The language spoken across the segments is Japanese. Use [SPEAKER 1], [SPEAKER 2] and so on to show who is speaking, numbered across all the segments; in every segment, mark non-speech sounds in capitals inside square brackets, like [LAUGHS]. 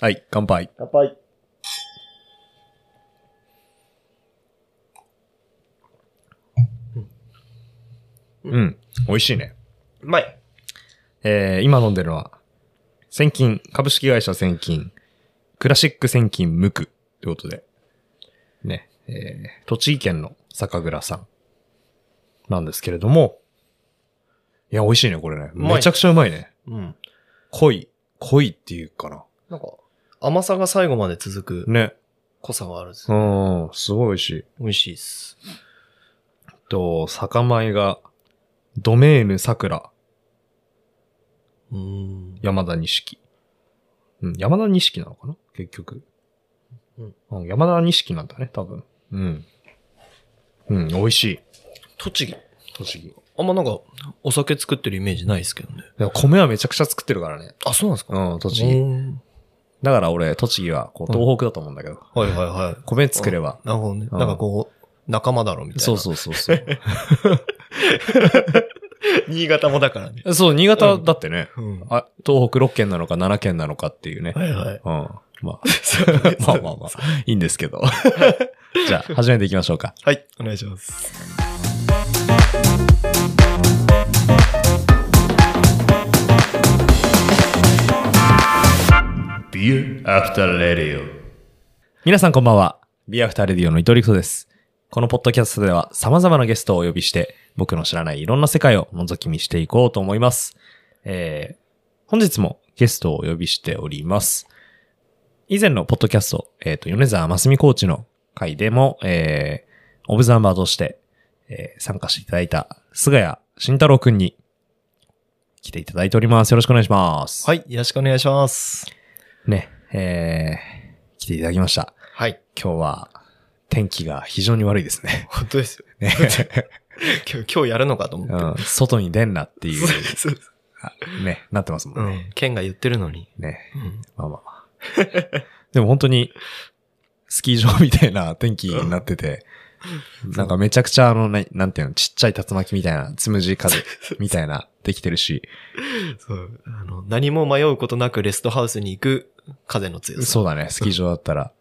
[SPEAKER 1] はい、乾杯。
[SPEAKER 2] 乾杯。
[SPEAKER 1] うん、美味しいね。
[SPEAKER 2] うまい。
[SPEAKER 1] えー、今飲んでるのは、千金、株式会社千金、クラシック千金無垢ってことで、ね、えー、栃木県の酒蔵さんなんですけれども、いや、美味しいね、これね。
[SPEAKER 2] うまい
[SPEAKER 1] めちゃくちゃうまいね。
[SPEAKER 2] うん。
[SPEAKER 1] 濃い、濃いっていうかな。
[SPEAKER 2] なんか、甘さが最後まで続く
[SPEAKER 1] ね。
[SPEAKER 2] 濃さがあるんです
[SPEAKER 1] う
[SPEAKER 2] ね。
[SPEAKER 1] ん、すごい美味しい。
[SPEAKER 2] 美味しいっす。
[SPEAKER 1] と、酒米が、ドメーヌ桜、
[SPEAKER 2] うーん。
[SPEAKER 1] 山田錦。うん、山田錦なのかな結局。
[SPEAKER 2] うん
[SPEAKER 1] うん。山田錦なんだね、多分。うん。うん、美味しい。
[SPEAKER 2] 栃木。
[SPEAKER 1] 栃木。
[SPEAKER 2] あんまなんか、お酒作ってるイメージないですけどね。
[SPEAKER 1] でも米はめちゃくちゃ作ってるからね。
[SPEAKER 2] あ、そうなんですか
[SPEAKER 1] うん、栃
[SPEAKER 2] うー
[SPEAKER 1] 木。
[SPEAKER 2] ん
[SPEAKER 1] だから俺、栃木は、こう、東北だと思うんだけど、
[SPEAKER 2] はいはいはい。
[SPEAKER 1] 米作れば。
[SPEAKER 2] なるほどね。
[SPEAKER 1] うん
[SPEAKER 2] なんかこう、仲間だろみたいな。
[SPEAKER 1] そうそうそうそう。
[SPEAKER 2] 新潟もだからね。
[SPEAKER 1] そう、新潟だってね、
[SPEAKER 2] うん。は
[SPEAKER 1] あ、東北6県なのか7県なのかっていうね。
[SPEAKER 2] い [LAUGHS] はい。
[SPEAKER 1] うん。まあ、まあまあまあ、いいんですけど。 [LAUGHS] じゃあ、始めていきましょうか。
[SPEAKER 2] [LAUGHS] はい、お願いします。
[SPEAKER 1] Beer After Radio 皆さんこんばんは。Beer After Radio の伊藤陸斗です。このポッドキャストでは様々なゲストをお呼びして、僕の知らないいろんな世界を覗き見していこうと思います。えー、本日もゲストをお呼びしております。以前のポッドキャスト、えっ、と、米沢真美コーチの回でも、えー、オブザーバーとして、えー参加していただいた菅谷慎太郎くんに来ていただいております。よろしくお願いします。
[SPEAKER 2] はい、よろしくお願いします。
[SPEAKER 1] ね、えー、来ていただきました。
[SPEAKER 2] はい。
[SPEAKER 1] 今日は、天気が非常に悪いです
[SPEAKER 2] [LAUGHS]
[SPEAKER 1] ね。
[SPEAKER 2] 本当ですよ。
[SPEAKER 1] ね
[SPEAKER 2] 今日、今日やるのかと思って。
[SPEAKER 1] うん、外に出んなってい
[SPEAKER 2] そう
[SPEAKER 1] う、
[SPEAKER 2] そうそう
[SPEAKER 1] あね、なってますも
[SPEAKER 2] うん
[SPEAKER 1] ね。
[SPEAKER 2] ん。県が言ってるのに。
[SPEAKER 1] ね、
[SPEAKER 2] うん。
[SPEAKER 1] まあまあまあ。でも本当に、スキー場みたいな天気になってて、なんかめちゃくちゃあの、ね、なんていうの、ちっちゃい竜巻みたいな、つむじ風みたいな、できてるし、
[SPEAKER 2] そう。あの、何も迷うことなくレストハウスに行く風の強さ。
[SPEAKER 1] そうだね、スキー場だったら。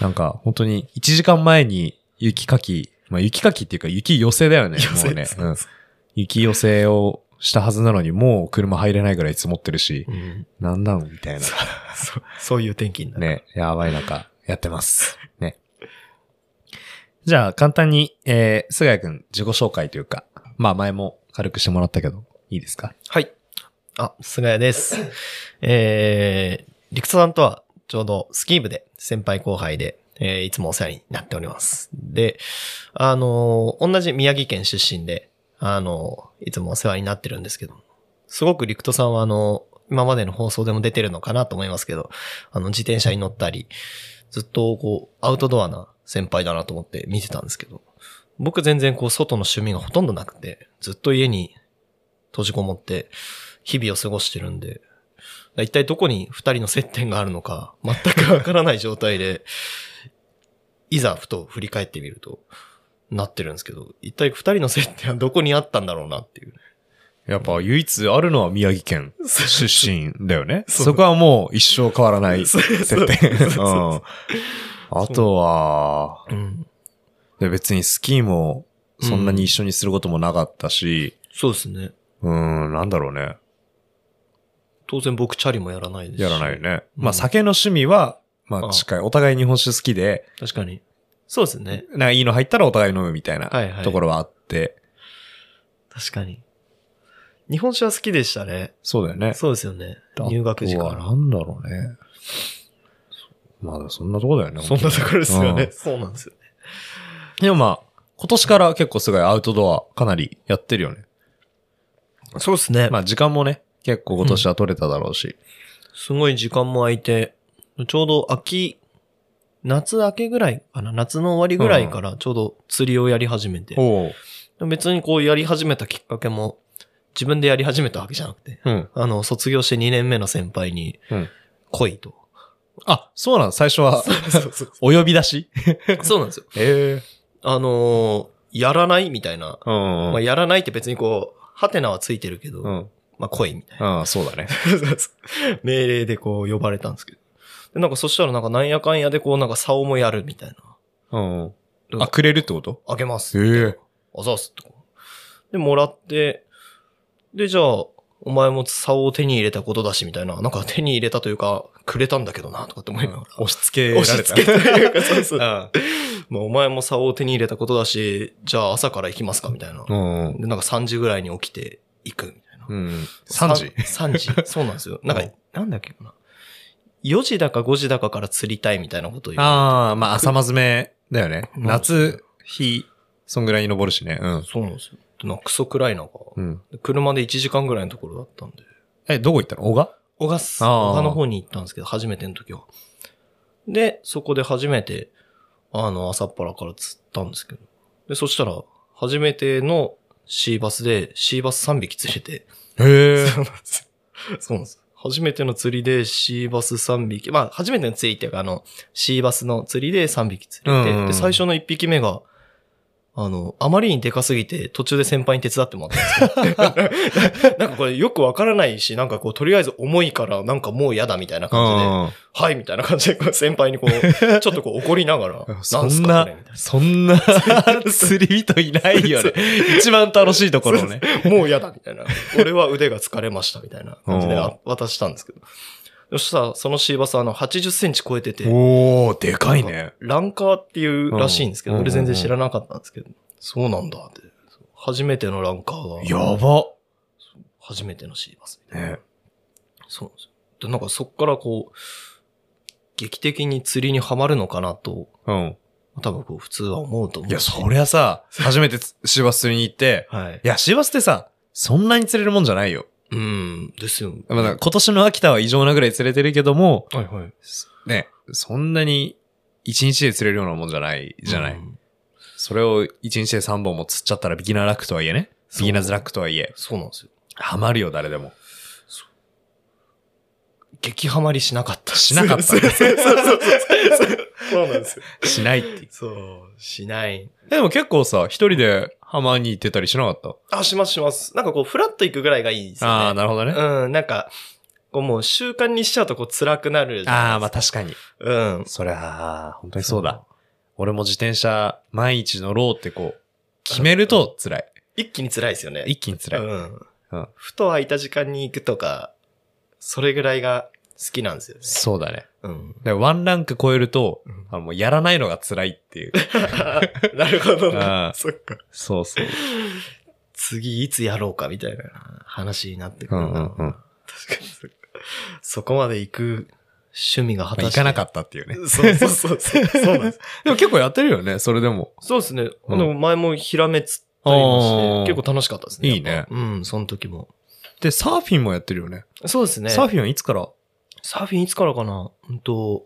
[SPEAKER 1] なんか、本当に、1時間前に雪かき、まあ雪かきっていうか雪寄せだよね。
[SPEAKER 2] 寄せ
[SPEAKER 1] もうね
[SPEAKER 2] そ。う
[SPEAKER 1] うん。雪寄せをしたはずなのに、もう車入れないぐらい積もってるし、
[SPEAKER 2] うん。
[SPEAKER 1] なんだんみたい
[SPEAKER 2] そ
[SPEAKER 1] な。
[SPEAKER 2] そうそういう天気になる。
[SPEAKER 1] ね、やばい中、やってます。ね。じゃあ、簡単に、えー、菅谷くん、自己紹介というか、まあ前も軽くしてもらったけど、いいですか
[SPEAKER 2] はい。あ、菅谷です。えー、陸斗さんとはちょうどスキー部で先輩後輩で、えーいつもお世話になっております。で、あのー同じ宮城県出身で、あのーいつもお世話になってるんですけど、すごく陸斗さんはあのー今までの放送でも出てるのかなと思いますけど、あの、自転車に乗ったり、ずっとこう、アウトドアな先輩だなと思って見てたんですけど、僕全然こう、外の趣味がほとんどなくて、ずっと家に閉じこもって、日々を過ごしてるんで、一体どこに二人の接点があるのか、全くわからない状態で、いざふと振り返ってみると、なってるんですけど、一体二人の接点はどこにあったんだろうなっていう。
[SPEAKER 1] やっぱ唯一あるのは宮城県出身だよね。
[SPEAKER 2] そう
[SPEAKER 1] そこはもう一生変わらない
[SPEAKER 2] そう
[SPEAKER 1] 設定。
[SPEAKER 2] そう
[SPEAKER 1] う
[SPEAKER 2] そうん
[SPEAKER 1] あとは、
[SPEAKER 2] うん。
[SPEAKER 1] で別にスキーもそんなに一緒にすることもなかったし、
[SPEAKER 2] そうですね。
[SPEAKER 1] うん、んなんだろうね。
[SPEAKER 2] 当然僕チャリもやらないですし
[SPEAKER 1] やらないよ。ね。
[SPEAKER 2] うん
[SPEAKER 1] まあ酒の趣味は、ま
[SPEAKER 2] あ
[SPEAKER 1] あ近い。お互い日本酒好きで、
[SPEAKER 2] 確かに。そうですね。
[SPEAKER 1] なんかいいの入ったらお互い飲むみたいな
[SPEAKER 2] はいはい
[SPEAKER 1] ところはあって、
[SPEAKER 2] 確かに。日本酒は好きでしたね。
[SPEAKER 1] そうだよね。
[SPEAKER 2] そうですよね。入学時
[SPEAKER 1] あと
[SPEAKER 2] か
[SPEAKER 1] はなんだろうね。まあそんなとこだよね。
[SPEAKER 2] ら。そんなところですよ
[SPEAKER 1] う
[SPEAKER 2] ね
[SPEAKER 1] ん。
[SPEAKER 2] そうなんですよ。
[SPEAKER 1] でもまあ、今年から結構すごいアウトドアかなりやってるよね。
[SPEAKER 2] そうですね
[SPEAKER 1] まあ時間もね、結構今年は取れただろうし。
[SPEAKER 2] すごい時間も空いて、ちょうど秋、夏明けぐらいかな、夏の終わりぐらいからちょうど釣りをやり始めて、
[SPEAKER 1] おう
[SPEAKER 2] 別にこうやり始めたきっかけも、自分でやり始めたわけじゃなくて、
[SPEAKER 1] うん。
[SPEAKER 2] あの、卒業して2年目の先輩に
[SPEAKER 1] うん、
[SPEAKER 2] 来いと。
[SPEAKER 1] あ、そうなの最初は、
[SPEAKER 2] [LAUGHS] そうそう
[SPEAKER 1] お呼び出し
[SPEAKER 2] そうなんですよ。
[SPEAKER 1] ええ
[SPEAKER 2] あのーやらないみたいな。
[SPEAKER 1] うん。
[SPEAKER 2] まあ、やらないって別にこう、ハテナはついてるけど、
[SPEAKER 1] うん。
[SPEAKER 2] まあ来いみたいな。
[SPEAKER 1] ああ、そうだね。
[SPEAKER 2] [LAUGHS] そうそう命令でこう呼ばれたんですけど。で、なんかそしたらなんかなんやかんやでこうなんか竿もやるみたいな。
[SPEAKER 1] うん。あ、くれるってこと
[SPEAKER 2] あげます。
[SPEAKER 1] ええ。
[SPEAKER 2] あざっすってこう。で、もらって、で、じゃあ、お前も竿を手に入れたことだし、みたいな。なんか手に入れたというか、くれたんだけどな、とかって思いながら。
[SPEAKER 1] 押し付けられ
[SPEAKER 2] 押
[SPEAKER 1] た。
[SPEAKER 2] し付けというか、そうそう。
[SPEAKER 1] うん
[SPEAKER 2] まあ、お前も竿を手に入れたことだし、じゃあ朝から行きますか、みたいな。
[SPEAKER 1] うん。
[SPEAKER 2] で、なんか3時ぐらいに起きて行く、みたいな。
[SPEAKER 1] うん。3時
[SPEAKER 2] ?3 時。そうなん
[SPEAKER 1] [LAUGHS]
[SPEAKER 2] ですよ。なんか
[SPEAKER 1] うん、
[SPEAKER 2] なんだっけかな。4時だか5時だかから釣りたいみたいなことを言う。
[SPEAKER 1] ああ、まあ、朝まずめだよね。
[SPEAKER 2] うん
[SPEAKER 1] 夏、日、そんぐらいに登るしね。うん。
[SPEAKER 2] そうなんですよ。でなんかクソ暗い中、
[SPEAKER 1] うん。
[SPEAKER 2] で車で1時間ぐらいのところだったんで。
[SPEAKER 1] え、どこ行ったの小賀
[SPEAKER 2] 小賀す。
[SPEAKER 1] あー
[SPEAKER 2] 小賀の方に行ったんですけど、初めての時は。で、そこで初めて、あの、朝っぱらから釣ったんですけど。で、そしたら、初めてのシーバスで、シーバス3匹釣れて。
[SPEAKER 1] [LAUGHS] へえ。
[SPEAKER 2] [LAUGHS] そうなんですよ。そうなんです。初めての釣りでシーバス3匹。まあ、初めての釣りっていうか、あの、シーバスの釣りで3匹釣れて、
[SPEAKER 1] うんうん
[SPEAKER 2] で、最初の1匹目が、あの、あまりにでかすぎて、途中で先輩に手伝ってもらったんですけど、なんかこれよく [LAUGHS] わからないし、なんかこう、とりあえず重いから、なんかもう嫌だみたいな
[SPEAKER 1] う
[SPEAKER 2] 感じで、
[SPEAKER 1] ん。
[SPEAKER 2] はい、みたいな感じで、こう先輩にこう、ちょっとこう怒りながら、なん
[SPEAKER 1] [LAUGHS]
[SPEAKER 2] す
[SPEAKER 1] そ
[SPEAKER 2] か
[SPEAKER 1] ん
[SPEAKER 2] こ
[SPEAKER 1] な
[SPEAKER 2] れみたい、
[SPEAKER 1] そんな [LAUGHS] 釣り人いないよね。一番楽しいところをね。
[SPEAKER 2] な [LAUGHS] もう嫌だ、みたいな。俺は腕が疲れました、みたいな感じで
[SPEAKER 1] うん
[SPEAKER 2] あ渡したんですけど。そしたら、そのシーバスはあの、80センチ超えてて、
[SPEAKER 1] [LAUGHS] おー、でかいね。
[SPEAKER 2] ランカーっていうらしいんですけど、
[SPEAKER 1] うん
[SPEAKER 2] 俺全然知らなかったんですけど、そうなんだって。初めてのランカー
[SPEAKER 1] や
[SPEAKER 2] が、
[SPEAKER 1] ば。
[SPEAKER 2] 初めてのシーバスみたいな。
[SPEAKER 1] ね。
[SPEAKER 2] そうなんですよ。で、なんかそっからこう、劇的に釣りにはまるのかなと、
[SPEAKER 1] うん。
[SPEAKER 2] 多分こう普通は思うと思う。
[SPEAKER 1] いや、そりゃさ、初めてつシーバス釣りに行って、
[SPEAKER 2] はい。
[SPEAKER 1] いや、シーバスってさ、そんなに釣れるもんじゃないよ。
[SPEAKER 2] うん、ですよ。
[SPEAKER 1] まあなんか今年の秋田は異常なぐらい釣れてるけども、
[SPEAKER 2] はいはい。
[SPEAKER 1] ね、そんなに一日で釣れるようなもんじゃない、じゃない。
[SPEAKER 2] うん
[SPEAKER 1] それを一日で3本も釣っちゃったらビギナーラックとはいえね。
[SPEAKER 2] そう
[SPEAKER 1] ビギナーズラックとはいえ、
[SPEAKER 2] そうなんですよ。
[SPEAKER 1] ハマるよ、誰でも。
[SPEAKER 2] 激ハマりしなかった。
[SPEAKER 1] しなかった
[SPEAKER 2] そうそうそうそうそうなんですよ。
[SPEAKER 1] しないっていう。
[SPEAKER 2] そう、しない。
[SPEAKER 1] えでも結構さ、一人で浜に行ってたりしなかった。
[SPEAKER 2] あ、しますします。なんかこう、フラッと行くぐらいがいいですよね。
[SPEAKER 1] ああ、なるほどね。
[SPEAKER 2] うん、なんか、こうもう習慣にしちゃうとこう辛くなるじ
[SPEAKER 1] あ
[SPEAKER 2] ゃ
[SPEAKER 1] あ、ま
[SPEAKER 2] ない
[SPEAKER 1] あ
[SPEAKER 2] です
[SPEAKER 1] 確かに。
[SPEAKER 2] か。うん。
[SPEAKER 1] そりゃあ、本当にそうだ。。俺も自転車、毎日乗ろうってこう、決めると辛い。
[SPEAKER 2] 一気に辛いですよね。
[SPEAKER 1] 一気に辛い。
[SPEAKER 2] うん。
[SPEAKER 1] うん
[SPEAKER 2] ふと空いた時間に行くとか、それぐらいが好きなんですよね。
[SPEAKER 1] そうだね。 [LAUGHS]
[SPEAKER 2] うん。
[SPEAKER 1] でワンランク超えると、
[SPEAKER 2] うん
[SPEAKER 1] あのもうやらないのが辛いっていう。
[SPEAKER 2] なるほど
[SPEAKER 1] あ
[SPEAKER 2] ね
[SPEAKER 1] あ。
[SPEAKER 2] そっか。
[SPEAKER 1] そうそう。
[SPEAKER 2] 次いつやろうかみたいな話になってく
[SPEAKER 1] う
[SPEAKER 2] る
[SPEAKER 1] んう
[SPEAKER 2] な。
[SPEAKER 1] んうん。
[SPEAKER 2] 確かにそっか。そこまで行く趣味が果た
[SPEAKER 1] 行
[SPEAKER 2] して。
[SPEAKER 1] かなか
[SPEAKER 2] っ
[SPEAKER 1] ったっていうね。
[SPEAKER 2] そうそうそうそう。そうなんです。
[SPEAKER 1] [LAUGHS] でも結構やってるよね、それでも。
[SPEAKER 2] そうですね。
[SPEAKER 1] うん
[SPEAKER 2] でも前もヒラメ釣ったりも
[SPEAKER 1] あー
[SPEAKER 2] して、結構楽しかったですね。
[SPEAKER 1] いいね
[SPEAKER 2] やっぱうん、その時も。
[SPEAKER 1] で、サーフィンもやってるよね。
[SPEAKER 2] そうですね。
[SPEAKER 1] サーフィンはいつから
[SPEAKER 2] サーフィンいつからかなうんと、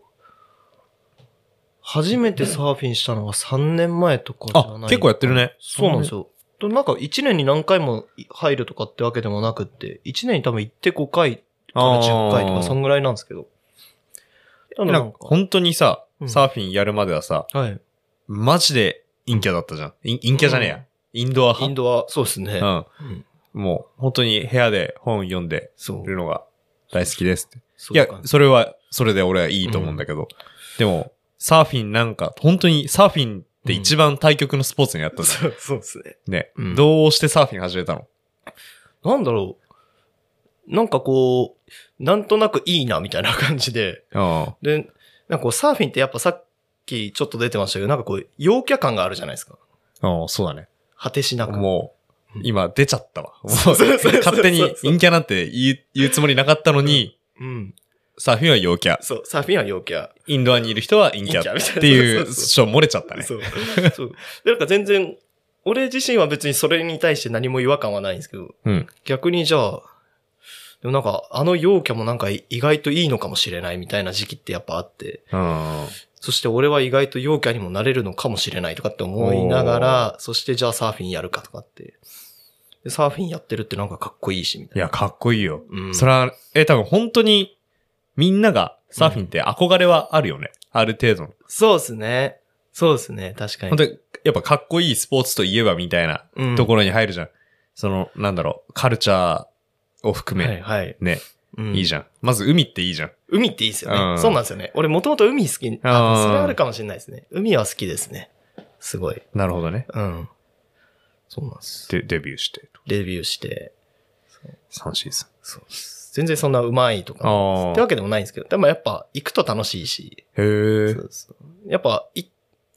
[SPEAKER 2] 初めてサーフィンしたのが3年前とかじゃ
[SPEAKER 1] あ
[SPEAKER 2] ない。、
[SPEAKER 1] 結構やってる。ね。
[SPEAKER 2] そうなんですよ。となんか1年に何回も入るとかってわけでもなくって、1年に多分行って5回から10回とか、そ
[SPEAKER 1] ん
[SPEAKER 2] んぐらいなんですけど。ただ
[SPEAKER 1] な
[SPEAKER 2] なんん
[SPEAKER 1] か
[SPEAKER 2] か、
[SPEAKER 1] 本当にさ
[SPEAKER 2] う、ん
[SPEAKER 1] サーフィンやるまではさ、
[SPEAKER 2] はい。
[SPEAKER 1] マジで陰キャだったじゃん。陰陰キャじゃねえ
[SPEAKER 2] う
[SPEAKER 1] や。インドア
[SPEAKER 2] イン
[SPEAKER 1] 派。
[SPEAKER 2] ドは、そうですね。うん
[SPEAKER 1] うん。もう、本当に部屋で本読んで
[SPEAKER 2] そう。
[SPEAKER 1] るのが大好きですって。
[SPEAKER 2] そう
[SPEAKER 1] いや
[SPEAKER 2] か、
[SPEAKER 1] それは、それで俺はいいと思うんだけど。でも、サーフィンなんか、本当にサーフィンって一番対局のスポーツにあったじゃ
[SPEAKER 2] そうそうですね。
[SPEAKER 1] ん。ね
[SPEAKER 2] うん。
[SPEAKER 1] どうしてサーフィン始めたの
[SPEAKER 2] なんだろう。なんかこう、なんとなくいいな、みたいな感じで。
[SPEAKER 1] うん。
[SPEAKER 2] で、なんかこうサーフィンってやっぱさっきちょっと出てましたけど、なんかこう、陽キャ感があるじゃないですか。
[SPEAKER 1] うん、そうだね。
[SPEAKER 2] 果てしなく。
[SPEAKER 1] もう
[SPEAKER 2] うん、
[SPEAKER 1] 今出ちゃった [LAUGHS] わ。もう
[SPEAKER 2] そうそうそうそう
[SPEAKER 1] 勝手に陰キャなんて言う言うつもりなかったのに、
[SPEAKER 2] うん。
[SPEAKER 1] サーフィンは陽キャ。
[SPEAKER 2] そう、サーフィンは陽キャ。
[SPEAKER 1] インドアにいる人は陰キャ
[SPEAKER 2] 陰キャみたいな
[SPEAKER 1] っていう、
[SPEAKER 2] そうそう
[SPEAKER 1] そう、漏れちゃったね。
[SPEAKER 2] そう。 [LAUGHS] そう。で、なんか全然、俺自身は別にそれに対して何も違和感はないんですけど、
[SPEAKER 1] うん。
[SPEAKER 2] 逆にじゃあ、でもなんか、あの陽キャもなんか意外といいのかもしれないみたいな時期ってやっぱあって、
[SPEAKER 1] うん。
[SPEAKER 2] そして俺は意外と陽キャにもなれるのかもしれないとかって思いながら、そしてじゃあサーフィンやるかとかって。でサーフィンやってるってなんかかっこいいし、みた
[SPEAKER 1] い
[SPEAKER 2] いな。
[SPEAKER 1] や、かっこいいよ。
[SPEAKER 2] うん、
[SPEAKER 1] それは、え、多分本当に、みんながサーフィンって憧れはあるよね。ある程度の。
[SPEAKER 2] そうですね。そうですね。確かに。
[SPEAKER 1] 本当に、やっぱかっこいいスポーツといえばみたいな
[SPEAKER 2] 当
[SPEAKER 1] とこ
[SPEAKER 2] ろ
[SPEAKER 1] ろに入るじゃん。その、なんだろう、カルチャーを含
[SPEAKER 2] はい
[SPEAKER 1] め、
[SPEAKER 2] はい。
[SPEAKER 1] ね。
[SPEAKER 2] うん
[SPEAKER 1] いいじゃん。まず海っていいじゃん。
[SPEAKER 2] 海っていいですよ
[SPEAKER 1] うん
[SPEAKER 2] ね。そうなんですよね。俺もともと海好き。あ
[SPEAKER 1] う、ん
[SPEAKER 2] それあるかもしれないですね。海は好きですね。すごい。
[SPEAKER 1] なるほどね。
[SPEAKER 2] うん。そうなんです。
[SPEAKER 1] で、デビューして、
[SPEAKER 2] レビューして。
[SPEAKER 1] 3シーズン。
[SPEAKER 2] そうです全然そんなうまいとか、
[SPEAKER 1] あ
[SPEAKER 2] って
[SPEAKER 1] あ
[SPEAKER 2] わ。けでもないんですけど、でもやっぱ行くと楽しいし。
[SPEAKER 1] へえ
[SPEAKER 2] そ。うそうやっぱ、い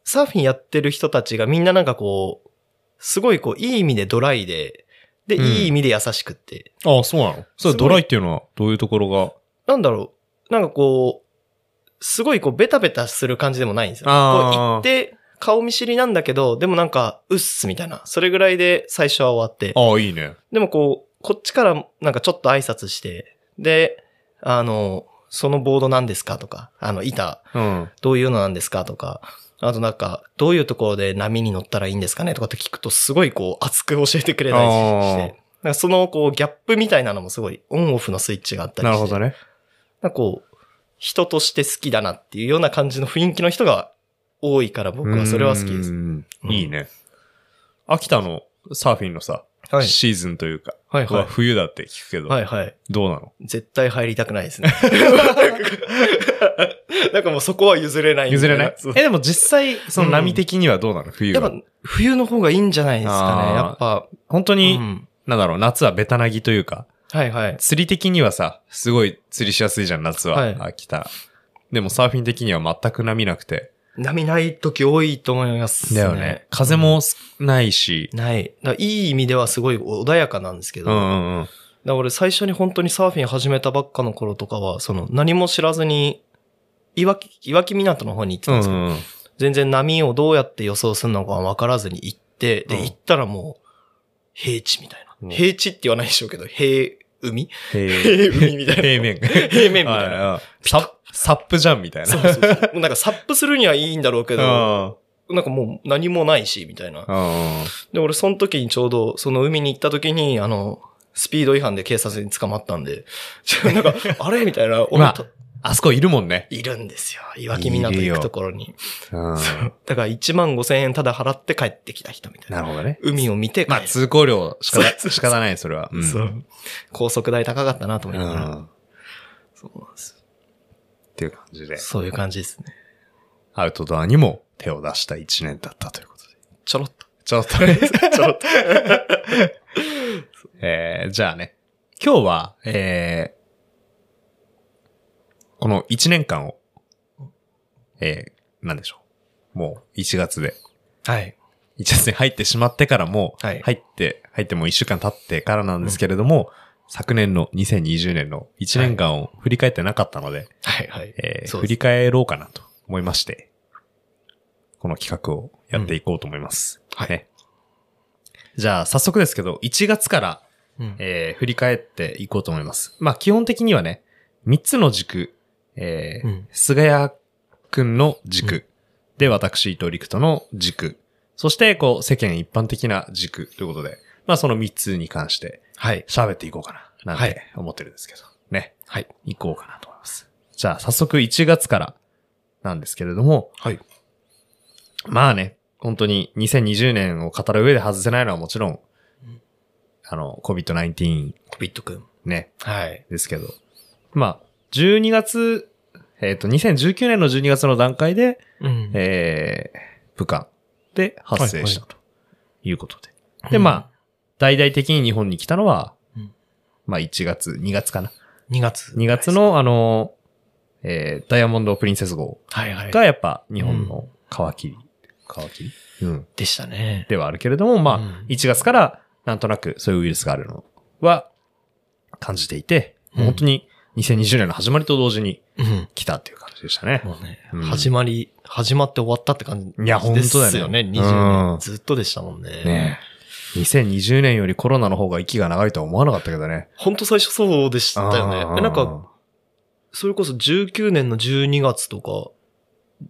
[SPEAKER 2] サーフィンやってる人たちがみんななんかこう、すごいこう、いい意味でドライで、で、
[SPEAKER 1] うん
[SPEAKER 2] いい意味で優しくって。
[SPEAKER 1] ああ、そうなのそれ
[SPEAKER 2] すごい
[SPEAKER 1] ドライっていうのはどういうところが
[SPEAKER 2] なんだろう、なんかこう、すごいこう、ベタベタする感じでもないんですよ。こう
[SPEAKER 1] あー
[SPEAKER 2] 行って、顔見知りなんだけど、でもなんか、うっすみたいな。それぐらいで最初は終わって。
[SPEAKER 1] ああ、いいね。
[SPEAKER 2] でもこう、こっちからなんかちょっと挨拶して、で、あの、そのボード何ですかとか、あの、板、
[SPEAKER 1] うん。
[SPEAKER 2] どういうのなんですかとか、あとなんか、どういうところで波に乗ったらいいんですかねとかって聞くと、すごいこう、熱く教えてくれたり
[SPEAKER 1] あー
[SPEAKER 2] して、なんかそのこう、ギャップみたいなのもすごい、オンオフのスイッチがあったりし
[SPEAKER 1] な
[SPEAKER 2] て、
[SPEAKER 1] るほどね。
[SPEAKER 2] なんかこう、人として好きだなっていうような感じの雰囲気の人が多いから、僕はそれは好きです
[SPEAKER 1] う。ん
[SPEAKER 2] うん
[SPEAKER 1] いいね。秋田のサーフィンのさ、
[SPEAKER 2] はい。
[SPEAKER 1] シーズンというか、
[SPEAKER 2] はい
[SPEAKER 1] は
[SPEAKER 2] は
[SPEAKER 1] 冬だって聞くけど、
[SPEAKER 2] い。はいはい。
[SPEAKER 1] どうなの
[SPEAKER 2] 絶対入りたくないですね。 [LAUGHS] なんかもうそこは譲れないみた
[SPEAKER 1] 譲
[SPEAKER 2] い
[SPEAKER 1] れ
[SPEAKER 2] な。
[SPEAKER 1] ない
[SPEAKER 2] そう
[SPEAKER 1] え、でも実際、その波的にはどうなの冬
[SPEAKER 2] やっ
[SPEAKER 1] は
[SPEAKER 2] ぱ。冬の方がいいんじゃないですか
[SPEAKER 1] あー
[SPEAKER 2] ね。やっぱ。
[SPEAKER 1] 本当
[SPEAKER 2] う
[SPEAKER 1] に、
[SPEAKER 2] ん
[SPEAKER 1] なんだろう、夏はベタなぎというか、
[SPEAKER 2] はいはい。
[SPEAKER 1] 釣り的にはさ、すごい釣りしやすいじゃん、夏は。
[SPEAKER 2] はい
[SPEAKER 1] 秋田。でもサーフィン的には全く波なくて。
[SPEAKER 2] 波ない時多いと思います、
[SPEAKER 1] だよね。風も少ないし。
[SPEAKER 2] ない。だからいい意味ではすごい穏やかなんですけど、
[SPEAKER 1] うんう
[SPEAKER 2] だか
[SPEAKER 1] んうん。
[SPEAKER 2] ら俺最初に本当にサーフィン始めたばっかの頃とかは、その何も知らずに、いわき、いわき港の方に行って
[SPEAKER 1] う
[SPEAKER 2] たん
[SPEAKER 1] ん
[SPEAKER 2] ですけど、
[SPEAKER 1] うんうん。
[SPEAKER 2] 全然波をどうやって予想するのか分からずに行って、
[SPEAKER 1] う
[SPEAKER 2] で、
[SPEAKER 1] ん
[SPEAKER 2] 行ったらもう、平地みたい
[SPEAKER 1] うん
[SPEAKER 2] な。平地って言わないでしょうけど、平海
[SPEAKER 1] 平
[SPEAKER 2] 平海みたいな。
[SPEAKER 1] 平面。
[SPEAKER 2] [LAUGHS] 平面みたいな。
[SPEAKER 1] はいサッサップじゃんみたいな。
[SPEAKER 2] そうそうそう。もうなんかサップするにはいいんだろうけ
[SPEAKER 1] う
[SPEAKER 2] ど、
[SPEAKER 1] ん
[SPEAKER 2] なんかもう何もないし、みたいな。
[SPEAKER 1] うん
[SPEAKER 2] で、俺その時にちょうど、その海に行った時に、あの、スピード違反で警察に捕まったんで、 [LAUGHS] ちょ
[SPEAKER 1] [LAUGHS]
[SPEAKER 2] なんか、あれみたいな、俺
[SPEAKER 1] まあ
[SPEAKER 2] と、
[SPEAKER 1] あそこいるもんね。
[SPEAKER 2] いるんですよ。岩木港行くところに。
[SPEAKER 1] うん
[SPEAKER 2] そうだから1万5千円ただ払って帰ってきた人みたいな。
[SPEAKER 1] なるほどね。
[SPEAKER 2] 海を見て帰る。
[SPEAKER 1] まあ通行料しか
[SPEAKER 2] そうそうそう
[SPEAKER 1] 仕方ない、それは。ん
[SPEAKER 2] そう。高速代高かったなと思
[SPEAKER 1] う
[SPEAKER 2] いながら。
[SPEAKER 1] ん。っ
[SPEAKER 2] そうなんです
[SPEAKER 1] ていう感じで
[SPEAKER 2] よ。そういう感じですね。
[SPEAKER 1] アウトドアにも手を出した一年だったということで。
[SPEAKER 2] ちょろっ [LAUGHS] と。
[SPEAKER 1] ちょっとね。ちょっと。えー、じゃあね。今日は、えー、この1年間を、えー、なんでしょう。もう1月で、 [LAUGHS]
[SPEAKER 2] はい。
[SPEAKER 1] 1月に入ってしまってからも、
[SPEAKER 2] はい
[SPEAKER 1] 入って、入ってもう1週間経ってからなんですけれども、昨年の2020年の1年間を振り返ってなかったので、
[SPEAKER 2] はいはい。
[SPEAKER 1] えー
[SPEAKER 2] そう
[SPEAKER 1] 振
[SPEAKER 2] です
[SPEAKER 1] り返ろうかなと思いまして、この企画をやっていこうと思います。
[SPEAKER 2] はい
[SPEAKER 1] ねじゃあ、早速ですけど、1月から、
[SPEAKER 2] うん
[SPEAKER 1] えー振り返っていこうと思います。まあ、基本的にはね、3つの軸、えー
[SPEAKER 2] うん
[SPEAKER 1] 菅谷くんの軸、
[SPEAKER 2] う
[SPEAKER 1] で、私、伊藤陸斗の軸、そして、こう、世間一般的な軸ということで、まあ、その3つに関して
[SPEAKER 2] はい。
[SPEAKER 1] 喋っていこうかな、なん
[SPEAKER 2] は
[SPEAKER 1] て
[SPEAKER 2] い
[SPEAKER 1] 思ってるんですけど、ね。
[SPEAKER 2] はい。
[SPEAKER 1] 行こうかなと思います。じゃあ、早速1月からなんですけれども、
[SPEAKER 2] はい。
[SPEAKER 1] まあね、本当に2020年を語る上で外せないのはもちろん
[SPEAKER 2] うん、
[SPEAKER 1] あの、COVID-19
[SPEAKER 2] コビットくん。
[SPEAKER 1] ね、
[SPEAKER 2] はい。
[SPEAKER 1] ですけど、まあ、12月、えっ、と、2019年の12月の段階で、
[SPEAKER 2] うん
[SPEAKER 1] えー、武漢で発生したということで。で、
[SPEAKER 2] うん
[SPEAKER 1] まあ、大々的に日本に来たのは、
[SPEAKER 2] うん
[SPEAKER 1] まあ1月、2月かな。
[SPEAKER 2] 2月。
[SPEAKER 1] 2月。の、あの、えーダイヤモンド・プリンセス号
[SPEAKER 2] はいはい。
[SPEAKER 1] がやっぱ日本の皮切り、皮切りうん。
[SPEAKER 2] でしたね。
[SPEAKER 1] ではあるけれども、まあ、
[SPEAKER 2] うん
[SPEAKER 1] 1月からなんとなくそういうウイルスがあるのは感じていて、もう本当に2020年の始まりと同時に
[SPEAKER 2] うん。
[SPEAKER 1] 来たっていう感じでしたね。
[SPEAKER 2] もうね
[SPEAKER 1] うん、
[SPEAKER 2] 始まり、始まって終わったって感じ
[SPEAKER 1] いや本当だよね
[SPEAKER 2] ですよね。20
[SPEAKER 1] うん
[SPEAKER 2] 年。ずっとでしたもんね。
[SPEAKER 1] ねえ2020年よりコロナの方が息が長いとは思わなかったけどね。
[SPEAKER 2] 本当最初そうでしたよね
[SPEAKER 1] あ。ー
[SPEAKER 2] えなんか、、それこそ19年の12月とか、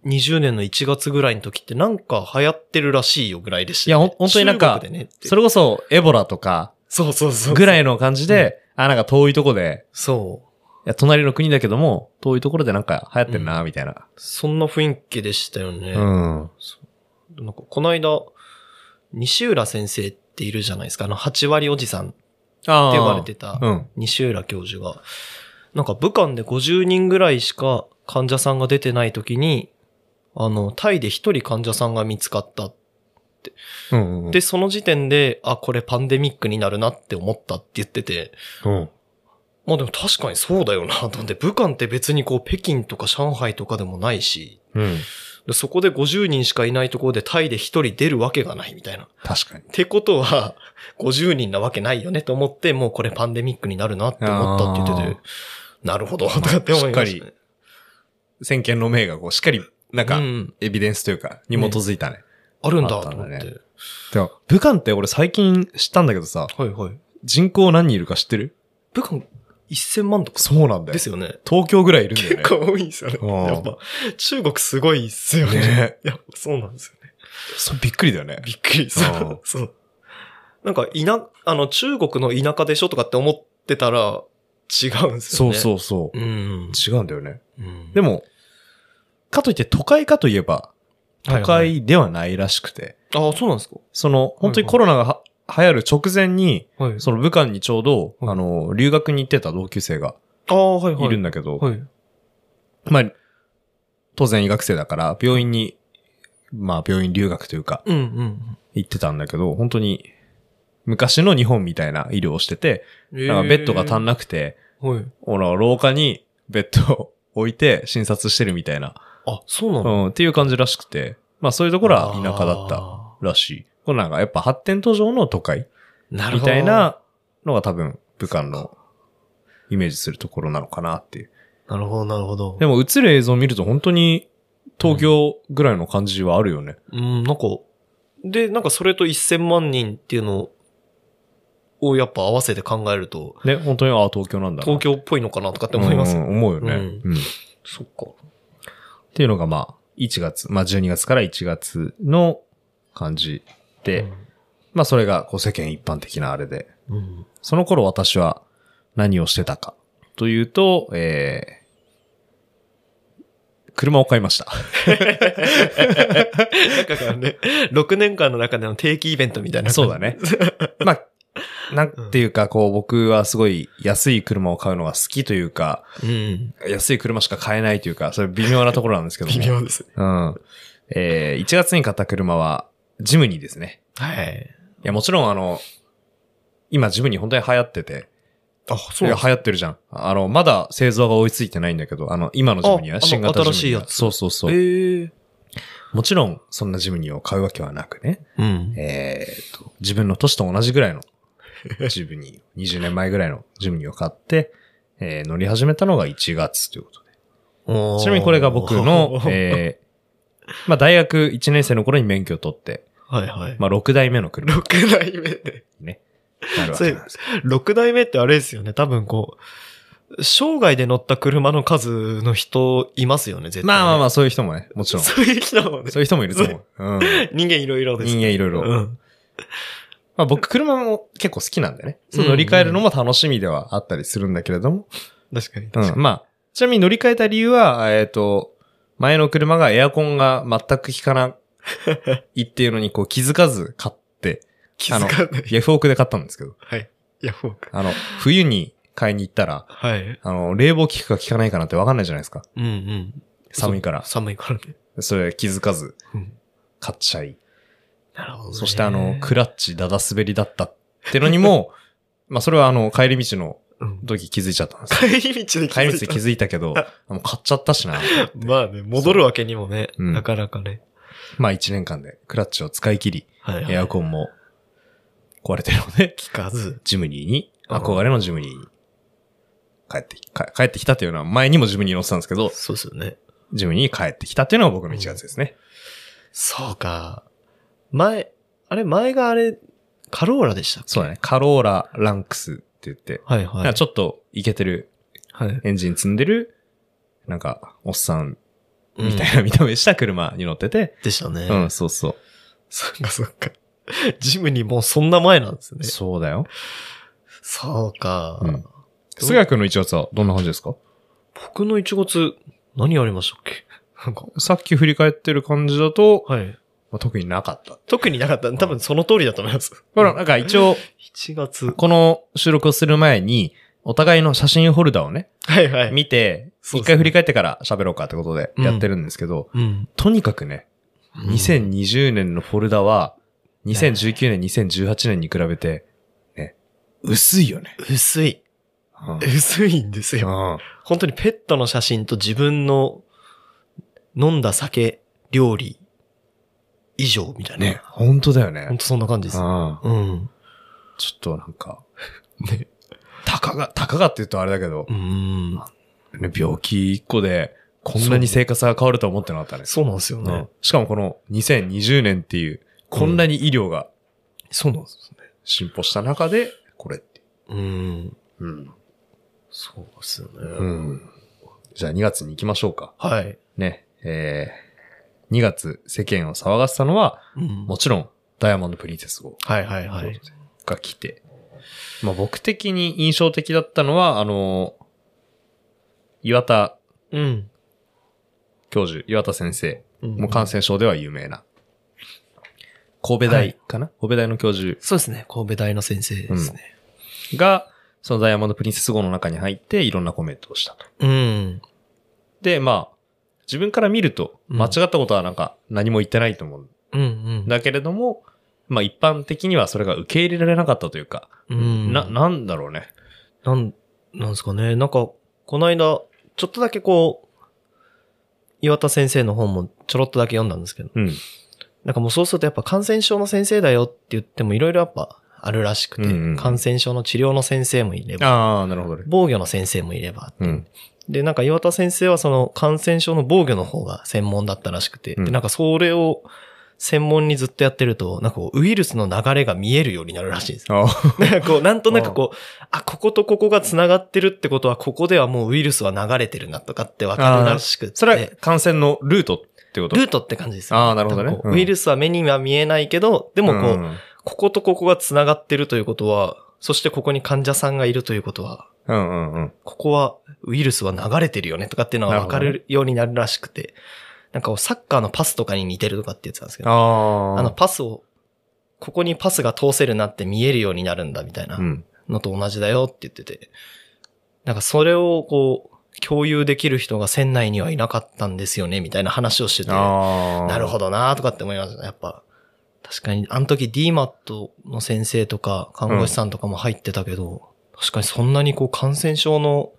[SPEAKER 2] 20年の1月ぐらいの時ってなんか流行ってるらしいよぐらいでしたよ、
[SPEAKER 1] いやほん本当になんか
[SPEAKER 2] 中国でねって
[SPEAKER 1] それこそエボラとか
[SPEAKER 2] そうそうそう。
[SPEAKER 1] ぐ
[SPEAKER 2] い。
[SPEAKER 1] らいの感じで、あ、なんか遠いとこで、
[SPEAKER 2] そう。
[SPEAKER 1] いや、隣の国だけども、遠いところでなんか流行ってんな、みたいな。
[SPEAKER 2] そんな雰囲気でしたよね。
[SPEAKER 1] うん。
[SPEAKER 2] なんかこの間、西浦先生っているじゃないですか。あの、8割おじさんって
[SPEAKER 1] あ
[SPEAKER 2] 呼ばれてた
[SPEAKER 1] うん。
[SPEAKER 2] 西浦教授が、なんか武漢で50人ぐらいしか患者さんが出てない時に、あの、タイで一人患者さんが見つかった。
[SPEAKER 1] うん、うん。
[SPEAKER 2] で、その時点で、あ、これパンデミックになるなって思ったって言ってて、
[SPEAKER 1] うん。
[SPEAKER 2] まあでも確かにそうだよな、 [LAUGHS] と思って、武漢って別にこう北京とか上海とかでもないし、
[SPEAKER 1] うん。
[SPEAKER 2] でそこで50人しかいないところでタイで一人出るわけがないみたいな。
[SPEAKER 1] 確かに
[SPEAKER 2] っ。てことは、50人なわけないよねと思って、もうこれパンデミックになるなって思ったって言ってて、なるほど、とかって思いました、ね。
[SPEAKER 1] 先見の明がこう、しっかり、なんか
[SPEAKER 2] う、ん、
[SPEAKER 1] エビデンスというか、に基づいたね。
[SPEAKER 2] あるんだ
[SPEAKER 1] あっ
[SPEAKER 2] と
[SPEAKER 1] たん
[SPEAKER 2] 思
[SPEAKER 1] だね
[SPEAKER 2] って。
[SPEAKER 1] でも武漢って俺最近知ったんだけどさ、
[SPEAKER 2] はいはい。
[SPEAKER 1] 人口何人いるか知ってる
[SPEAKER 2] 武漢1000万とか
[SPEAKER 1] そうなんだよ
[SPEAKER 2] で。すよね。
[SPEAKER 1] 東京ぐらいいるんだよね。
[SPEAKER 2] 結構多いですよね。
[SPEAKER 1] うん
[SPEAKER 2] やっぱ、中国すごいっすよね。
[SPEAKER 1] ね
[SPEAKER 2] [LAUGHS] いや、そうなんですよね。
[SPEAKER 1] そうびっくりだよね。
[SPEAKER 2] びっく
[SPEAKER 1] う
[SPEAKER 2] り
[SPEAKER 1] ん
[SPEAKER 2] [LAUGHS] そう。そう。なんか、いな、あの、中国の田舎でしょとかって思ってたら、違うんですよ
[SPEAKER 1] そう
[SPEAKER 2] ね。う。
[SPEAKER 1] そうそ
[SPEAKER 2] うん。
[SPEAKER 1] う。違うんだよね。
[SPEAKER 2] うん
[SPEAKER 1] で、も、かといって都会かといえば、
[SPEAKER 2] はい
[SPEAKER 1] 都
[SPEAKER 2] はい
[SPEAKER 1] 会ではないらしくて、
[SPEAKER 2] ああ、そうなんですか
[SPEAKER 1] その、本当にコロナがは流行る直前に、
[SPEAKER 2] はい
[SPEAKER 1] その武漢にちょうど、
[SPEAKER 2] うん
[SPEAKER 1] あの、留学に行ってた同級生が
[SPEAKER 2] ああ、はいはい。
[SPEAKER 1] いるんだけど、
[SPEAKER 2] はい。
[SPEAKER 1] まあ、当然医学生だから、病院に、まあ病院留学というか、
[SPEAKER 2] うんうん
[SPEAKER 1] 行ってたんだけど、本当に、昔の日本みたいな医療をしてて、
[SPEAKER 2] うん。
[SPEAKER 1] なんかベッドが足ん
[SPEAKER 2] な
[SPEAKER 1] なくて、
[SPEAKER 2] はい。
[SPEAKER 1] ほら、廊下にベッドを置いて診察してるみたいな、
[SPEAKER 2] あ、そうな
[SPEAKER 1] う
[SPEAKER 2] の
[SPEAKER 1] ん、っていう感じらしくて、まあそういうところは田舎だった
[SPEAKER 2] た。
[SPEAKER 1] らしい。これなんかやっぱ発展途上の都会
[SPEAKER 2] なる
[SPEAKER 1] み
[SPEAKER 2] ほど。
[SPEAKER 1] たい。なのが多分武漢のイメージするところなのかなっていう。
[SPEAKER 2] なるほど、なるほど。
[SPEAKER 1] でも映る映像を見ると本当に東京ぐらいの感じはあるよね。
[SPEAKER 2] うん、なんか、で、なんかそれと1000万人っていうのをやっぱ合わせて考えると、
[SPEAKER 1] ね、本当にああ東京なんだな。
[SPEAKER 2] 東京っぽいのかなとかって思います。
[SPEAKER 1] うんうん思うよね、
[SPEAKER 2] う
[SPEAKER 1] うん。っ
[SPEAKER 2] そっか。
[SPEAKER 1] ていうのがまあ1月、まあ12月から1月の感じで、まあそれがこう世間一般的なあれで、
[SPEAKER 2] うん、
[SPEAKER 1] その頃私は何をしてたかというと、えー、車を買いました。 [LAUGHS]
[SPEAKER 2] なんかね、6年 [LAUGHS] 間の中での定期イベントみたいな。
[SPEAKER 1] そうだね。まあ、なんていうかこう僕はすごい安い車を買うのが好きというか、
[SPEAKER 2] [LAUGHS] うん。
[SPEAKER 1] 安い車しか買えないというか、それ微妙なところなんですけども。
[SPEAKER 2] [LAUGHS] 微妙ですね。
[SPEAKER 1] うん。えー、1月に買った車はジムニーですね。
[SPEAKER 2] はい。
[SPEAKER 1] いや、もちろんあの、今ジムニー本当に流行ってて、
[SPEAKER 2] あ、
[SPEAKER 1] い
[SPEAKER 2] そう
[SPEAKER 1] や
[SPEAKER 2] なん
[SPEAKER 1] 流行ってるじゃん。あの、まだ製造が追いついてないんだけど、あの、今のジムニー
[SPEAKER 2] ああ
[SPEAKER 1] は
[SPEAKER 2] の
[SPEAKER 1] 新型ジムニーは。
[SPEAKER 2] 新しいやつ
[SPEAKER 1] そうそうそう。
[SPEAKER 2] ええ。
[SPEAKER 1] もちろん、そんなジムニーを買うわけはなくね。
[SPEAKER 2] うん。
[SPEAKER 1] えーっと、自分の年と同じぐ
[SPEAKER 2] [LAUGHS]
[SPEAKER 1] らいのジムニーを、20年前ぐらいのジムニーを買って、えー乗り始めたのが1月ということで。
[SPEAKER 2] ち
[SPEAKER 1] ちなみにこれが僕の、えーまあ大学1年生の頃に免許を取って、
[SPEAKER 2] はいはい。
[SPEAKER 1] まあ6代目の車に
[SPEAKER 2] 6代目で。
[SPEAKER 1] ね、なるわけなん
[SPEAKER 2] [LAUGHS]
[SPEAKER 1] ですけど
[SPEAKER 2] 6代目ってあれですよね。多分こう、生涯で乗った車の数の人いますよね、絶対。
[SPEAKER 1] まあまあま
[SPEAKER 2] あ。
[SPEAKER 1] あそういう人もね、もちろん。そ
[SPEAKER 2] そういう人もね。
[SPEAKER 1] ういう人もいると思う。うん。
[SPEAKER 2] 人間いろいろです。
[SPEAKER 1] 人間いろいろ。
[SPEAKER 2] うん。
[SPEAKER 1] まあ僕、車も結構好きなんでね。そう乗り換えるのも楽しみではあったりするんだけれども。
[SPEAKER 2] 確かに。
[SPEAKER 1] うん。まあ、ちなみに乗り換えた理由は、えっ、と、前の車がエアコンが全く効かないっていうのにこう気づかず買って、
[SPEAKER 2] 気づかない。
[SPEAKER 1] ヤフオクで買ったんですけど、
[SPEAKER 2] はい。ヤフオク。
[SPEAKER 1] あの、冬に買いに行ったら、
[SPEAKER 2] はい。
[SPEAKER 1] あの、冷房効くか効かないかなんてわかんないじゃないですか。
[SPEAKER 2] うんうん。
[SPEAKER 1] 寒いから。
[SPEAKER 2] 寒いからね。
[SPEAKER 1] それ気づかず
[SPEAKER 2] うん。
[SPEAKER 1] 買っちゃい。
[SPEAKER 2] なるほどね。
[SPEAKER 1] そしてあの、クラッチダダ滑りだったってのにも、 [LAUGHS] まあそれはあの、帰り道の
[SPEAKER 2] うん
[SPEAKER 1] 時気づいちゃったんですよ
[SPEAKER 2] 帰り道で気づいた。
[SPEAKER 1] 帰り道で気づいたけ
[SPEAKER 2] [LAUGHS]
[SPEAKER 1] ど、もう買っちゃったしな。
[SPEAKER 2] まあね、戻るわけにもね、
[SPEAKER 1] うん
[SPEAKER 2] なかなかね。
[SPEAKER 1] まあ1年間でクラッチを使い切り、
[SPEAKER 2] はいはい。
[SPEAKER 1] エアコンも壊れてるので、
[SPEAKER 2] 聞かず。
[SPEAKER 1] ジムニーに、憧れのジムニーに帰って、か帰ってきたというのは前にもジムニーに乗ってたんですけど、
[SPEAKER 2] そうですよね。
[SPEAKER 1] ジムニーに帰ってきたっていうのが僕の1月ですね。
[SPEAKER 2] そうか。前、あれ、前があれ、カローラでしたっけ
[SPEAKER 1] そうだね。カローラランクスって言って、
[SPEAKER 2] はい
[SPEAKER 1] な
[SPEAKER 2] は
[SPEAKER 1] んか
[SPEAKER 2] い。
[SPEAKER 1] ちょっとイケてる
[SPEAKER 2] はい。
[SPEAKER 1] エンジン積んでる、なんか、おっさんみた
[SPEAKER 2] い。
[SPEAKER 1] いな見た目した車に乗ってて、
[SPEAKER 2] でしたね。
[SPEAKER 1] うん、そうそう。
[SPEAKER 2] そっかそっか。ジムにもうそんな前なんですね。
[SPEAKER 1] そうだよ。
[SPEAKER 2] そうか。
[SPEAKER 1] うん菅谷君の1月はどんな感じですか
[SPEAKER 2] 僕の1月、何ありましたっけなんか、
[SPEAKER 1] さっき振り返ってる感じだと、
[SPEAKER 2] はい。
[SPEAKER 1] まあ、特になかった。
[SPEAKER 2] 特になかった。多分その通りだと思います。
[SPEAKER 1] ほら、なんか一応、
[SPEAKER 2] 1月。
[SPEAKER 1] この収録をする前に、お互いの写真ホルダーをね、
[SPEAKER 2] はいはい。
[SPEAKER 1] 見て、
[SPEAKER 2] そうですね
[SPEAKER 1] 一回振り返ってから喋ろうかってことでやってるんですけど、
[SPEAKER 2] うん。
[SPEAKER 1] とにかくね、2020年のフォルダは、2019年、2018年に比べて、ね、薄いよね。
[SPEAKER 2] 薄い。
[SPEAKER 1] うん
[SPEAKER 2] 薄いんですよ。
[SPEAKER 1] うん
[SPEAKER 2] 本当にペットの写真と自分の飲んだ酒、料理、以上みたいな。
[SPEAKER 1] ね、本当だよ
[SPEAKER 2] 本
[SPEAKER 1] ね。
[SPEAKER 2] 当そんな感じ
[SPEAKER 1] うんち
[SPEAKER 2] です。
[SPEAKER 1] ょ
[SPEAKER 2] うん。
[SPEAKER 1] っとなんか、
[SPEAKER 2] ね。
[SPEAKER 1] たかが、たかがって言うとあれだけど
[SPEAKER 2] う、ん。
[SPEAKER 1] ね病気一個で、こんなに生活が変わるとは思ってなかったね。
[SPEAKER 2] そうなんですよね。
[SPEAKER 1] うんしかもこの2020年っていう、こんなに医療が
[SPEAKER 2] そうなんですよね。
[SPEAKER 1] 進歩した中で、これって。
[SPEAKER 2] うん。
[SPEAKER 1] うん。
[SPEAKER 2] そうですよね。
[SPEAKER 1] うん。じゃあ2月に行きましょうか。
[SPEAKER 2] はい。
[SPEAKER 1] ね。えー、2月世間を騒がせたのは、
[SPEAKER 2] うん
[SPEAKER 1] もちろん、ダイヤモンドプリンセス号
[SPEAKER 2] はいはいはい。
[SPEAKER 1] が来て、まあ僕的に印象的だったのは、あのー岩田
[SPEAKER 2] うん。
[SPEAKER 1] 教授、岩田先生、もう
[SPEAKER 2] 完
[SPEAKER 1] 感
[SPEAKER 2] 成
[SPEAKER 1] 染症では有名な。神戸
[SPEAKER 2] は
[SPEAKER 1] 大
[SPEAKER 2] い
[SPEAKER 1] かな、神戸大の教授
[SPEAKER 2] そうですね。神戸大の先生ですね。
[SPEAKER 1] が、そのダイヤモンドプリンセス号の中に入って、いろんなコメントをしたと。
[SPEAKER 2] うん。
[SPEAKER 1] で、まあ、自分から見ると、
[SPEAKER 2] うん
[SPEAKER 1] 間違ったことはなんか何も言ってないと思うん
[SPEAKER 2] うんうん。
[SPEAKER 1] だけれども、まあ一般的にはそれが受け入れられなかったというか、
[SPEAKER 2] うん
[SPEAKER 1] な、なんだろうね。
[SPEAKER 2] なん、なんですかね。なんか、この間、ちょっとだけこう、岩田先生の本もちょろっとだけ読んだんですけど、
[SPEAKER 1] うん。
[SPEAKER 2] なんかもうそうするとやっぱ感染症の先生だよって言ってもいろいろやっぱあるらしくて、
[SPEAKER 1] うんうん
[SPEAKER 2] 感染症の治療の先生もいれば、
[SPEAKER 1] ああ、なるほどね。
[SPEAKER 2] 防御の先生もいれば、
[SPEAKER 1] うん。
[SPEAKER 2] で、なんか岩田先生はその感染症の防御の方が専門だったらしくて、
[SPEAKER 1] うん
[SPEAKER 2] で、なんかそれを専門にずっとやってると、なんかこうウイルスの流れが見えるようになるらしいんですよ。
[SPEAKER 1] ああ、
[SPEAKER 2] [LAUGHS] なんかこう、なんとなくこう、あ、こことここが繋がってるってことは、ここではもうウイルスは流れてるなとかってわかるらしくて。
[SPEAKER 1] それは感染のルートってこと
[SPEAKER 2] ルートって感じですよ。
[SPEAKER 1] ああ、なるほど
[SPEAKER 2] なん
[SPEAKER 1] ね
[SPEAKER 2] か。こうウイル
[SPEAKER 1] ス
[SPEAKER 2] スは目には見えないけど、でもこう、
[SPEAKER 1] うん。
[SPEAKER 2] こことここが繋がってるということは、そしてここに患者さんがいるということは、
[SPEAKER 1] うんうんうん。
[SPEAKER 2] ここはウイルスは流れてるよねとかっていうのがわか
[SPEAKER 1] な
[SPEAKER 2] るようになるらしくて、なんかこうサッカーのパスとかに似てるとかって言ってたんですけど、
[SPEAKER 1] あ
[SPEAKER 2] あ
[SPEAKER 1] あ。
[SPEAKER 2] の、パスを、ここにパスが通せるなって見えるようになるんだみたいな。
[SPEAKER 1] うん。
[SPEAKER 2] のと同じだよって言ってて、なんかそれをこう、共有できる人が船内にはいなかったんですよね、みたいな話をしてて、な
[SPEAKER 1] ああ。
[SPEAKER 2] るほ
[SPEAKER 1] ど。
[SPEAKER 2] どなーとかって思いました。やっぱ、確かに、あの時 DMAT の先生とか、看護師さんとかも入ってたけど、確かにそんなにこう感染症の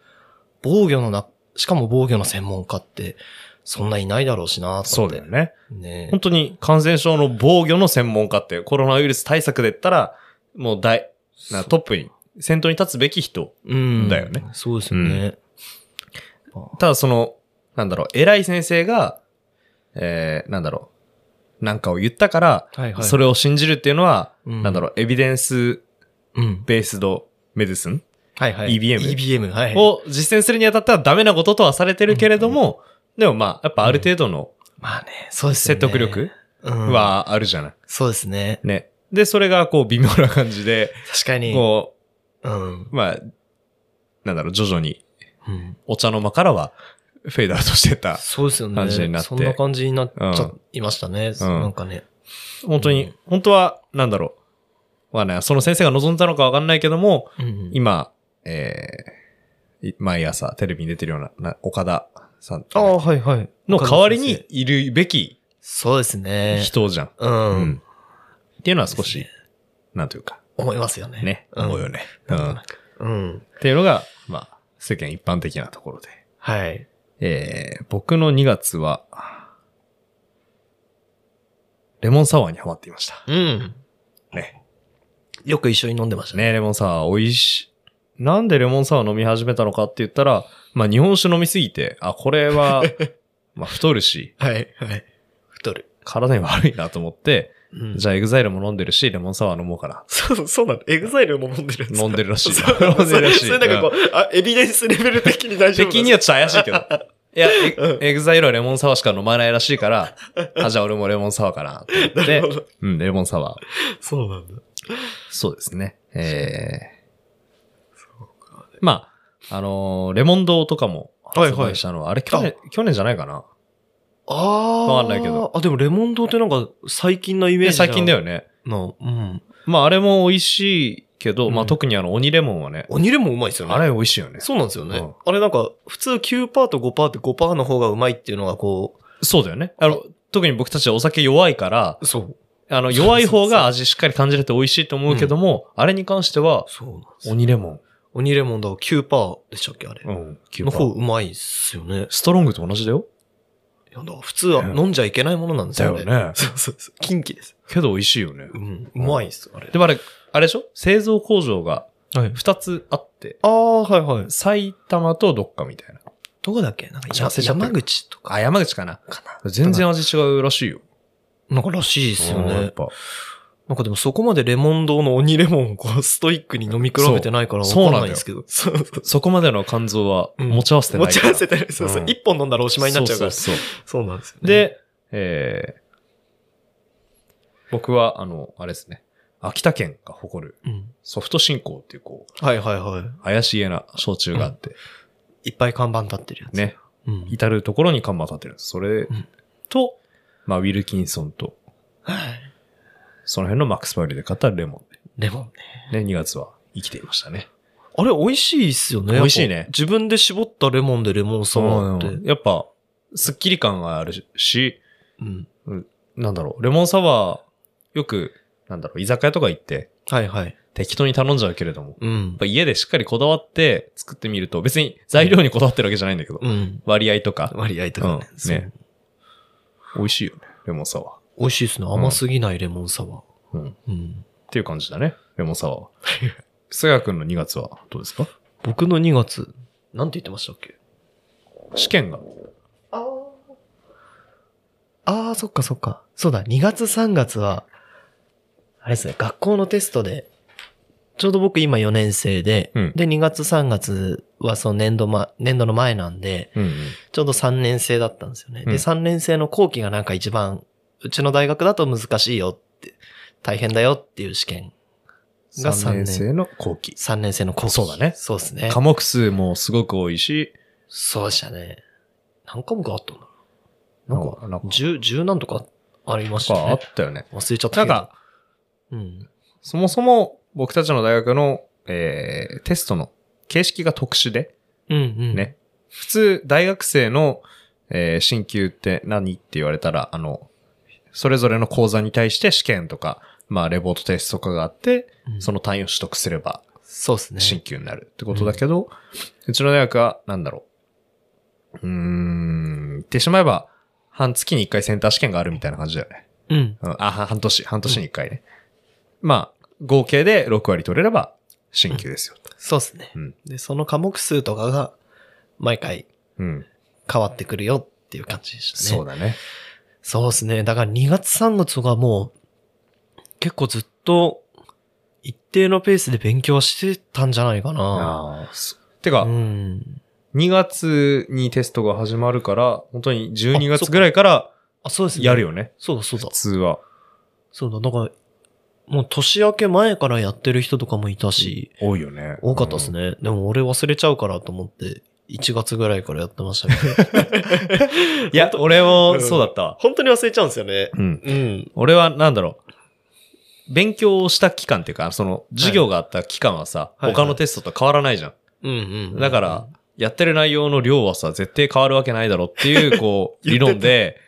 [SPEAKER 2] 防御のな、しかも防御の専門家って、そんないないだろうしなーと
[SPEAKER 1] そ
[SPEAKER 2] 思
[SPEAKER 1] う
[SPEAKER 2] って。
[SPEAKER 1] だよね。
[SPEAKER 2] ね
[SPEAKER 1] 本当に感染症の防御の専門家って、コロナウイルス対策で言ったら、もう大、なトップに、先頭に立つべき人。
[SPEAKER 2] うん。
[SPEAKER 1] だよね。
[SPEAKER 2] そうですよね。
[SPEAKER 1] ただその、なんだろう、偉い先生が、えー、なんだろう、なんかを言ったから、
[SPEAKER 2] はいはい。
[SPEAKER 1] それを信じるっていうのは、
[SPEAKER 2] うん
[SPEAKER 1] なんだろう、エビデンス
[SPEAKER 2] うん。
[SPEAKER 1] ベースドメディスン
[SPEAKER 2] はいはい。
[SPEAKER 1] EBM
[SPEAKER 2] EBM、はい。
[SPEAKER 1] を実践するにあたってはダメなこととはされてるけれども、でもまあ、やっぱある程度の
[SPEAKER 2] まあね、そうですよ
[SPEAKER 1] 説
[SPEAKER 2] ね。
[SPEAKER 1] 得力
[SPEAKER 2] うん、
[SPEAKER 1] はあるじゃない。
[SPEAKER 2] そうですね。
[SPEAKER 1] ね。で、それがこう微妙な感じで、
[SPEAKER 2] 確かに。
[SPEAKER 1] こ
[SPEAKER 2] うん
[SPEAKER 1] う、まあ、なんだろう、徐々に
[SPEAKER 2] うん。
[SPEAKER 1] お茶の間からはフェードアウトしてた。
[SPEAKER 2] そうですよね。
[SPEAKER 1] 感じになって
[SPEAKER 2] そんな感じになっち
[SPEAKER 1] う
[SPEAKER 2] ゃ
[SPEAKER 1] ん
[SPEAKER 2] いましたね。なんかね。
[SPEAKER 1] 本当
[SPEAKER 2] う
[SPEAKER 1] に
[SPEAKER 2] ん、
[SPEAKER 1] 本当は、なんだろう。まあね、その先生が望んだのかわかんないけども、
[SPEAKER 2] うん
[SPEAKER 1] 今、えーい毎朝テレビに出てるような、な岡田さん
[SPEAKER 2] ああ、はいはい。
[SPEAKER 1] の代わり
[SPEAKER 2] 岡田
[SPEAKER 1] に
[SPEAKER 2] 先生。
[SPEAKER 1] いるべき
[SPEAKER 2] そうですね。
[SPEAKER 1] 人じゃん。
[SPEAKER 2] う
[SPEAKER 1] うんん。。っていうのは少
[SPEAKER 2] で
[SPEAKER 1] し
[SPEAKER 2] す、
[SPEAKER 1] なんというか、
[SPEAKER 2] 思いますよね。
[SPEAKER 1] ね、
[SPEAKER 2] うん
[SPEAKER 1] 思うよね。う
[SPEAKER 2] なん
[SPEAKER 1] ん。
[SPEAKER 2] と
[SPEAKER 1] っ
[SPEAKER 2] なく。うん。
[SPEAKER 1] ていうのが、まあ、世間一般的なところで。
[SPEAKER 2] はい。
[SPEAKER 1] えー、僕の2月は、レモンサワーにハマっていました。
[SPEAKER 2] うん。
[SPEAKER 1] ね。
[SPEAKER 2] よく一緒に飲んでましたね。
[SPEAKER 1] ね、レモンサワー美味しい。なんでレモンサワー飲み始めたのかって言ったら、まあ日本酒飲みすぎて、あ、これ
[SPEAKER 2] [LAUGHS]
[SPEAKER 1] は、まあ太るし、
[SPEAKER 2] はい、はい。太る。
[SPEAKER 1] 体に悪いなと思って、
[SPEAKER 2] うん。
[SPEAKER 1] じゃあエグザイルも飲んでるし、レモンサワー飲もうかな。
[SPEAKER 2] そう、そうなの。エグザイルも飲んでるんですか
[SPEAKER 1] 飲んでるらしい。
[SPEAKER 2] そう
[SPEAKER 1] 飲んでるらしい。
[SPEAKER 2] それそれなんかこう、あ、エビデンスレベル的に大丈夫なんですか
[SPEAKER 1] 敵にはちょっと怪しいけど。いや、
[SPEAKER 2] うん
[SPEAKER 1] エエグザイルはレモンサワーしか飲まないらしいから、あ、じゃあ俺もレモンサワーかなと [LAUGHS] 思っ
[SPEAKER 2] [LAUGHS] な
[SPEAKER 1] て
[SPEAKER 2] るほ。ど
[SPEAKER 1] うん、レモンサワー。
[SPEAKER 2] そうなんだ。
[SPEAKER 1] そうですね。えー、まあ、あのーレモン堂とかも
[SPEAKER 2] はい
[SPEAKER 1] 発
[SPEAKER 2] はい
[SPEAKER 1] 売したのは、あれ去年、去年じゃないかな。
[SPEAKER 2] ああ。
[SPEAKER 1] わかんないけど。
[SPEAKER 2] あ、でもレモン堂ってなんか最近のイメー
[SPEAKER 1] で
[SPEAKER 2] ジだ
[SPEAKER 1] 最近だよね。
[SPEAKER 2] の。うん。
[SPEAKER 1] まあ、あれも美味しいけど、ま
[SPEAKER 2] う
[SPEAKER 1] あ
[SPEAKER 2] ん
[SPEAKER 1] 特にあの、鬼レモンはね、
[SPEAKER 2] 鬼レモンうまいですよね。
[SPEAKER 1] あれ美味しいよね。
[SPEAKER 2] そうなんですよね。
[SPEAKER 1] うん
[SPEAKER 2] あれなんか、普通9%と5%って5%の方がうまいっていうのがこ
[SPEAKER 1] そうだよね。あの、特に僕たちお酒弱いから、
[SPEAKER 2] う、そう。
[SPEAKER 1] あの、
[SPEAKER 2] そうそうそう
[SPEAKER 1] 弱い方が味しっかり感じれて美味しいと思うけども、あれに関しては、
[SPEAKER 2] そうなんですよ。
[SPEAKER 1] 鬼レモ
[SPEAKER 2] 鬼レモンだから9%でしたっけあれ。
[SPEAKER 1] ン。うん。
[SPEAKER 2] の方うまいっすよね。
[SPEAKER 1] ストロングと同じだよ。
[SPEAKER 2] いやだから普通は飲んじゃいけないものなんです
[SPEAKER 1] だ
[SPEAKER 2] よ
[SPEAKER 1] よ
[SPEAKER 2] ね。
[SPEAKER 1] ね。
[SPEAKER 2] そうそうそう。近畿です。
[SPEAKER 1] [LAUGHS] けど美味しいよね
[SPEAKER 2] う。ん。うまいっす、あれ。
[SPEAKER 1] でもあれ、あれでしょ製造工場が
[SPEAKER 2] はい。
[SPEAKER 1] 2つあって、
[SPEAKER 2] ああ、はいはい。
[SPEAKER 1] 埼玉とどっかみたいな。
[SPEAKER 2] どこだっけなんか
[SPEAKER 1] ちょっ
[SPEAKER 2] や
[SPEAKER 1] と忘れちゃった
[SPEAKER 2] 山口とか
[SPEAKER 1] あ、山口かな。
[SPEAKER 2] かな。
[SPEAKER 1] 全然味違うらしいよ。
[SPEAKER 2] なんからしいですよ
[SPEAKER 1] うんやっ
[SPEAKER 2] ね。
[SPEAKER 1] ぱ
[SPEAKER 2] なんかでもそこまでレモン堂の鬼レモンをこうストイックに飲み比べてないからわ
[SPEAKER 1] そう
[SPEAKER 2] かんないんですけど。そうそう
[SPEAKER 1] そこまでの肝臓は
[SPEAKER 2] うん
[SPEAKER 1] 持ち合わせてな
[SPEAKER 2] 持
[SPEAKER 1] いか
[SPEAKER 2] ち
[SPEAKER 1] ら。
[SPEAKER 2] 合わせてない。そうそうう。
[SPEAKER 1] ん
[SPEAKER 2] 一本飲んだらおしまいになっちゃうから。
[SPEAKER 1] そうそうそ
[SPEAKER 2] そうなんですよ
[SPEAKER 1] う。
[SPEAKER 2] ね。、
[SPEAKER 1] で、えー、僕は、あの、あれですね。秋田県が誇る
[SPEAKER 2] うん。
[SPEAKER 1] ソフト振興っていう、こう、
[SPEAKER 2] はいはいはい。
[SPEAKER 1] 怪しげな焼酎があって、
[SPEAKER 2] いっぱい看板立ってるやつ。。
[SPEAKER 1] ね、
[SPEAKER 2] うん。
[SPEAKER 1] 至るところに看板立ってるんです。それ
[SPEAKER 2] うん
[SPEAKER 1] と、まあ、ウィルキンソンと、
[SPEAKER 2] はい
[SPEAKER 1] その辺のマックスパイルで買ったレモ
[SPEAKER 2] レモンね。
[SPEAKER 1] ンで、ね、2月は生きていましたね。
[SPEAKER 2] あれ美味しいっすよね。
[SPEAKER 1] 美味しいね
[SPEAKER 2] やっぱ自分で絞ったレモンでレモンサワーって。
[SPEAKER 1] やっぱ、スッキリ感があるし、
[SPEAKER 2] うん。
[SPEAKER 1] なんだろう、レモンサワー、よく、なんだろう、居酒屋とか行って、
[SPEAKER 2] はいはい。
[SPEAKER 1] 適当に頼んじゃうけれども、
[SPEAKER 2] う
[SPEAKER 1] やっ
[SPEAKER 2] ん。
[SPEAKER 1] ぱ家でしっかりこだわって作ってみると、別に材料にこだわってるわけじゃないんだけど、
[SPEAKER 2] うん。
[SPEAKER 1] 割合とか、
[SPEAKER 2] 割合とか
[SPEAKER 1] う
[SPEAKER 2] ね。
[SPEAKER 1] んね美味しいよね、レモンサワ
[SPEAKER 2] 美味しいですね。甘すぎないレモンサワ
[SPEAKER 1] ー。うん。っ
[SPEAKER 2] ー。うん。
[SPEAKER 1] ていう感じだね、レモンサワーは。 [LAUGHS] 菅谷くんの2月はどうですか
[SPEAKER 2] 僕の2月、なんて言ってましたっけ
[SPEAKER 1] 試験が。
[SPEAKER 2] ああー、そっかそっか。そうだ、2月3月は、あれですね、学校のテストで、ちょうど僕今4年生で、
[SPEAKER 1] うん
[SPEAKER 2] で、2月3月はその年度ま、年度の前なんで、
[SPEAKER 1] うん、うん。
[SPEAKER 2] ちょうど3年生だったんですよね。
[SPEAKER 1] うん
[SPEAKER 2] で、3年生の後期がなんか一番、うちの大学だと難しいよって、大変だよっていう試験。が
[SPEAKER 1] 3年生の後期。
[SPEAKER 2] 3年生の後期。
[SPEAKER 1] そうだね
[SPEAKER 2] そうですね。
[SPEAKER 1] 科目数もすごく多いし、
[SPEAKER 2] そうでしたね。何科目あったんだ
[SPEAKER 1] な
[SPEAKER 2] ろ
[SPEAKER 1] ん
[SPEAKER 2] う。な
[SPEAKER 1] か、な
[SPEAKER 2] んか、
[SPEAKER 1] んか、
[SPEAKER 2] 十、十何とかありました
[SPEAKER 1] あっ
[SPEAKER 2] ね。
[SPEAKER 1] たよね。
[SPEAKER 2] 忘れちゃったけ
[SPEAKER 1] な
[SPEAKER 2] ど。
[SPEAKER 1] んか、
[SPEAKER 2] うん。
[SPEAKER 1] そもそも僕たちの大学の、えー、テストの形式が特殊で、
[SPEAKER 2] うんうん。
[SPEAKER 1] ね。普通、大学生の、えー、進級って何って言われたら、あの、それぞれの講座に対して試験とか、まあ、レポートテストとかがあって、
[SPEAKER 2] うん
[SPEAKER 1] その単位を取得すれば、
[SPEAKER 2] そうですね。
[SPEAKER 1] 進級になるってことだけど、うちの大学は、なんだろう。うーん、言ってしまえば、半月に一回センター試験があるみたいな感じだよね。
[SPEAKER 2] うん。
[SPEAKER 1] うんあ、は半年、半年に一回ね。まあ、合計で6割取れれば、進級ですよ。
[SPEAKER 2] そうですね、
[SPEAKER 1] うん
[SPEAKER 2] で、その科目数とかが、毎回
[SPEAKER 1] うん。
[SPEAKER 2] 変わってくるよっていう感じでしたね。
[SPEAKER 1] そうだね。
[SPEAKER 2] そうですね。だから2月3月がもう、結構ずっと、一定のペースで勉強してたんじゃないかな。
[SPEAKER 1] ああ、そてか、
[SPEAKER 2] うん。
[SPEAKER 1] 2月にテストが始まるから、本当に12月ぐらいから
[SPEAKER 2] あ、そうですね。
[SPEAKER 1] やる
[SPEAKER 2] よ。
[SPEAKER 1] よね。
[SPEAKER 2] そうだそうだ
[SPEAKER 1] 普。通は。
[SPEAKER 2] そうだ。だから、もう年明け前からやってる人とかもいたし、
[SPEAKER 1] 多いよね。
[SPEAKER 2] 多かったです
[SPEAKER 1] ね。
[SPEAKER 2] ね。でも俺忘れちゃうからと思って、1月ぐらいからやってましたけど。
[SPEAKER 1] いや、俺
[SPEAKER 2] う
[SPEAKER 1] も
[SPEAKER 2] ん
[SPEAKER 1] そうだったわ。
[SPEAKER 2] 本当に忘れちゃうんですよね。
[SPEAKER 1] うん。
[SPEAKER 2] うん。
[SPEAKER 1] 俺はなんだろう。勉強をした期間っていうか、その、授業があった期間はさ、
[SPEAKER 2] はい
[SPEAKER 1] 他のテストと変わらないじゃん。
[SPEAKER 2] うんうん。
[SPEAKER 1] だから、やってる内容の量はさ、絶対変わるわけないだろっていう、こ [LAUGHS] う、
[SPEAKER 2] 言
[SPEAKER 1] 理
[SPEAKER 2] って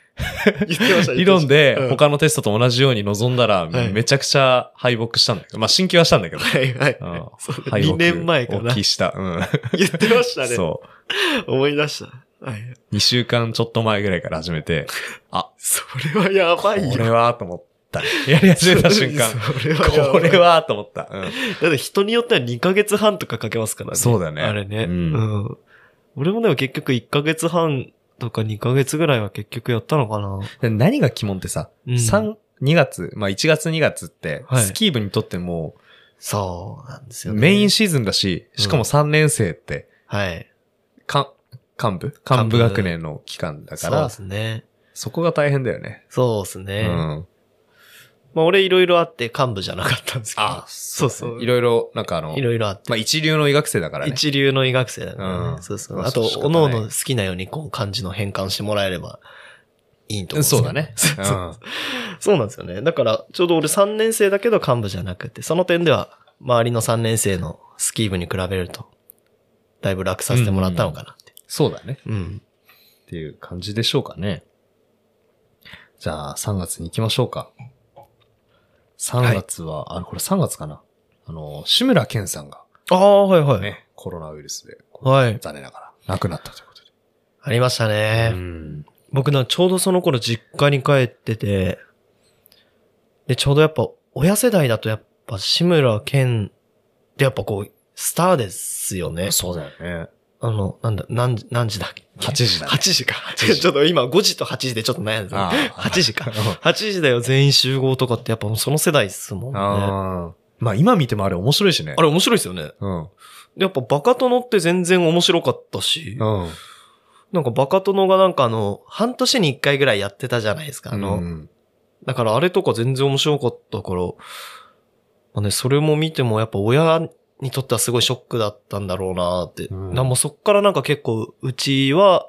[SPEAKER 2] た
[SPEAKER 1] 論で、
[SPEAKER 2] 言ってました、
[SPEAKER 1] [LAUGHS] 理論
[SPEAKER 2] う
[SPEAKER 1] で
[SPEAKER 2] ん
[SPEAKER 1] 他のテストと同じように臨んだら、
[SPEAKER 2] はい
[SPEAKER 1] めちゃくちゃ敗北したんだけど、まあ、進級はしたんだけ [LAUGHS] ど。
[SPEAKER 2] はいはい
[SPEAKER 1] うん。
[SPEAKER 2] そう
[SPEAKER 1] 敗北
[SPEAKER 2] 2年前か
[SPEAKER 1] を
[SPEAKER 2] な。
[SPEAKER 1] 期した。うん。
[SPEAKER 2] 言ってましたね。
[SPEAKER 1] [LAUGHS] そ
[SPEAKER 2] 思い出した。はい。
[SPEAKER 1] う。2週間ちょっと前ぐらいから始めて、
[SPEAKER 2] それはやばいよ。、
[SPEAKER 1] これはと思った。やり始めた瞬間 [LAUGHS]
[SPEAKER 2] それはやば
[SPEAKER 1] こ
[SPEAKER 2] い
[SPEAKER 1] れはと思った。うん
[SPEAKER 2] だって人によっては2ヶ月半とかかけますからね。
[SPEAKER 1] そうだよね。
[SPEAKER 2] あれね。
[SPEAKER 1] う
[SPEAKER 2] うんん。俺もでも結局1ヶ月半とか2ヶ月ぐらいは結局やったのかな。
[SPEAKER 1] で何が鬼門ってさ、
[SPEAKER 2] うん
[SPEAKER 1] 三2月、まあ1月2月って、
[SPEAKER 2] はい
[SPEAKER 1] スキー部にとっても
[SPEAKER 2] そうなんです
[SPEAKER 1] う
[SPEAKER 2] よね。
[SPEAKER 1] メインシーズンだし、しかも3年生って、
[SPEAKER 2] はい。
[SPEAKER 1] かん幹部幹部学年の期間だか
[SPEAKER 2] そうで
[SPEAKER 1] ら、
[SPEAKER 2] すね。
[SPEAKER 1] そこが大変だよね。
[SPEAKER 2] そうですね。
[SPEAKER 1] うん。
[SPEAKER 2] まあ俺いろいろあって幹部じゃなかったんですけど。
[SPEAKER 1] あ、
[SPEAKER 2] そうそう。
[SPEAKER 1] い
[SPEAKER 2] い
[SPEAKER 1] ろいろ、なんかあの、
[SPEAKER 2] ろいろあって。
[SPEAKER 1] まあ一流の医学生だからね。
[SPEAKER 2] 一流の医学生だからね。
[SPEAKER 1] うん
[SPEAKER 2] そうそう。
[SPEAKER 1] まあ
[SPEAKER 2] あと
[SPEAKER 1] そう仕、方
[SPEAKER 2] お
[SPEAKER 1] ない
[SPEAKER 2] のおの好きなようにこう漢字の変換してもらえればいいと思うんです
[SPEAKER 1] そう
[SPEAKER 2] よ
[SPEAKER 1] だね。
[SPEAKER 2] そうそうそうなんですよね。だから、ちょうど俺3年生だけど幹部じゃなくて、その点では周りの3年生のスキー部に比べると、だいぶ楽させてもらったのかなって。
[SPEAKER 1] そうだね。
[SPEAKER 2] うん。
[SPEAKER 1] っていう感じでしょうかね。じゃあ、3月に行きましょうか。3月は、あの、これ3月かな。あの、志村けんさんが
[SPEAKER 2] ああ、はいはい。
[SPEAKER 1] ね、コロナウイルスで、こう
[SPEAKER 2] はい。
[SPEAKER 1] 残念ながら亡くなったということで。
[SPEAKER 2] ありましたね。
[SPEAKER 1] うん
[SPEAKER 2] 僕な、ちょうどその頃実家に帰ってて、で、ちょうどやっぱ、親世代だとやっぱ、志村けんってやっぱこう、スターですよね。
[SPEAKER 1] そうだよね。
[SPEAKER 2] あの、なんだ、何時、何時だっけ
[SPEAKER 1] 8時だね
[SPEAKER 2] 8時か。
[SPEAKER 1] 時
[SPEAKER 2] [LAUGHS] ちょっと今5時と8時でちょっと悩んでた。
[SPEAKER 1] あ
[SPEAKER 2] 8
[SPEAKER 1] [LAUGHS]
[SPEAKER 2] 時か。
[SPEAKER 1] あ。
[SPEAKER 2] 8時だよ、全員集合とかってやっぱもうその世代っすもんね。あ
[SPEAKER 1] ああ。まあ今見てもあれ面白いしね。
[SPEAKER 2] れ面白いですよね。
[SPEAKER 1] うん。
[SPEAKER 2] やっぱバカ殿って全然面白かったし、
[SPEAKER 1] うん。
[SPEAKER 2] なんかバカ殿がなんかあの、半年に1回ぐらいやってたじゃないですか。あ
[SPEAKER 1] あ
[SPEAKER 2] の、
[SPEAKER 1] の、
[SPEAKER 2] だからあれとか全然面白かったから、まあね、それも見てもやっぱ親にとってはすごいショックだったんだろうなって。
[SPEAKER 1] うん
[SPEAKER 2] なんもそっからなんか結構、うちは、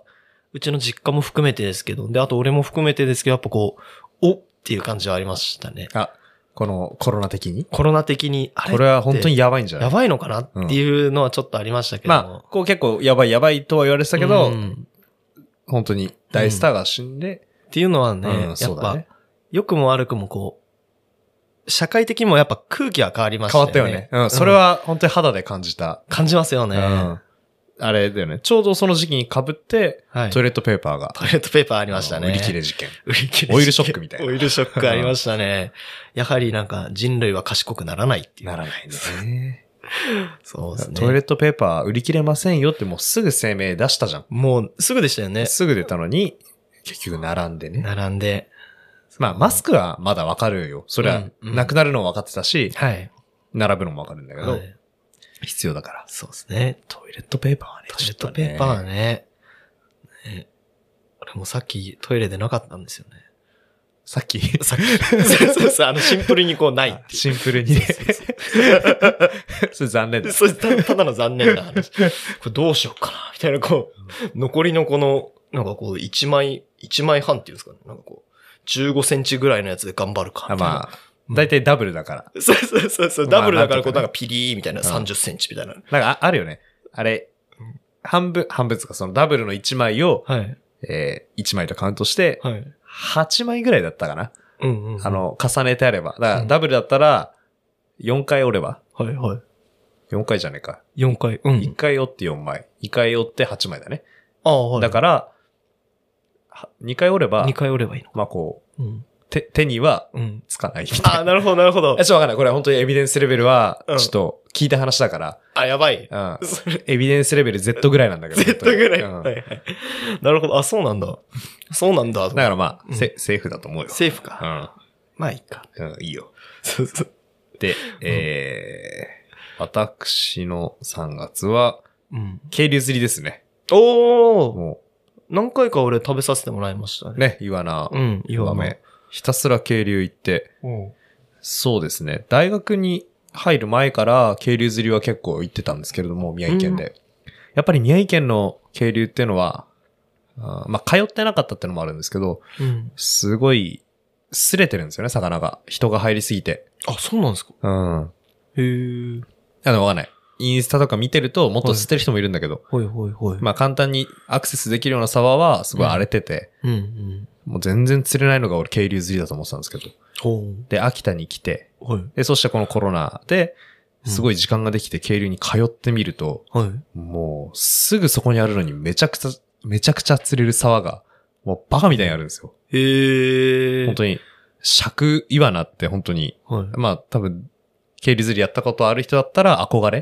[SPEAKER 2] うちの実家も含めてですけど、で、あと俺も含めてですけど、やっぱこう、おっていう感じはありましたね。
[SPEAKER 1] あ、このコロナ的に
[SPEAKER 2] コロナ的に、あれ
[SPEAKER 1] これは本当にやばいんじゃない
[SPEAKER 2] やばいのかなっていうのはちょっとありましたけども。
[SPEAKER 1] まあ、こう結構やばいやばいとは言われてたけど、
[SPEAKER 2] うん
[SPEAKER 1] 本当に大スターが死んで、
[SPEAKER 2] っていうのは
[SPEAKER 1] う
[SPEAKER 2] ね、やっ
[SPEAKER 1] そうだ
[SPEAKER 2] ぱ、
[SPEAKER 1] ね。
[SPEAKER 2] 良くも悪くもこう、社会的にもやっぱ空気は変わりました
[SPEAKER 1] 変
[SPEAKER 2] よ
[SPEAKER 1] わ
[SPEAKER 2] ね。
[SPEAKER 1] ったよね。うん、それは本当に肌で感じた。
[SPEAKER 2] 感じますよ
[SPEAKER 1] う
[SPEAKER 2] ね。
[SPEAKER 1] ん。あれだよね。ちょうどその時期に被って、
[SPEAKER 2] はい。
[SPEAKER 1] ト
[SPEAKER 2] ト
[SPEAKER 1] イ
[SPEAKER 2] イ
[SPEAKER 1] レットペーパーが、
[SPEAKER 2] レットペーパーありましたね。
[SPEAKER 1] 売り切れ事件。
[SPEAKER 2] 売り切れ。
[SPEAKER 1] オイルショックみたいな
[SPEAKER 2] オイルショックありましたね。やはりなんか人類は賢くならないっていう。
[SPEAKER 1] ならないね。
[SPEAKER 2] そうですね。
[SPEAKER 1] トイレットペーパー売り切れませんよってもうすぐ声明出したじゃん。
[SPEAKER 2] もうすぐでしたよね。
[SPEAKER 1] すぐ出たのに、結局並んでね。
[SPEAKER 2] 並んで。
[SPEAKER 1] まあ、マスクはまだわかるよ。それは、
[SPEAKER 2] うんうん
[SPEAKER 1] なくなるのも分かってたし、
[SPEAKER 2] はい。
[SPEAKER 1] 並ぶのもわかるんだけ
[SPEAKER 2] は
[SPEAKER 1] ど、
[SPEAKER 2] い
[SPEAKER 1] 必要だから。
[SPEAKER 2] そうですね。
[SPEAKER 1] トイレットペーパーはね、
[SPEAKER 2] トイレットペーパー
[SPEAKER 1] ちょっと
[SPEAKER 2] は
[SPEAKER 1] ね
[SPEAKER 2] ね。ね俺もさっきトイレでなかったんですよね。
[SPEAKER 1] さっき、
[SPEAKER 2] さっ
[SPEAKER 1] [LAUGHS]
[SPEAKER 2] き。そうそうそう。あの、シンプルにこうないっていう
[SPEAKER 1] シンプルにね。 [LAUGHS] それ残念だ。
[SPEAKER 2] [LAUGHS] それたただの残念な話。これどうしようかな、みたいな、こう、残りのこの、なんかこう、1枚、1枚半っていうんですかね。なんかこう、15センチぐらいのやつで頑張るか。
[SPEAKER 1] あまあ、
[SPEAKER 2] うん
[SPEAKER 1] 大体ダブルだから。
[SPEAKER 2] あ。そうそうそうそう、
[SPEAKER 1] まあ
[SPEAKER 2] ダブルだからこう、
[SPEAKER 1] な
[SPEAKER 2] なん
[SPEAKER 1] とかね
[SPEAKER 2] んかピリーみたいな、30センチみたいな。
[SPEAKER 1] なんかああるよね。あれ
[SPEAKER 2] うん、
[SPEAKER 1] 半分、半分つか、そのダブルの1枚を、
[SPEAKER 2] はい。
[SPEAKER 1] え1枚とカウントして、
[SPEAKER 2] はい。
[SPEAKER 1] 8枚ぐらいだったかな。
[SPEAKER 2] うんうん、うん。
[SPEAKER 1] あ、の、重ねてあれば。だから
[SPEAKER 2] うん
[SPEAKER 1] ダブルだったら、4回折れば
[SPEAKER 2] はいは
[SPEAKER 1] ?4 回じゃねえか。
[SPEAKER 2] い。4回。う
[SPEAKER 1] 1。回折って4枚。2回折って8枚だね。
[SPEAKER 2] ああ、はい。
[SPEAKER 1] だから、2回折れば
[SPEAKER 2] 2、回折ればいいの。
[SPEAKER 1] まあこう、
[SPEAKER 2] うん。
[SPEAKER 1] 手、手には
[SPEAKER 2] うん。
[SPEAKER 1] つかないみたいな
[SPEAKER 2] ああ、なるほど、なるほど
[SPEAKER 1] え、。ちょっとわかんない。これは本当にエビデンスレベルは、ち
[SPEAKER 2] う
[SPEAKER 1] ょ
[SPEAKER 2] ん
[SPEAKER 1] っと聞いた話だか
[SPEAKER 2] あ、やばい。 [LAUGHS]
[SPEAKER 1] ら、うん。
[SPEAKER 2] それ、
[SPEAKER 1] エビデンスレベル Z ぐらいなんだ
[SPEAKER 2] [LAUGHS]
[SPEAKER 1] けど。
[SPEAKER 2] Z ぐらい。
[SPEAKER 1] うん
[SPEAKER 2] はいはい。なるほど。あ、そうなんだ。そうなんだ。
[SPEAKER 1] だからまあ、
[SPEAKER 2] うん
[SPEAKER 1] せセーフだと思うよ。
[SPEAKER 2] セーフか。まあいいか。
[SPEAKER 1] うん。うん、いいよ。
[SPEAKER 2] そうそう。
[SPEAKER 1] で、えー、私の3月は、
[SPEAKER 2] うん。
[SPEAKER 1] 渓流釣りですね。
[SPEAKER 2] おー
[SPEAKER 1] も
[SPEAKER 2] 何回か俺食べさせてもらいました
[SPEAKER 1] う、
[SPEAKER 2] ね。
[SPEAKER 1] ね、イワナ
[SPEAKER 2] う、ん、
[SPEAKER 1] イワメ。ひたすら渓流行って、
[SPEAKER 2] うん。
[SPEAKER 1] そうですね。大学に入る前から渓流釣りは結構行ってたんですけれども、宮城県で。やっぱり宮城県の渓流っていうのは、あーまあ、通ってなかったってのもあるんですけど、
[SPEAKER 2] うん。
[SPEAKER 1] すごい、擦れてるんですよね、魚が。人が入りすぎて。
[SPEAKER 2] あ、そうなんですか
[SPEAKER 1] うん。あ
[SPEAKER 2] へー。
[SPEAKER 1] の、わかんない。インスタとか見てると、もっと捨てる人もいるんだけど、
[SPEAKER 2] ほいほいほい。
[SPEAKER 1] まあ簡単にアクセスできるような沢は、すごい荒れてて、
[SPEAKER 2] うんうん。
[SPEAKER 1] もう全然釣れないのが俺、渓流釣りだと思ってたんですけど。
[SPEAKER 2] ほ
[SPEAKER 1] で、秋田に来て、
[SPEAKER 2] う。はい。
[SPEAKER 1] で、そしてこのコロナで、すごい時間ができて渓流に通ってみると、
[SPEAKER 2] はい。
[SPEAKER 1] もう、すぐそこにあるのにめちゃくちゃ、めちゃくちゃ釣れる沢が、もうバカみたいにあるんですよ。
[SPEAKER 2] へー。
[SPEAKER 1] 本当に、尺イワナって本当に、
[SPEAKER 2] はい。
[SPEAKER 1] まあ多分、渓流釣りやったことある人だったら憧れ、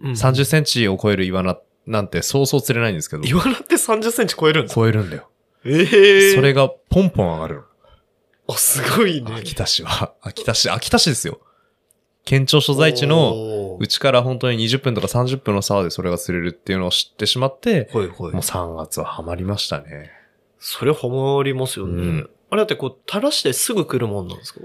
[SPEAKER 2] うん
[SPEAKER 1] 30センチを超えるイワナなんてそうそう釣れないんですけど、
[SPEAKER 2] イワナって30センチ超えるんですか
[SPEAKER 1] 超えるんだよ。
[SPEAKER 2] えー
[SPEAKER 1] それ。がポンポン上がる
[SPEAKER 2] あ、すごい
[SPEAKER 1] の。
[SPEAKER 2] ね。
[SPEAKER 1] 秋田市は、秋田市、秋田市ですよ。県庁所
[SPEAKER 2] 所
[SPEAKER 1] 在地の、
[SPEAKER 2] の
[SPEAKER 1] うちから本当に20分とか30分の沢でそれが釣れるっていうのを知ってしまって、
[SPEAKER 2] ほいほ
[SPEAKER 1] もう3月はハマりましたね。
[SPEAKER 2] それハマりますよ
[SPEAKER 1] う
[SPEAKER 2] ね
[SPEAKER 1] ん。
[SPEAKER 2] あれだってこう、垂らしてすぐ来るもんなんですか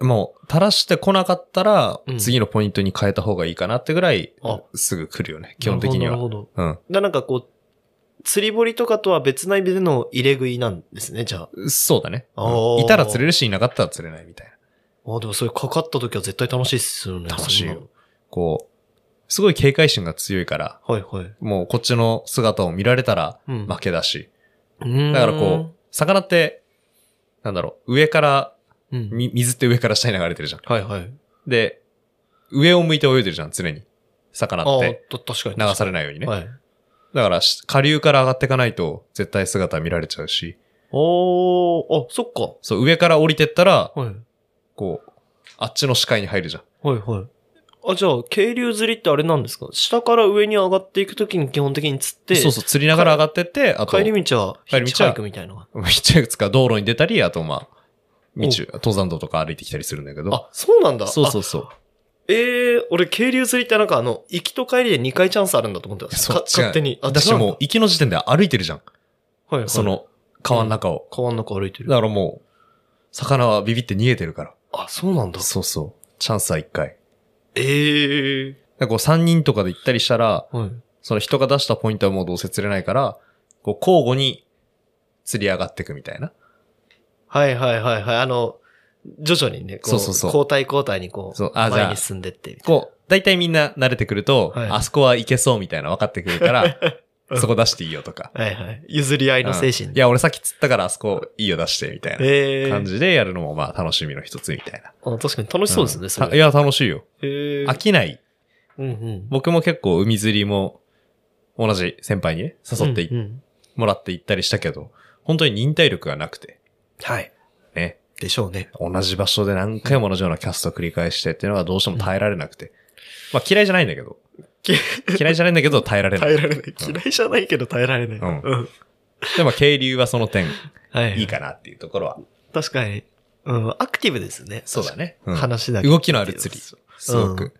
[SPEAKER 1] もう、垂らしてこなかったら
[SPEAKER 2] う、ん
[SPEAKER 1] 次のポイントに変えた方がいいかなってぐらい
[SPEAKER 2] あ、
[SPEAKER 1] すぐ来るよね、基本的に
[SPEAKER 2] なる
[SPEAKER 1] は。
[SPEAKER 2] ほどなるほど。
[SPEAKER 1] うん。
[SPEAKER 2] だなんかこう、釣り堀とかとは別な意味での入れ食いなんですね、じゃあ。
[SPEAKER 1] そうだね。
[SPEAKER 2] あー
[SPEAKER 1] うんいたら釣れるし、いなかったら釣れないみたいな。
[SPEAKER 2] ああ、でもそれかかった時は絶対楽しいっすよね。
[SPEAKER 1] 楽しいよ
[SPEAKER 2] そんなの。
[SPEAKER 1] こう、すごい警戒心が強いから、
[SPEAKER 2] はいはい。
[SPEAKER 1] もうこっちの姿を見られたら
[SPEAKER 2] うん
[SPEAKER 1] 負けだし。
[SPEAKER 2] うん
[SPEAKER 1] だからこう、魚って、なんだろう、上から、
[SPEAKER 2] う、うん。
[SPEAKER 1] み水って上から下に流れてるじゃん。
[SPEAKER 2] はいはい。
[SPEAKER 1] で、上を向いて泳いでるじゃん、常に。魚
[SPEAKER 2] ああ
[SPEAKER 1] って。、
[SPEAKER 2] た確かに。
[SPEAKER 1] 流されないようにね。
[SPEAKER 2] はい。
[SPEAKER 1] だからし、下流から上がっていかないと、絶対姿見られちゃうし、
[SPEAKER 2] おー、あ、そっか。
[SPEAKER 1] そう、上から降りてったら、
[SPEAKER 2] はい。
[SPEAKER 1] こう、あっちの視界に入るじゃん。
[SPEAKER 2] はいはい。あ、じゃあ、渓流釣りってあれなんですか下から上に上がっていくときに基本的に釣って、
[SPEAKER 1] そうそう、釣りながら上がってって、あと、
[SPEAKER 2] 帰り道はヒ
[SPEAKER 1] 帰り道は
[SPEAKER 2] ッチハイクみたいな。
[SPEAKER 1] めっちゃいくつか道路に出たり、あとまあ、道、登山道とか歩いてきたりするんだけど。
[SPEAKER 2] あ、そうなんだ。。
[SPEAKER 1] そうそううそう。
[SPEAKER 2] ええー、俺、渓流釣りってなんかあの、行きと帰りで2回チャンスあるんだと思ってた。
[SPEAKER 1] そう
[SPEAKER 2] か勝手に。あ、
[SPEAKER 1] 私
[SPEAKER 2] 違うんだ
[SPEAKER 1] もう、行きの時点で歩いてるじゃん。
[SPEAKER 2] はいはい、
[SPEAKER 1] そ、の、川の中を。
[SPEAKER 2] 川の中歩いてる。
[SPEAKER 1] だからもう、魚はビビって逃げてるから。
[SPEAKER 2] あ、そうなんだ。
[SPEAKER 1] そうそう。チャンスは一回。
[SPEAKER 2] ええ
[SPEAKER 1] だからこう3人とかで行ったりしたら、
[SPEAKER 2] ー。はい。
[SPEAKER 1] その人が出したポイントはもうどうせ釣れないから、こう交互に釣り上がっていくみたいな。
[SPEAKER 2] はいはいはいはい。あの、徐々にね、こ
[SPEAKER 1] そうそうそう
[SPEAKER 2] 交代交代にこう、
[SPEAKER 1] そうあじゃあ
[SPEAKER 2] 前に進んでってみたい
[SPEAKER 1] こう、大体みんな慣れてくると、
[SPEAKER 2] はい
[SPEAKER 1] あそこはいけそうみたいな分かってくるから、
[SPEAKER 2] [LAUGHS] うん
[SPEAKER 1] そこ出していいよとか。
[SPEAKER 2] な。はいはい。譲り合いの精神
[SPEAKER 1] うんいや、俺さっき釣ったからあそこいいよ出してみたい
[SPEAKER 2] え
[SPEAKER 1] な
[SPEAKER 2] えー。
[SPEAKER 1] 感じでやるのもまあ楽しみの一つみたいな。
[SPEAKER 2] あ確かに楽しそうですね、
[SPEAKER 1] ん
[SPEAKER 2] それ。
[SPEAKER 1] たいや、楽しいよ。
[SPEAKER 2] へえ。
[SPEAKER 1] 飽きない。
[SPEAKER 2] うんうん。
[SPEAKER 1] 僕も結構海釣りも同じ先輩にね、誘ってい
[SPEAKER 2] うんうん
[SPEAKER 1] もらって行ったりしたけど、本当に忍耐力がなくて、
[SPEAKER 2] はい。
[SPEAKER 1] ね。
[SPEAKER 2] でしょうね。
[SPEAKER 1] 同じ場所で何回も同じようなキャストを繰り返してっていうのがどうしても耐えられなくて。まあ嫌いじゃないんだけど。嫌いじゃないんだけど耐えられない。
[SPEAKER 2] 耐えられない。嫌いじゃないけど耐えられない。
[SPEAKER 1] うん
[SPEAKER 2] うん。
[SPEAKER 1] でも渓流はその点
[SPEAKER 2] はい。
[SPEAKER 1] いいかなっていうところは。
[SPEAKER 2] 確かに。うん。アクティブですね。
[SPEAKER 1] そうだね。うん
[SPEAKER 2] 話だけ。
[SPEAKER 1] 動きのある釣り。すご
[SPEAKER 2] う
[SPEAKER 1] く
[SPEAKER 2] ん。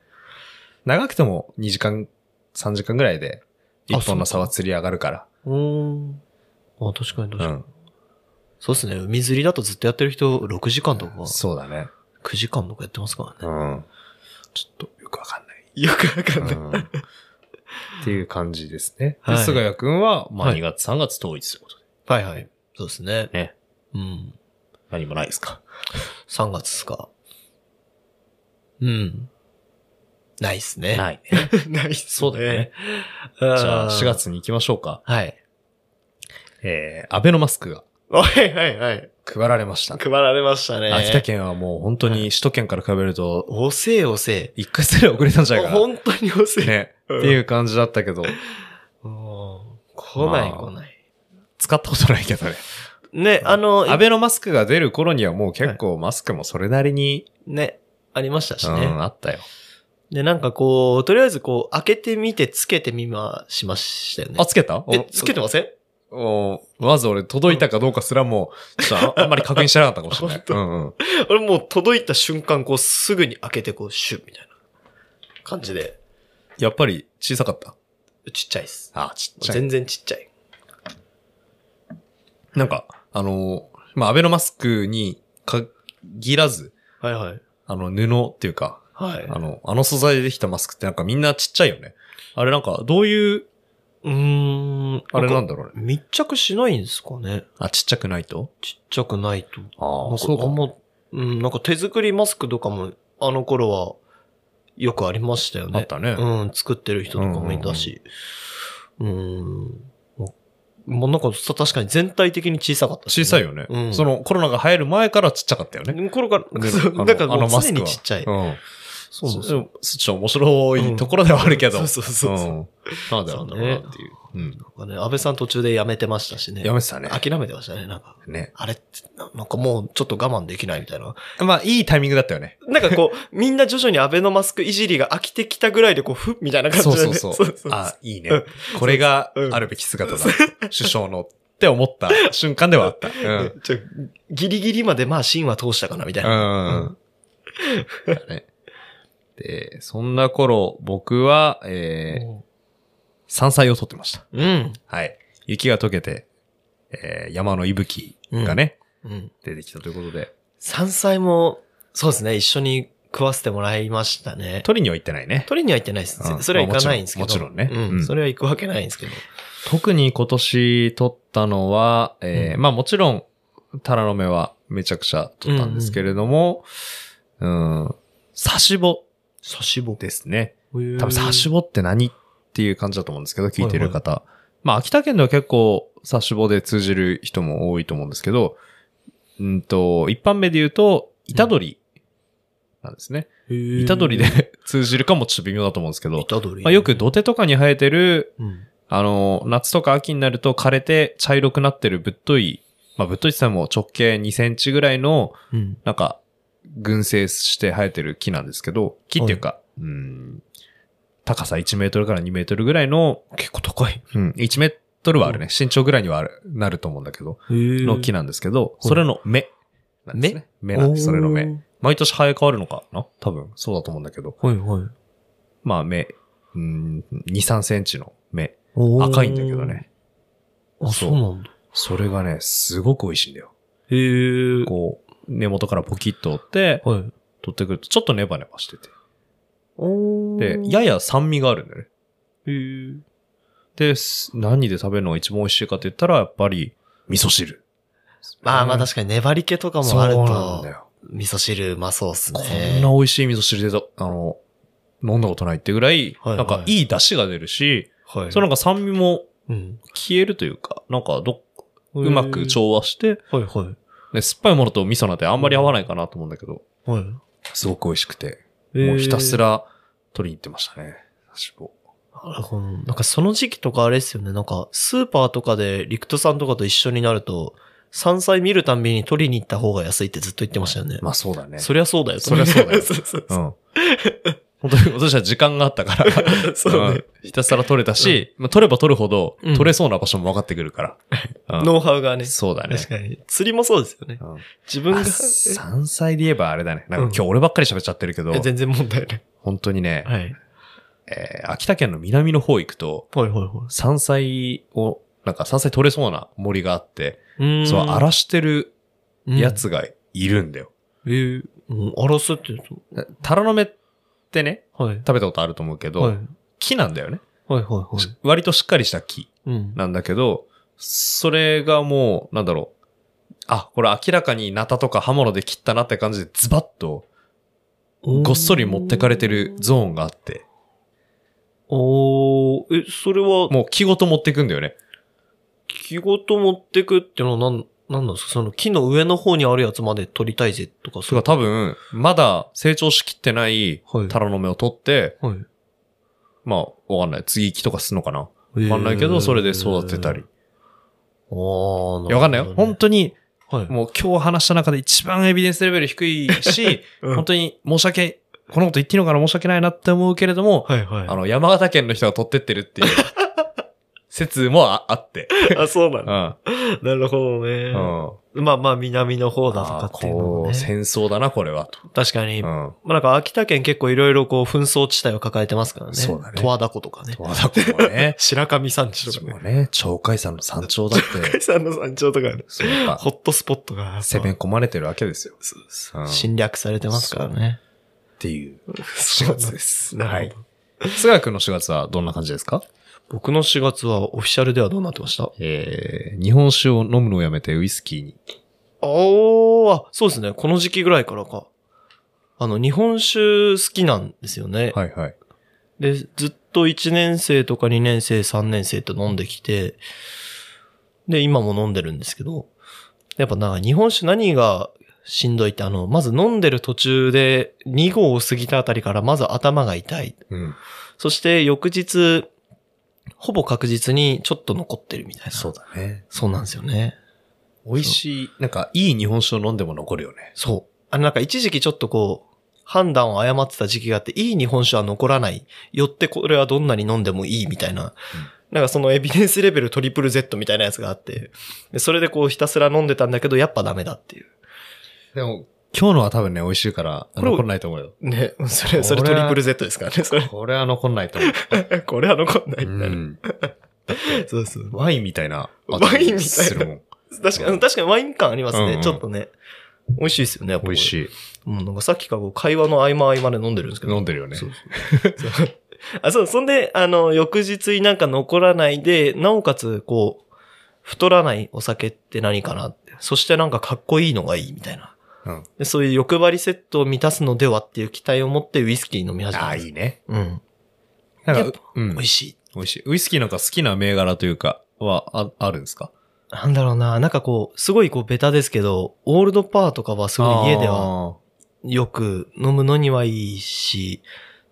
[SPEAKER 1] 長くても2時間、3時間ぐらいで
[SPEAKER 2] あ
[SPEAKER 1] 一本の差は釣り上がるから。
[SPEAKER 2] うーん。あ、確かに確
[SPEAKER 1] う
[SPEAKER 2] かに。
[SPEAKER 1] ん。
[SPEAKER 2] そうですね。海釣りだとずっとやってる人6時間とか
[SPEAKER 1] そうだね。
[SPEAKER 2] 9時間とかやってますからね。
[SPEAKER 1] うん。ちょっとよくわかんない。
[SPEAKER 2] よくわかんない。
[SPEAKER 1] うんっていう感じですね。
[SPEAKER 2] はい
[SPEAKER 1] で、菅谷くんは、まあ
[SPEAKER 2] はい
[SPEAKER 1] 2月、3月統一ということで。
[SPEAKER 2] はいはい。そうですね。
[SPEAKER 1] ね。
[SPEAKER 2] うん。
[SPEAKER 1] 何もないですか。
[SPEAKER 2] 3月っすか。うん。ないっすね。
[SPEAKER 1] ない。
[SPEAKER 2] [LAUGHS] ないっすね。
[SPEAKER 1] そうだよね。
[SPEAKER 2] じ
[SPEAKER 1] じゃあ4。月に行きましょうか。
[SPEAKER 2] はい。
[SPEAKER 1] えー、アベノマスクが
[SPEAKER 2] はいはいはい。
[SPEAKER 1] 配られました。
[SPEAKER 2] 配られましたね。
[SPEAKER 1] 秋田。県はもう本当に首都圏から比べると、
[SPEAKER 2] おせえおせ
[SPEAKER 1] 一回すらい遅れたんじゃ
[SPEAKER 2] え。
[SPEAKER 1] ないかな。
[SPEAKER 2] 本当におせえ。
[SPEAKER 1] ね。って
[SPEAKER 2] うん
[SPEAKER 1] いう感じだったけど、
[SPEAKER 2] うん来ない
[SPEAKER 1] まあ
[SPEAKER 2] 来ない。
[SPEAKER 1] 使ったことないけ
[SPEAKER 2] [LAUGHS]
[SPEAKER 1] どね。
[SPEAKER 2] ね、あの、
[SPEAKER 1] アベノマスクが出る頃にはもう結構マスクもそれなりに、
[SPEAKER 2] ね、ありましたし
[SPEAKER 1] うん、
[SPEAKER 2] ね。
[SPEAKER 1] あったよ。
[SPEAKER 2] で、なんかこう、とりあえずこう、開けてみて、つけてみま、しましたよね。
[SPEAKER 1] あ、つけた
[SPEAKER 2] え、つけてません
[SPEAKER 1] おまず俺届いたかどうかすらもう、ちょっとああんまり確認してなかったかもしれないう
[SPEAKER 2] [LAUGHS] 本。当
[SPEAKER 1] んうん。
[SPEAKER 2] 俺もう届いた瞬間、こう、すぐに開けて、こう、シュッみたいな感じで、
[SPEAKER 1] やっぱり小さかった。
[SPEAKER 2] ちっちゃいっす。
[SPEAKER 1] あ、ちっちゃい。
[SPEAKER 2] 全然ちっちゃい。
[SPEAKER 1] なんか、あのー、まあ、アベノマスクに限らず、
[SPEAKER 2] はいはい。
[SPEAKER 1] あの、布っていうか、
[SPEAKER 2] はい。
[SPEAKER 1] あの、あの素材でできたマスクってなんかみんなちっちゃいよね。あれなんか、どういう、
[SPEAKER 2] うーん。
[SPEAKER 1] あれなん
[SPEAKER 2] か
[SPEAKER 1] だろうね。
[SPEAKER 2] 密着しないんですかね
[SPEAKER 1] あ、ちっちゃくないと
[SPEAKER 2] ちっちゃくないと。
[SPEAKER 1] あ
[SPEAKER 2] なんかあんま、うん、なんか手作りマスクとかも、あの頃は、よくありましたよ
[SPEAKER 1] あっ
[SPEAKER 2] ね。
[SPEAKER 1] たね。
[SPEAKER 2] うん、作ってる人とかもいたし。うん。もうなんか、さ確かに全体的に小さかったし
[SPEAKER 1] 小
[SPEAKER 2] ね、
[SPEAKER 1] さいよね、
[SPEAKER 2] うん
[SPEAKER 1] そのコロナが流行る前からちっちゃかったよね。
[SPEAKER 2] うん。頃から、
[SPEAKER 1] ね
[SPEAKER 2] そう
[SPEAKER 1] [LAUGHS] あ
[SPEAKER 2] [LAUGHS]
[SPEAKER 1] の
[SPEAKER 2] なんか
[SPEAKER 1] あ
[SPEAKER 2] も
[SPEAKER 1] の
[SPEAKER 2] う
[SPEAKER 1] マスク
[SPEAKER 2] 常に
[SPEAKER 1] は
[SPEAKER 2] ちっちゃい。
[SPEAKER 1] うん。
[SPEAKER 2] そうそう
[SPEAKER 1] ち
[SPEAKER 2] そう。
[SPEAKER 1] ょっと面白いところではあるけど。
[SPEAKER 2] そうそうそうそう。
[SPEAKER 1] うんなんでなんだろうなっていう。うん。
[SPEAKER 2] なんかね、安倍さん途中で辞めてましたしね。
[SPEAKER 1] やめてたね。
[SPEAKER 2] 諦めてましたね、なんか。
[SPEAKER 1] ね。
[SPEAKER 2] あれって、ななんかもうちょっと我慢できないみたいな。 [LAUGHS]
[SPEAKER 1] まあ、いいタイミングだったよね。
[SPEAKER 2] なんかこう、みんな徐々に安倍のマスクいじりが飽きてきたぐらいで、こう、ふっみたいな感じ
[SPEAKER 1] そう
[SPEAKER 2] で、
[SPEAKER 1] そ
[SPEAKER 2] ね。
[SPEAKER 1] うそう。あ、いいね。これがあるべき姿だ。首相のって思った瞬間ではあ
[SPEAKER 2] [LAUGHS]
[SPEAKER 1] った。うん。
[SPEAKER 2] ちょギリギリまでまあ芯は通したかなみたいな。
[SPEAKER 1] うん。だねで、そんな頃、僕は、えー、山菜を取ってました。
[SPEAKER 2] うん。
[SPEAKER 1] はい。雪が溶けて、えー、山の息吹がね、
[SPEAKER 2] うん。
[SPEAKER 1] 出てきたということで、
[SPEAKER 2] 山菜も、そうですね、一緒に食わせてもらいましたね。
[SPEAKER 1] 取りには行ってないね。
[SPEAKER 2] 取りには行ってないです
[SPEAKER 1] う。ん
[SPEAKER 2] それは行かないんですけど。
[SPEAKER 1] まあもちろんもちろんね
[SPEAKER 2] う。
[SPEAKER 1] うんん
[SPEAKER 2] それは行くわけないんですけど。
[SPEAKER 1] 特に今年取ったのは、えー
[SPEAKER 2] うん
[SPEAKER 1] まあもちろん、タラの芽はめちゃくちゃ取ったんですけれども、うん、刺しぼ
[SPEAKER 2] 刺し棒。
[SPEAKER 1] ですね。
[SPEAKER 2] 多分
[SPEAKER 1] 多分サッシュボって何っていう感じだと思うんですけど、聞いてる方。まあ、秋田県では結構サッシュボで通じる人も多いと思うんですけど、うんと、一般名で言うと、虎取なんですね。虎取で [LAUGHS] 通じるかもちょっと微妙だと思うんですけど、
[SPEAKER 2] 板取り。
[SPEAKER 1] まあ、よく土手とかに生えてる、
[SPEAKER 2] うん。
[SPEAKER 1] あの、夏とか秋になると枯れて茶色くなってるぶっとい、まあ、ぶっといって言っても直径2センチぐらいの、
[SPEAKER 2] うん。
[SPEAKER 1] なんか、群生して生えてる木なんですけど、木っていうか、うん、高さ1メートルから2メートルぐらいの、
[SPEAKER 2] 結構高い。
[SPEAKER 1] うん、1メートルはあるね。身長ぐらいにはある、なると思うんだけど、の
[SPEAKER 2] の
[SPEAKER 1] 木なんですけど、
[SPEAKER 2] うん
[SPEAKER 1] それの芽なんですね。芽なんです、それの芽。。毎年生え変わるのかな多分、そうだと思うんだけど。
[SPEAKER 2] はいはい。
[SPEAKER 1] まあ、芽、うん、2、3センチの芽。
[SPEAKER 2] おー
[SPEAKER 1] 赤いんだけど。ね。
[SPEAKER 2] あ、
[SPEAKER 1] そ
[SPEAKER 2] そううなんだ。
[SPEAKER 1] それがね、すごく美味しいんだよ。
[SPEAKER 2] へえ。
[SPEAKER 1] こう、根元からポキッと折って、
[SPEAKER 2] はい。
[SPEAKER 1] 取ってくると、ちょっとネバネバしてて。
[SPEAKER 2] お
[SPEAKER 1] で、やや酸味があるんだよね。
[SPEAKER 2] へー
[SPEAKER 1] で、す何で食べるのが一番美味しいかって言ったら、やっぱり、味噌汁。
[SPEAKER 2] まあまあ
[SPEAKER 1] か
[SPEAKER 2] 確かに粘り気とかもある
[SPEAKER 1] そうなんだ
[SPEAKER 2] と、
[SPEAKER 1] よ。
[SPEAKER 2] 味噌汁うまそうっす
[SPEAKER 1] こ
[SPEAKER 2] ね。
[SPEAKER 1] んな美味しい味噌汁で、あの、飲んだことないってぐらい、
[SPEAKER 2] はいはい
[SPEAKER 1] なんかいい出汁が出るし、
[SPEAKER 2] はい。
[SPEAKER 1] そのなんか酸味も
[SPEAKER 2] うん、
[SPEAKER 1] 消えるというか、なんかど、
[SPEAKER 2] う
[SPEAKER 1] うまく調和して、
[SPEAKER 2] はいはい。
[SPEAKER 1] で酸っぱいものと味噌なんてあんまり合わないかなと思うんだけど、
[SPEAKER 2] はい。
[SPEAKER 1] すごく美味しくて、
[SPEAKER 2] えー
[SPEAKER 1] もうひたす。ら取りに行ってましたね。私も
[SPEAKER 2] なるほどなんかその時期とかあれですよね。なんかスーパーとかで陸斗さんとかと一緒になると、山菜見るたんびに取りに行った方が安いってずっと言ってましたよね。
[SPEAKER 1] まあそうだね。
[SPEAKER 2] そりゃそうだよ。
[SPEAKER 1] そりゃそうだよ
[SPEAKER 2] [LAUGHS] そうそう
[SPEAKER 1] うん。本当に [LAUGHS] 私は時間があったから、
[SPEAKER 2] そうね。
[SPEAKER 1] うんひたすら取れたし、まあ、取れば取るほど、
[SPEAKER 2] うん
[SPEAKER 1] 取れそうな場所も分かってくるから。うん
[SPEAKER 2] ノウハウがね。
[SPEAKER 1] そうだね。
[SPEAKER 2] 確かに。釣りもそうですよね。
[SPEAKER 1] うん
[SPEAKER 2] 自分が
[SPEAKER 1] あ、山菜で言えばあれだね。なんか
[SPEAKER 2] うん
[SPEAKER 1] 今日俺ばっかり喋っちゃってるけど、
[SPEAKER 2] え全然問題ない。
[SPEAKER 1] 本当にね、
[SPEAKER 2] はい。
[SPEAKER 1] えー秋田県の南の方行くと、
[SPEAKER 2] ほいほいほい
[SPEAKER 1] 山菜を、なんか山菜取れそうな森があって、。
[SPEAKER 2] うーん
[SPEAKER 1] そう荒らしてる
[SPEAKER 2] うん
[SPEAKER 1] やつがいるんだよ。
[SPEAKER 2] えー、うん荒らすって言う
[SPEAKER 1] タラの芽ってね、
[SPEAKER 2] と。はい。
[SPEAKER 1] 食べたことあると思うけど、
[SPEAKER 2] はい。
[SPEAKER 1] 木なんだよね。
[SPEAKER 2] はいはいはい。
[SPEAKER 1] 割としっかりした木。
[SPEAKER 2] うん。
[SPEAKER 1] なんだけど、それがもう、なんだろう。あ、これ明らかにナタとか刃物で切ったなって感じでズバッとごっそり持ってかれてるゾーンがあって、
[SPEAKER 2] おー、え、それは、
[SPEAKER 1] もう木ごと持ってくんだよね。
[SPEAKER 2] 木ごと持ってくっていうのはなん、なんなんですかその木の上の方にあるやつまで取りたいぜとか、
[SPEAKER 1] それが多分、まだ成長しきってない
[SPEAKER 2] はい。
[SPEAKER 1] タラの芽を取って、
[SPEAKER 2] はい。
[SPEAKER 1] まあ、わかんない。次木とかすんのかな
[SPEAKER 2] わ
[SPEAKER 1] わかんないけど、それで育てたり。。
[SPEAKER 2] あー、
[SPEAKER 1] いやわかんないよ。本当に、
[SPEAKER 2] 当はい。
[SPEAKER 1] もう今日話した中で一番エビデンスレベル低いし、
[SPEAKER 2] うん
[SPEAKER 1] 本当に申し訳、このこと言っていいのかな申し訳ないなって思うけれども、
[SPEAKER 2] はいはい。
[SPEAKER 1] あの、山形県の人が取ってってるっていう [LAUGHS] 説もああって。
[SPEAKER 2] [LAUGHS] あ、そうな
[SPEAKER 1] うん。
[SPEAKER 2] の。
[SPEAKER 1] うん。
[SPEAKER 2] なるほどね。まあまあ、南の方だとか
[SPEAKER 1] あー
[SPEAKER 2] っていうの
[SPEAKER 1] こ
[SPEAKER 2] も
[SPEAKER 1] う、
[SPEAKER 2] ね。
[SPEAKER 1] 戦争だな、これは。と
[SPEAKER 2] 確かに、
[SPEAKER 1] う
[SPEAKER 2] ま
[SPEAKER 1] ん。
[SPEAKER 2] あなんか秋田県結構いろいろこう、紛争地帯を抱えてますからね。
[SPEAKER 1] そうだね
[SPEAKER 2] 十和田湖とかね。
[SPEAKER 1] 十。和田湖もね [LAUGHS]
[SPEAKER 2] 白神山地とか
[SPEAKER 1] も
[SPEAKER 2] ね。
[SPEAKER 1] うね、鳥海山の山頂だって、
[SPEAKER 2] さんの山頂とかある。
[SPEAKER 1] そうやっ [LAUGHS]
[SPEAKER 2] ホ
[SPEAKER 1] ぱ、
[SPEAKER 2] ットスポットが。
[SPEAKER 1] 攻め込まれてるわけですよ。
[SPEAKER 2] そう
[SPEAKER 1] う
[SPEAKER 2] そ
[SPEAKER 1] ん
[SPEAKER 2] う侵略されてますからね。
[SPEAKER 1] っていう、4
[SPEAKER 2] そう
[SPEAKER 1] 月です。
[SPEAKER 2] な
[SPEAKER 1] は
[SPEAKER 2] る
[SPEAKER 1] い
[SPEAKER 2] ほ。
[SPEAKER 1] 菅谷君の4月はどんな感じですか
[SPEAKER 2] 僕の4月はオフィシャルではどうなってました
[SPEAKER 1] えー、日本酒を飲むのをやめてウイスキーに。
[SPEAKER 2] おー、あ、そうですね。この時期ぐらいからか。あの、日本酒好きなんですよね。
[SPEAKER 1] はいはい。
[SPEAKER 2] で、ずっと1年生とか2年生、3年生と飲んできて、で、今も飲んでるんですけど、やっぱなんか日本酒何がしんどいって、あの、まず飲んでる途中で2号を過ぎたあたりからまず頭が痛い。
[SPEAKER 1] うん。
[SPEAKER 2] そして翌日、ほぼ確実にちょっと残ってるみたいな。
[SPEAKER 1] そうだね。
[SPEAKER 2] そうなんですよね。
[SPEAKER 1] 美味しい、なんか、いい日本酒を飲んでも残るよね。
[SPEAKER 2] そう。あの、なんか一時期ちょっとこう、判断を誤ってた時期があって、いい日本酒は残らない。よってこれはどんなに飲んでもいいみたいな。なんかそのエビデンスレベルトリプル Z みたいなやつがあって、でそれでこうひたすら飲んでたんだけど、やっぱダメだっていう。
[SPEAKER 1] でも、今日のは多分ね、美味しいから、
[SPEAKER 2] れ
[SPEAKER 1] 残らないと思うよ。
[SPEAKER 2] ね、それ、それ
[SPEAKER 1] こ
[SPEAKER 2] ト
[SPEAKER 1] れは
[SPEAKER 2] リプル Z ですからね、そ
[SPEAKER 1] これは残んないと思う。
[SPEAKER 2] れ。これは残んな
[SPEAKER 1] う
[SPEAKER 2] いみたいな。
[SPEAKER 1] ん、
[SPEAKER 2] そうそう。
[SPEAKER 1] ワインみたいな
[SPEAKER 2] ワインみたいな
[SPEAKER 1] するもん。
[SPEAKER 2] 確かに、確かにワイン感ありますね、
[SPEAKER 1] うんうん
[SPEAKER 2] ちょっとね。美味しいですよね、やっぱ
[SPEAKER 1] 美味し
[SPEAKER 2] い。
[SPEAKER 1] い。
[SPEAKER 2] うん、なんかさっきからこう会話の合間合間で飲んでるんですけど。
[SPEAKER 1] 飲んでるよね。
[SPEAKER 2] そうそう [LAUGHS] そうあ、そう、そんで、あの、翌日になんか残らないで、なおかつ、こう、太らないお酒って何かなって。そしてなんかかっこいいのがいいみたいな。
[SPEAKER 1] うん
[SPEAKER 2] でそういう欲張りセットを満たすのではっていう期待を持ってウイスキー飲み始めた。
[SPEAKER 1] ああ、いいね。
[SPEAKER 2] うん。
[SPEAKER 1] なん
[SPEAKER 2] やっ
[SPEAKER 1] か、うん
[SPEAKER 2] 美。味しい。
[SPEAKER 1] 美味しい。ウイスキーなんか好きな銘柄というか、は、あ、あるんですか
[SPEAKER 2] なんだろうな、なんかこう、すごいこう、ベタですけど、オールドパーとかはすごい家では
[SPEAKER 1] は。
[SPEAKER 2] よく飲むのにはいいし、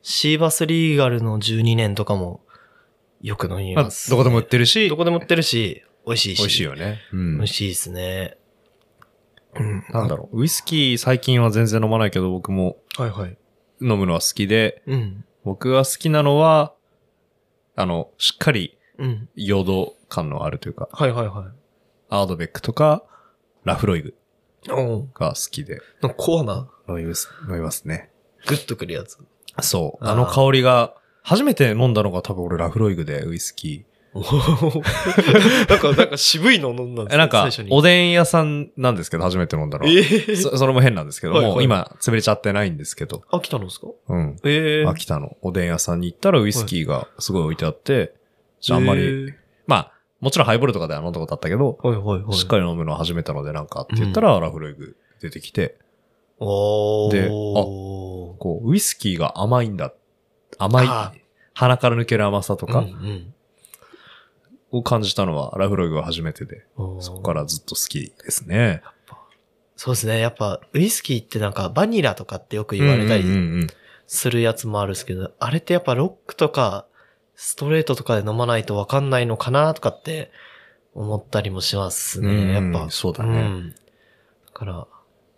[SPEAKER 2] シーバスリーガルの12年とかもよく飲み
[SPEAKER 1] まあ
[SPEAKER 2] ます。
[SPEAKER 1] どこでも売ってるし、
[SPEAKER 2] どこでも売ってるし、美味しいし。
[SPEAKER 1] 美味しいよね。う
[SPEAKER 2] 美
[SPEAKER 1] ん
[SPEAKER 2] 味。しいですね。うん。
[SPEAKER 1] なんだろう。ウイスキー最近は全然飲まないけど、僕も
[SPEAKER 2] う。はいはい。
[SPEAKER 1] 飲むのは好きで、
[SPEAKER 2] うん。
[SPEAKER 1] 僕が好きなのは、あの、しっかり、
[SPEAKER 2] うん。
[SPEAKER 1] 陽動感のあるというか、
[SPEAKER 2] はいはいは
[SPEAKER 1] アードベックとか、ラフロイグ
[SPEAKER 2] い。おう
[SPEAKER 1] が好きで
[SPEAKER 2] なんかコアな、
[SPEAKER 1] 飲みます、飲みますね。
[SPEAKER 2] グッとくるやつ。
[SPEAKER 1] そう。
[SPEAKER 2] あー
[SPEAKER 1] あの香りが、初めて飲んだのが多分俺ラフロイグでウイスキ
[SPEAKER 2] [LAUGHS] なんか、なんか渋いの飲んだん
[SPEAKER 1] ー。えなんか
[SPEAKER 2] 最初、に。
[SPEAKER 1] おでん屋さんなんですけど、初めて飲んだのは。
[SPEAKER 2] ええ
[SPEAKER 1] そそれも変なんですけど、
[SPEAKER 2] はいはい
[SPEAKER 1] もう今潰れちゃってないんですけど、
[SPEAKER 2] 飽きたのですか
[SPEAKER 1] うん。
[SPEAKER 2] ええ
[SPEAKER 1] 秋田のおでん屋さんに行ったらウイスキーがすごい置いてあって、じゃああんまり、
[SPEAKER 2] ええ
[SPEAKER 1] まあ、もちろんハイボールとかでは飲んだことあったけど、
[SPEAKER 2] はいはいはい。
[SPEAKER 1] しっかり飲むのを始めたのでなんかって言ったら、ラフロイグ出てきて、
[SPEAKER 2] おー。
[SPEAKER 1] でこう、ウイスキーが甘いんだ。甘い
[SPEAKER 2] あー。
[SPEAKER 1] 鼻から抜ける甘さと
[SPEAKER 2] う
[SPEAKER 1] か
[SPEAKER 2] んうん
[SPEAKER 1] を感じたのは、ラフロイグが初めてで、
[SPEAKER 2] おー
[SPEAKER 1] そこからずっと好きですね。
[SPEAKER 2] そうですね。やっぱ、ウイスキーってなんか、バニラとかってよく言われた
[SPEAKER 1] うんうん
[SPEAKER 2] り
[SPEAKER 1] うん
[SPEAKER 2] するやつもあるんですけど、あれってやっぱロックとか、ストレートとかで飲まないとわかんないのかなとかって思ったりもします
[SPEAKER 1] うん
[SPEAKER 2] ね。や
[SPEAKER 1] う
[SPEAKER 2] っ
[SPEAKER 1] ん
[SPEAKER 2] ぱ。
[SPEAKER 1] そうだ
[SPEAKER 2] う
[SPEAKER 1] ね
[SPEAKER 2] んだから、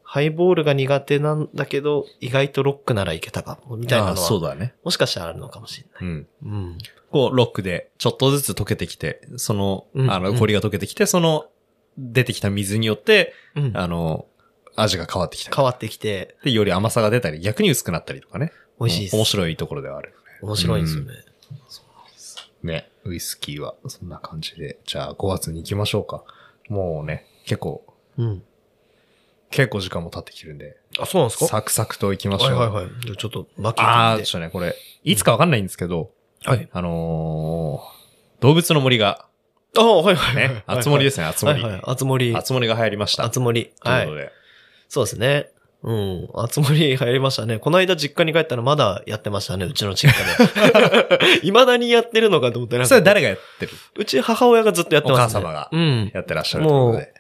[SPEAKER 2] ハイボールが苦手なんだけど、意外とロックならいけたかも、みたいな
[SPEAKER 1] あー
[SPEAKER 2] の
[SPEAKER 1] そう
[SPEAKER 2] は、
[SPEAKER 1] だね。
[SPEAKER 2] もしかしたらあるのかもしれ
[SPEAKER 1] う
[SPEAKER 2] ない。
[SPEAKER 1] ん。
[SPEAKER 2] うん。
[SPEAKER 1] こう、ロックで、ちょっとずつ溶けてきて、その、
[SPEAKER 2] うん
[SPEAKER 1] あの、
[SPEAKER 2] うん
[SPEAKER 1] 氷が溶けてきて、その、出てきた水によって、
[SPEAKER 2] うん。
[SPEAKER 1] あの、味が変わってきたり。
[SPEAKER 2] 変わってきて、
[SPEAKER 1] で、より甘さが出たり、逆に薄くなったりとかね。
[SPEAKER 2] 美味しいです。
[SPEAKER 1] 面白いところではある。
[SPEAKER 2] 面白いんですよね。
[SPEAKER 1] ね、ウイスキーはそんな感じで。じゃあ5月に行きましょうか。もうね、結構、
[SPEAKER 2] うん。
[SPEAKER 1] 結構時間も経ってきてるんで、
[SPEAKER 2] あ、そうなんですか
[SPEAKER 1] サクサクと行きましょ
[SPEAKER 2] は
[SPEAKER 1] う。
[SPEAKER 2] いはいはい。じゃあちょっと、マキ
[SPEAKER 1] あー、
[SPEAKER 2] で
[SPEAKER 1] ちょっとね、これ、いつかわかんないんですけど、
[SPEAKER 2] はい。
[SPEAKER 1] あのー、動物の森が、
[SPEAKER 2] ああ、はい [LAUGHS] はいはい。。
[SPEAKER 1] ね、あつ森ですすね、あつ
[SPEAKER 2] は
[SPEAKER 1] 森
[SPEAKER 2] い。はい。あつ森。
[SPEAKER 1] あつ森が流行りました。
[SPEAKER 2] あつ森。
[SPEAKER 1] と
[SPEAKER 2] は
[SPEAKER 1] いうこと
[SPEAKER 2] い。
[SPEAKER 1] で。
[SPEAKER 2] そうですね。うん。あつ森入りましたね。この間実家に帰ったらまだやってましたね、うちの実家
[SPEAKER 1] [LAUGHS]
[SPEAKER 2] で。未だにやってるのかと思ってなんか
[SPEAKER 1] それ誰がやってる
[SPEAKER 2] うち母親がずっとやってます、ね。
[SPEAKER 1] お母様が
[SPEAKER 2] うん。
[SPEAKER 1] やってらっしゃるということで。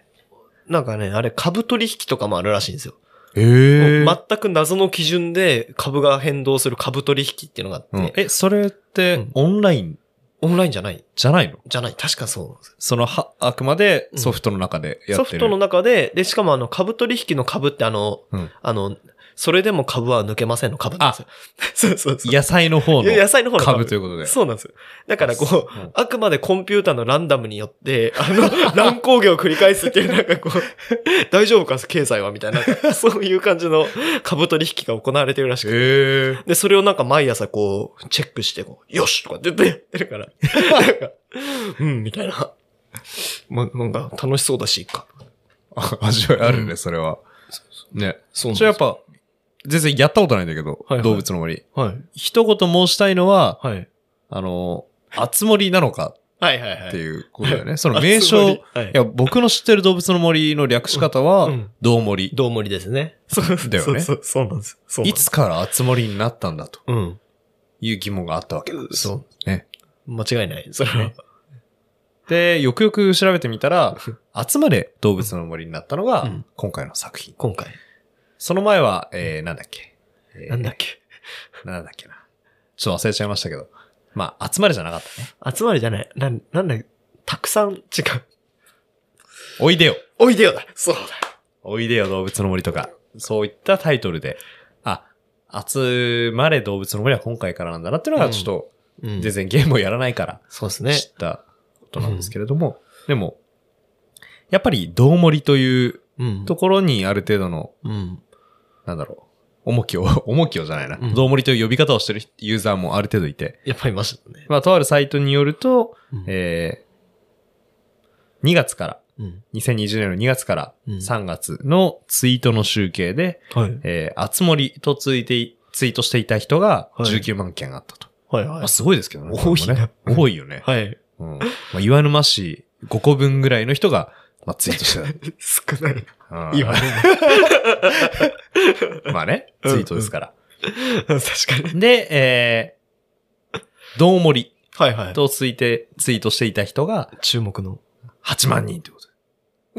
[SPEAKER 2] なんかね、あれ株取引とかもあるらしいんですよ。
[SPEAKER 1] え
[SPEAKER 2] もう全く謎の基準で株が変動する株取引っていうのがあって、
[SPEAKER 1] え、それって、オンライン
[SPEAKER 2] オンラインじゃない
[SPEAKER 1] じゃないの
[SPEAKER 2] じゃない確かそうなんですよ
[SPEAKER 1] その、は、あくまでソフトの中でや
[SPEAKER 2] ソ
[SPEAKER 1] って
[SPEAKER 2] フ
[SPEAKER 1] る。
[SPEAKER 2] トの中で、で、しかもあの、株取引の株ってあの、
[SPEAKER 1] うん
[SPEAKER 2] あの、それでも株は抜けませんの株なんですよ。 [LAUGHS] そうそうそう。
[SPEAKER 1] 野菜の方の
[SPEAKER 2] いや野菜の方の
[SPEAKER 1] 株ということで。
[SPEAKER 2] そうなんですよ。だからこう、
[SPEAKER 1] うん
[SPEAKER 2] あくまでコンピューターのランダムによって、あの、
[SPEAKER 1] [LAUGHS]
[SPEAKER 2] 乱高下を繰り返すっていう、なんかこう、大丈夫か、経済はみたいな、
[SPEAKER 1] [LAUGHS]
[SPEAKER 2] なんかそういう感じの株取引が行われてるらしくて。
[SPEAKER 1] へえ。
[SPEAKER 2] で、それをなんか毎朝こう、チェックして、こう、よしとかって言ってやってるから、な
[SPEAKER 1] [LAUGHS]
[SPEAKER 2] んか、うん、みたいな。ま、なんか楽しそうだし、いいか。
[SPEAKER 1] あ味わいある
[SPEAKER 2] う
[SPEAKER 1] ね、それは。ね。
[SPEAKER 2] そう
[SPEAKER 1] それやっぱ、全然やったことないんだけど
[SPEAKER 2] はいは、い
[SPEAKER 1] 動物の森。
[SPEAKER 2] はい。
[SPEAKER 1] 一言申したいのは、
[SPEAKER 2] はい。
[SPEAKER 1] あの、あつ森なのか
[SPEAKER 2] はいはいはい。
[SPEAKER 1] って
[SPEAKER 2] う
[SPEAKER 1] いうことだよね。その名称、い、
[SPEAKER 2] はい。
[SPEAKER 1] や、僕の知ってる動物の森の略し方
[SPEAKER 2] う
[SPEAKER 1] は
[SPEAKER 2] ん、
[SPEAKER 1] どう森。
[SPEAKER 2] どうもりですね。そう
[SPEAKER 1] だよね
[SPEAKER 2] そうそうそうなんです。そうなん
[SPEAKER 1] い
[SPEAKER 2] です
[SPEAKER 1] つからあつ森になったんだと
[SPEAKER 2] うん。
[SPEAKER 1] いう疑問があったわけなんです。
[SPEAKER 2] そう。
[SPEAKER 1] ね。
[SPEAKER 2] 間違いない。それは。
[SPEAKER 1] で、よくよく調べてみたら、集まれ動物の森になったの
[SPEAKER 2] う
[SPEAKER 1] が
[SPEAKER 2] ん、
[SPEAKER 1] 今回の作品。
[SPEAKER 2] 今 [LAUGHS] 回。
[SPEAKER 1] その前は、えー、なんだっけ。えー
[SPEAKER 2] なんだっけ。
[SPEAKER 1] なんだっけな。ちょっと忘れちゃいましたけど。まあ、集まれじゃなかったね。
[SPEAKER 2] 集まりじゃない。なん、なんだたくさん、違う。
[SPEAKER 1] おいでよ
[SPEAKER 2] おいでよだ。そうだ。
[SPEAKER 1] おいでよ動物の森とか、そういったタイトルで、あ、集まれ動物の森は今回からなんだなっていうの
[SPEAKER 2] う
[SPEAKER 1] が、
[SPEAKER 2] ん
[SPEAKER 1] ちょっと、
[SPEAKER 2] うん
[SPEAKER 1] 全然ゲームをやらないから
[SPEAKER 2] そうですね。
[SPEAKER 1] 知ったことなんですけれども、でも、やっぱり、道森という
[SPEAKER 2] うん
[SPEAKER 1] ところにある程度の、
[SPEAKER 2] うん。
[SPEAKER 1] なんだろう、重きを、 [LAUGHS] 重きをじゃないな
[SPEAKER 2] う。ん
[SPEAKER 1] 道森という呼び方をしてるユーザーもある程度いて、
[SPEAKER 2] やっぱりいましたね。
[SPEAKER 1] まあ、とあるサイトによると、
[SPEAKER 2] うん
[SPEAKER 1] えー、2月から、
[SPEAKER 2] うん。
[SPEAKER 1] 2020年の2月から
[SPEAKER 2] うん
[SPEAKER 1] 3月のツイートの集計で、
[SPEAKER 2] はい。
[SPEAKER 1] えー、あつ森とついてい、ツイートしていた人が
[SPEAKER 2] はい
[SPEAKER 1] 19万件あったと。
[SPEAKER 2] はいは
[SPEAKER 1] まあ、すごいですけどね。
[SPEAKER 2] 多いね
[SPEAKER 1] これもね多いよね。
[SPEAKER 2] はい。
[SPEAKER 1] うん。まあ、岩沼市5個分ぐらいの人が、まあ、ツイートして
[SPEAKER 2] 少ない。 [LAUGHS]
[SPEAKER 1] た。うん
[SPEAKER 2] 今。
[SPEAKER 1] まあね、ツイートですから。
[SPEAKER 2] 確かに。
[SPEAKER 1] で、えー、どうもり
[SPEAKER 2] はいはい。
[SPEAKER 1] とついて、ツイートしていた人が
[SPEAKER 2] 注目の。
[SPEAKER 1] 8万人ってこと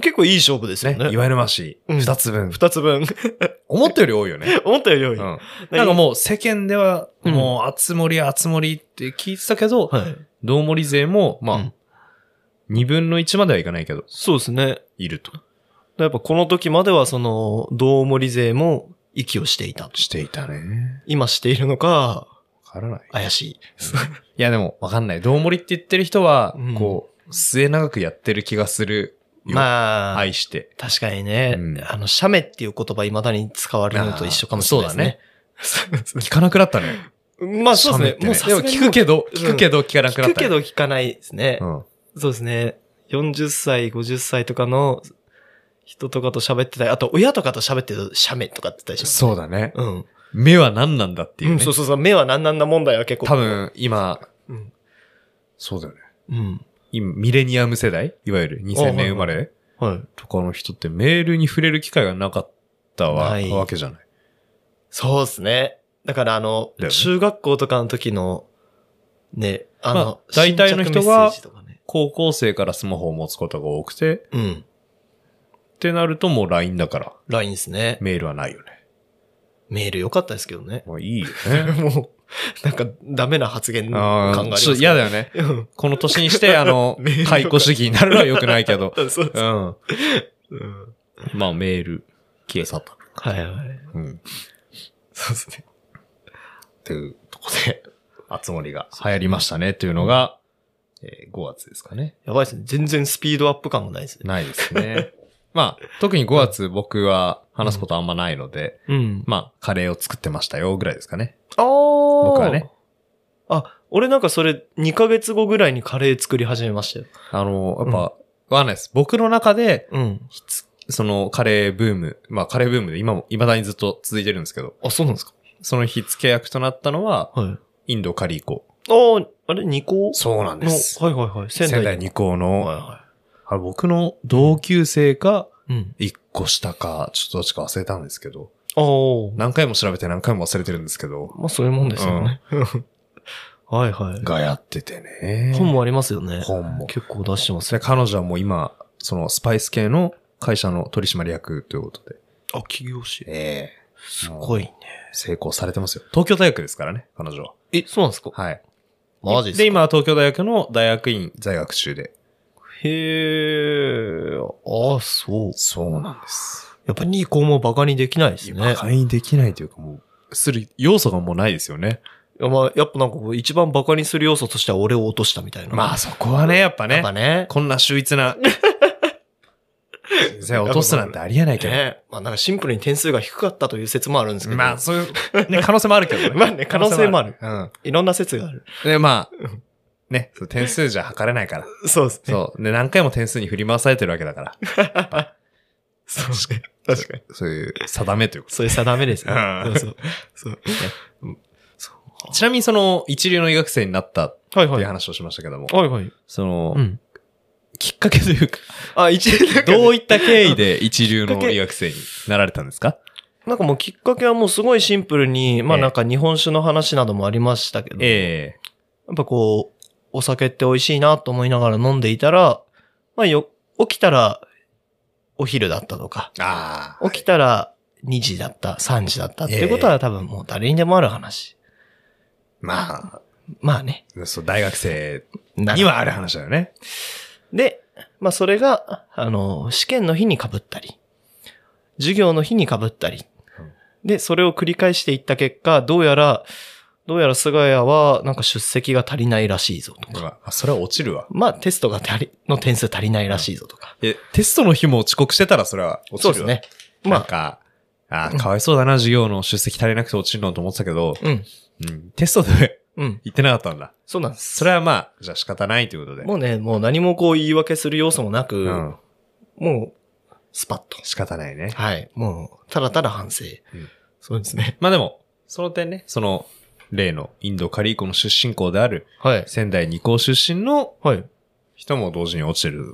[SPEAKER 2] 結構いい勝負です
[SPEAKER 1] で
[SPEAKER 2] よ
[SPEAKER 1] すね。
[SPEAKER 2] ね。
[SPEAKER 1] 岩沼市
[SPEAKER 2] うん
[SPEAKER 1] 2つ分。
[SPEAKER 2] 二つ分。 [LAUGHS]
[SPEAKER 1] 思ったより多いよね。
[SPEAKER 2] 思ったよ
[SPEAKER 1] う
[SPEAKER 2] り多い。
[SPEAKER 1] ん。なんかもう世間では、
[SPEAKER 2] うん
[SPEAKER 1] もう、あつ森、あつ森って聞いてたけど、
[SPEAKER 2] はい。
[SPEAKER 1] どうもり勢も、
[SPEAKER 2] う
[SPEAKER 1] ま
[SPEAKER 2] ん
[SPEAKER 1] あ、2分の1まではいかないけど、
[SPEAKER 2] そうですね。
[SPEAKER 1] いると。
[SPEAKER 2] やっぱこの時まではその、道盛り勢も息をしていた。
[SPEAKER 1] していたね。
[SPEAKER 2] 今しているのか、
[SPEAKER 1] わからない。
[SPEAKER 2] 怪しい。
[SPEAKER 1] いやでも、わかんない。どうもりって言ってる人は
[SPEAKER 2] うん、
[SPEAKER 1] こう、末永くやってる気がする。あ。
[SPEAKER 2] まあ、
[SPEAKER 1] 愛して。
[SPEAKER 2] 確かにね、
[SPEAKER 1] うん
[SPEAKER 2] あの、写メっていう言葉未だに使われるのと一緒かもしれないですね。
[SPEAKER 1] 聞かなくなったね。
[SPEAKER 2] まあそうですね。もうさす
[SPEAKER 1] で
[SPEAKER 2] が
[SPEAKER 1] も
[SPEAKER 2] に
[SPEAKER 1] 聞くけど、聞くけど聞かなくなっ
[SPEAKER 2] 聞
[SPEAKER 1] た。
[SPEAKER 2] くけど聞かないですね。
[SPEAKER 1] うん。
[SPEAKER 2] そうですね。40歳、50歳とかの人とかと喋ってたり、あと親とかと喋ってると写メとかって言ったりします。
[SPEAKER 1] そうだね。
[SPEAKER 2] うん。、
[SPEAKER 1] 目は何なんだっていううんね
[SPEAKER 2] そう。そうそう。目は何なんだ問題は結構。
[SPEAKER 1] 多。分、今、
[SPEAKER 2] うん。
[SPEAKER 1] そうだよね。
[SPEAKER 2] うん。
[SPEAKER 1] 今、ミレニアム世代いわゆる2000年生まれ
[SPEAKER 2] はい。
[SPEAKER 1] とかの人ってメールに触れる機会がなかったわ
[SPEAKER 2] ない
[SPEAKER 1] わけじゃない。
[SPEAKER 2] そうですね。だからあの、
[SPEAKER 1] だよね
[SPEAKER 2] 中学校とかの時の、ね、あの、
[SPEAKER 1] まあ大体の人が
[SPEAKER 2] 新着メッセージとかね
[SPEAKER 1] 高校生からスマホを持つことが多くて、
[SPEAKER 2] うん。
[SPEAKER 1] ってなるともう LINE だから、
[SPEAKER 2] LINE ですね。
[SPEAKER 1] メールはないよね。
[SPEAKER 2] メール良かったですけどね。
[SPEAKER 1] まあいいよね。
[SPEAKER 2] もう、なんかダメな発言
[SPEAKER 1] あ
[SPEAKER 2] 感があり
[SPEAKER 1] あ、
[SPEAKER 2] ます
[SPEAKER 1] ちょっと
[SPEAKER 2] け
[SPEAKER 1] 嫌
[SPEAKER 2] ど
[SPEAKER 1] だよね。
[SPEAKER 2] うん
[SPEAKER 1] この年に [LAUGHS] して、あの
[SPEAKER 2] メール、とか
[SPEAKER 1] 解雇主義になるのは良くないけど。
[SPEAKER 2] そうそう
[SPEAKER 1] う。ん。
[SPEAKER 2] うん
[SPEAKER 1] まあメール、消え去った。
[SPEAKER 2] はいはい。
[SPEAKER 1] うん。っ
[SPEAKER 2] そうですね。
[SPEAKER 1] ていうとこで、あつ森が流行りましたねっていうのが、えー5月ですかね。
[SPEAKER 2] やばいですね。全然スピードアップ感もないですね。
[SPEAKER 1] ないです [LAUGHS] ね。まあ、特に5月僕は話すことあんまないので、
[SPEAKER 2] うん。
[SPEAKER 1] まあ、カレーを作ってましたよぐらいですかね。
[SPEAKER 2] ああ僕
[SPEAKER 1] はね。
[SPEAKER 2] あ、俺なんかそれ2ヶ月後ぐらいにカレー作り始めましたよ。
[SPEAKER 1] あの、やっぱ、わかんないです。僕の中で、
[SPEAKER 2] うん。
[SPEAKER 1] ひつそのカレーブーム、まあカレーブームで今も、未だにずっと続いてるんですけど、
[SPEAKER 2] あ、そうなんですか
[SPEAKER 1] その火付け役となったのは、
[SPEAKER 2] はい。
[SPEAKER 1] インドカリーコ。
[SPEAKER 2] ああ、あれ二校
[SPEAKER 1] そうなん
[SPEAKER 2] の、はいはいはい。仙
[SPEAKER 1] 仙
[SPEAKER 2] 台
[SPEAKER 1] 台二高の、
[SPEAKER 2] はいは
[SPEAKER 1] あ僕の同級生か、
[SPEAKER 2] い。うん。
[SPEAKER 1] 一個下か、ちょっとどっちか忘れたんですけど、
[SPEAKER 2] あ
[SPEAKER 1] 何回も調べて何回も忘れてるんですけど
[SPEAKER 2] あ。、まあそういうもんですよね。はいはい。
[SPEAKER 1] がやっててね。
[SPEAKER 2] 本もありますよね。
[SPEAKER 1] 本も
[SPEAKER 2] 結構出してます
[SPEAKER 1] で、
[SPEAKER 2] ね。
[SPEAKER 1] 彼女はもう今、そのスパイス系の会社の取締役ということで。
[SPEAKER 2] あ、起業し。
[SPEAKER 1] え
[SPEAKER 2] すごいね。
[SPEAKER 1] え成功されてますよ。東京大学ですからね、彼女は。
[SPEAKER 2] え、そうなんですか
[SPEAKER 1] はい。
[SPEAKER 2] マジっすか
[SPEAKER 1] で、今は東京大学の大学院在学中で。
[SPEAKER 2] へえ。ああ、そう。
[SPEAKER 1] そうなんです。
[SPEAKER 2] やっぱ二校もバカにできないですね。
[SPEAKER 1] 馬鹿にできないというかもう、する要素がもうないですよね。
[SPEAKER 2] いや、まあ、やっぱなんかこう一番バカにする要素としては俺を落としたみたいな。
[SPEAKER 1] まあそこはね、やっぱ
[SPEAKER 2] やっ
[SPEAKER 1] ね
[SPEAKER 2] ぱ、ね。
[SPEAKER 1] こんな秀逸な、先生落とすなんてありえないけ
[SPEAKER 2] ね。まあなんかシンプルに点数が低かったという説もあるんですけ
[SPEAKER 1] ど。
[SPEAKER 2] ど。
[SPEAKER 1] まあ、そういう、ね、可能性もある [LAUGHS] けどね。
[SPEAKER 2] まあね可能性もある
[SPEAKER 1] 可能性もある。
[SPEAKER 2] いろんな説がある。
[SPEAKER 1] うん。で、まあ、ね、そう点数じゃ測れないから。
[SPEAKER 2] そうですね。
[SPEAKER 1] そう。で、何回も点数に振り回されてるわけだから。
[SPEAKER 2] そう。確かに。
[SPEAKER 1] そういう定めというこ
[SPEAKER 2] そういう定めですね。
[SPEAKER 1] う
[SPEAKER 2] そ
[SPEAKER 1] ん
[SPEAKER 2] うそう。 [LAUGHS] そう。うん
[SPEAKER 1] と。ちなみにその、一流の医学生になったっ
[SPEAKER 2] はい
[SPEAKER 1] て
[SPEAKER 2] はいい。
[SPEAKER 1] う話をしましたけども、
[SPEAKER 2] はいはい。
[SPEAKER 1] その、
[SPEAKER 2] うん。
[SPEAKER 1] きっかけというか、
[SPEAKER 2] あ、一流
[SPEAKER 1] ど
[SPEAKER 2] どう
[SPEAKER 1] ういった経緯で一流の医学生になられたんですか
[SPEAKER 2] なんかもうきっかけはもうすごいシンプルに、まあ
[SPEAKER 1] ええ
[SPEAKER 2] なんか日本酒の話などもありましたけど、や
[SPEAKER 1] え
[SPEAKER 2] っぱこう、お酒って美味しいなと思いながら飲んでいたら、まあよ、起きたらお昼だったとか、
[SPEAKER 1] えああ。
[SPEAKER 2] 起きたら2時だった、3時だったっていうことは多分もう誰にでもある話。
[SPEAKER 1] ま
[SPEAKER 2] まあね。
[SPEAKER 1] あ、そう、大学生
[SPEAKER 2] な
[SPEAKER 1] にはある話だよね。
[SPEAKER 2] で、まあそれが、あの、試験の日に被ったり、授業の日に被ったり
[SPEAKER 1] うん、
[SPEAKER 2] で、それを繰り返していった結果、どうやら、どうやら菅谷はなんか出席が足りないらしいぞとか、
[SPEAKER 1] まあ、それは落ちるわ。
[SPEAKER 2] まあテストが足り、の点数足りないらしいぞとか。
[SPEAKER 1] え、テストの日も遅刻してたらそれは落ち
[SPEAKER 2] そ
[SPEAKER 1] る
[SPEAKER 2] うです
[SPEAKER 1] わ。なん
[SPEAKER 2] ね。まあ、
[SPEAKER 1] か、ああ、かわいそうだな、授業の出席足りなくて落ちるのと思ってたけど、
[SPEAKER 2] うん、
[SPEAKER 1] うん、テストで [LAUGHS]
[SPEAKER 2] うん、
[SPEAKER 1] 行ってなかったんだ。
[SPEAKER 2] そうなんです。
[SPEAKER 1] それはまあ、じゃあ仕方ないということで。
[SPEAKER 2] もうね、もう何もこう言い訳する要素もなく、
[SPEAKER 1] うん、
[SPEAKER 2] もう、スパッと。
[SPEAKER 1] 仕方ないね。
[SPEAKER 2] はい。もう、ただただ反省。
[SPEAKER 1] うん
[SPEAKER 2] そうですね。
[SPEAKER 1] まあでも、その点ね、その、例のインドカリーコの出身校である
[SPEAKER 2] はい。
[SPEAKER 1] 仙台二高出身の
[SPEAKER 2] はい。
[SPEAKER 1] 人も同時に落ちてる。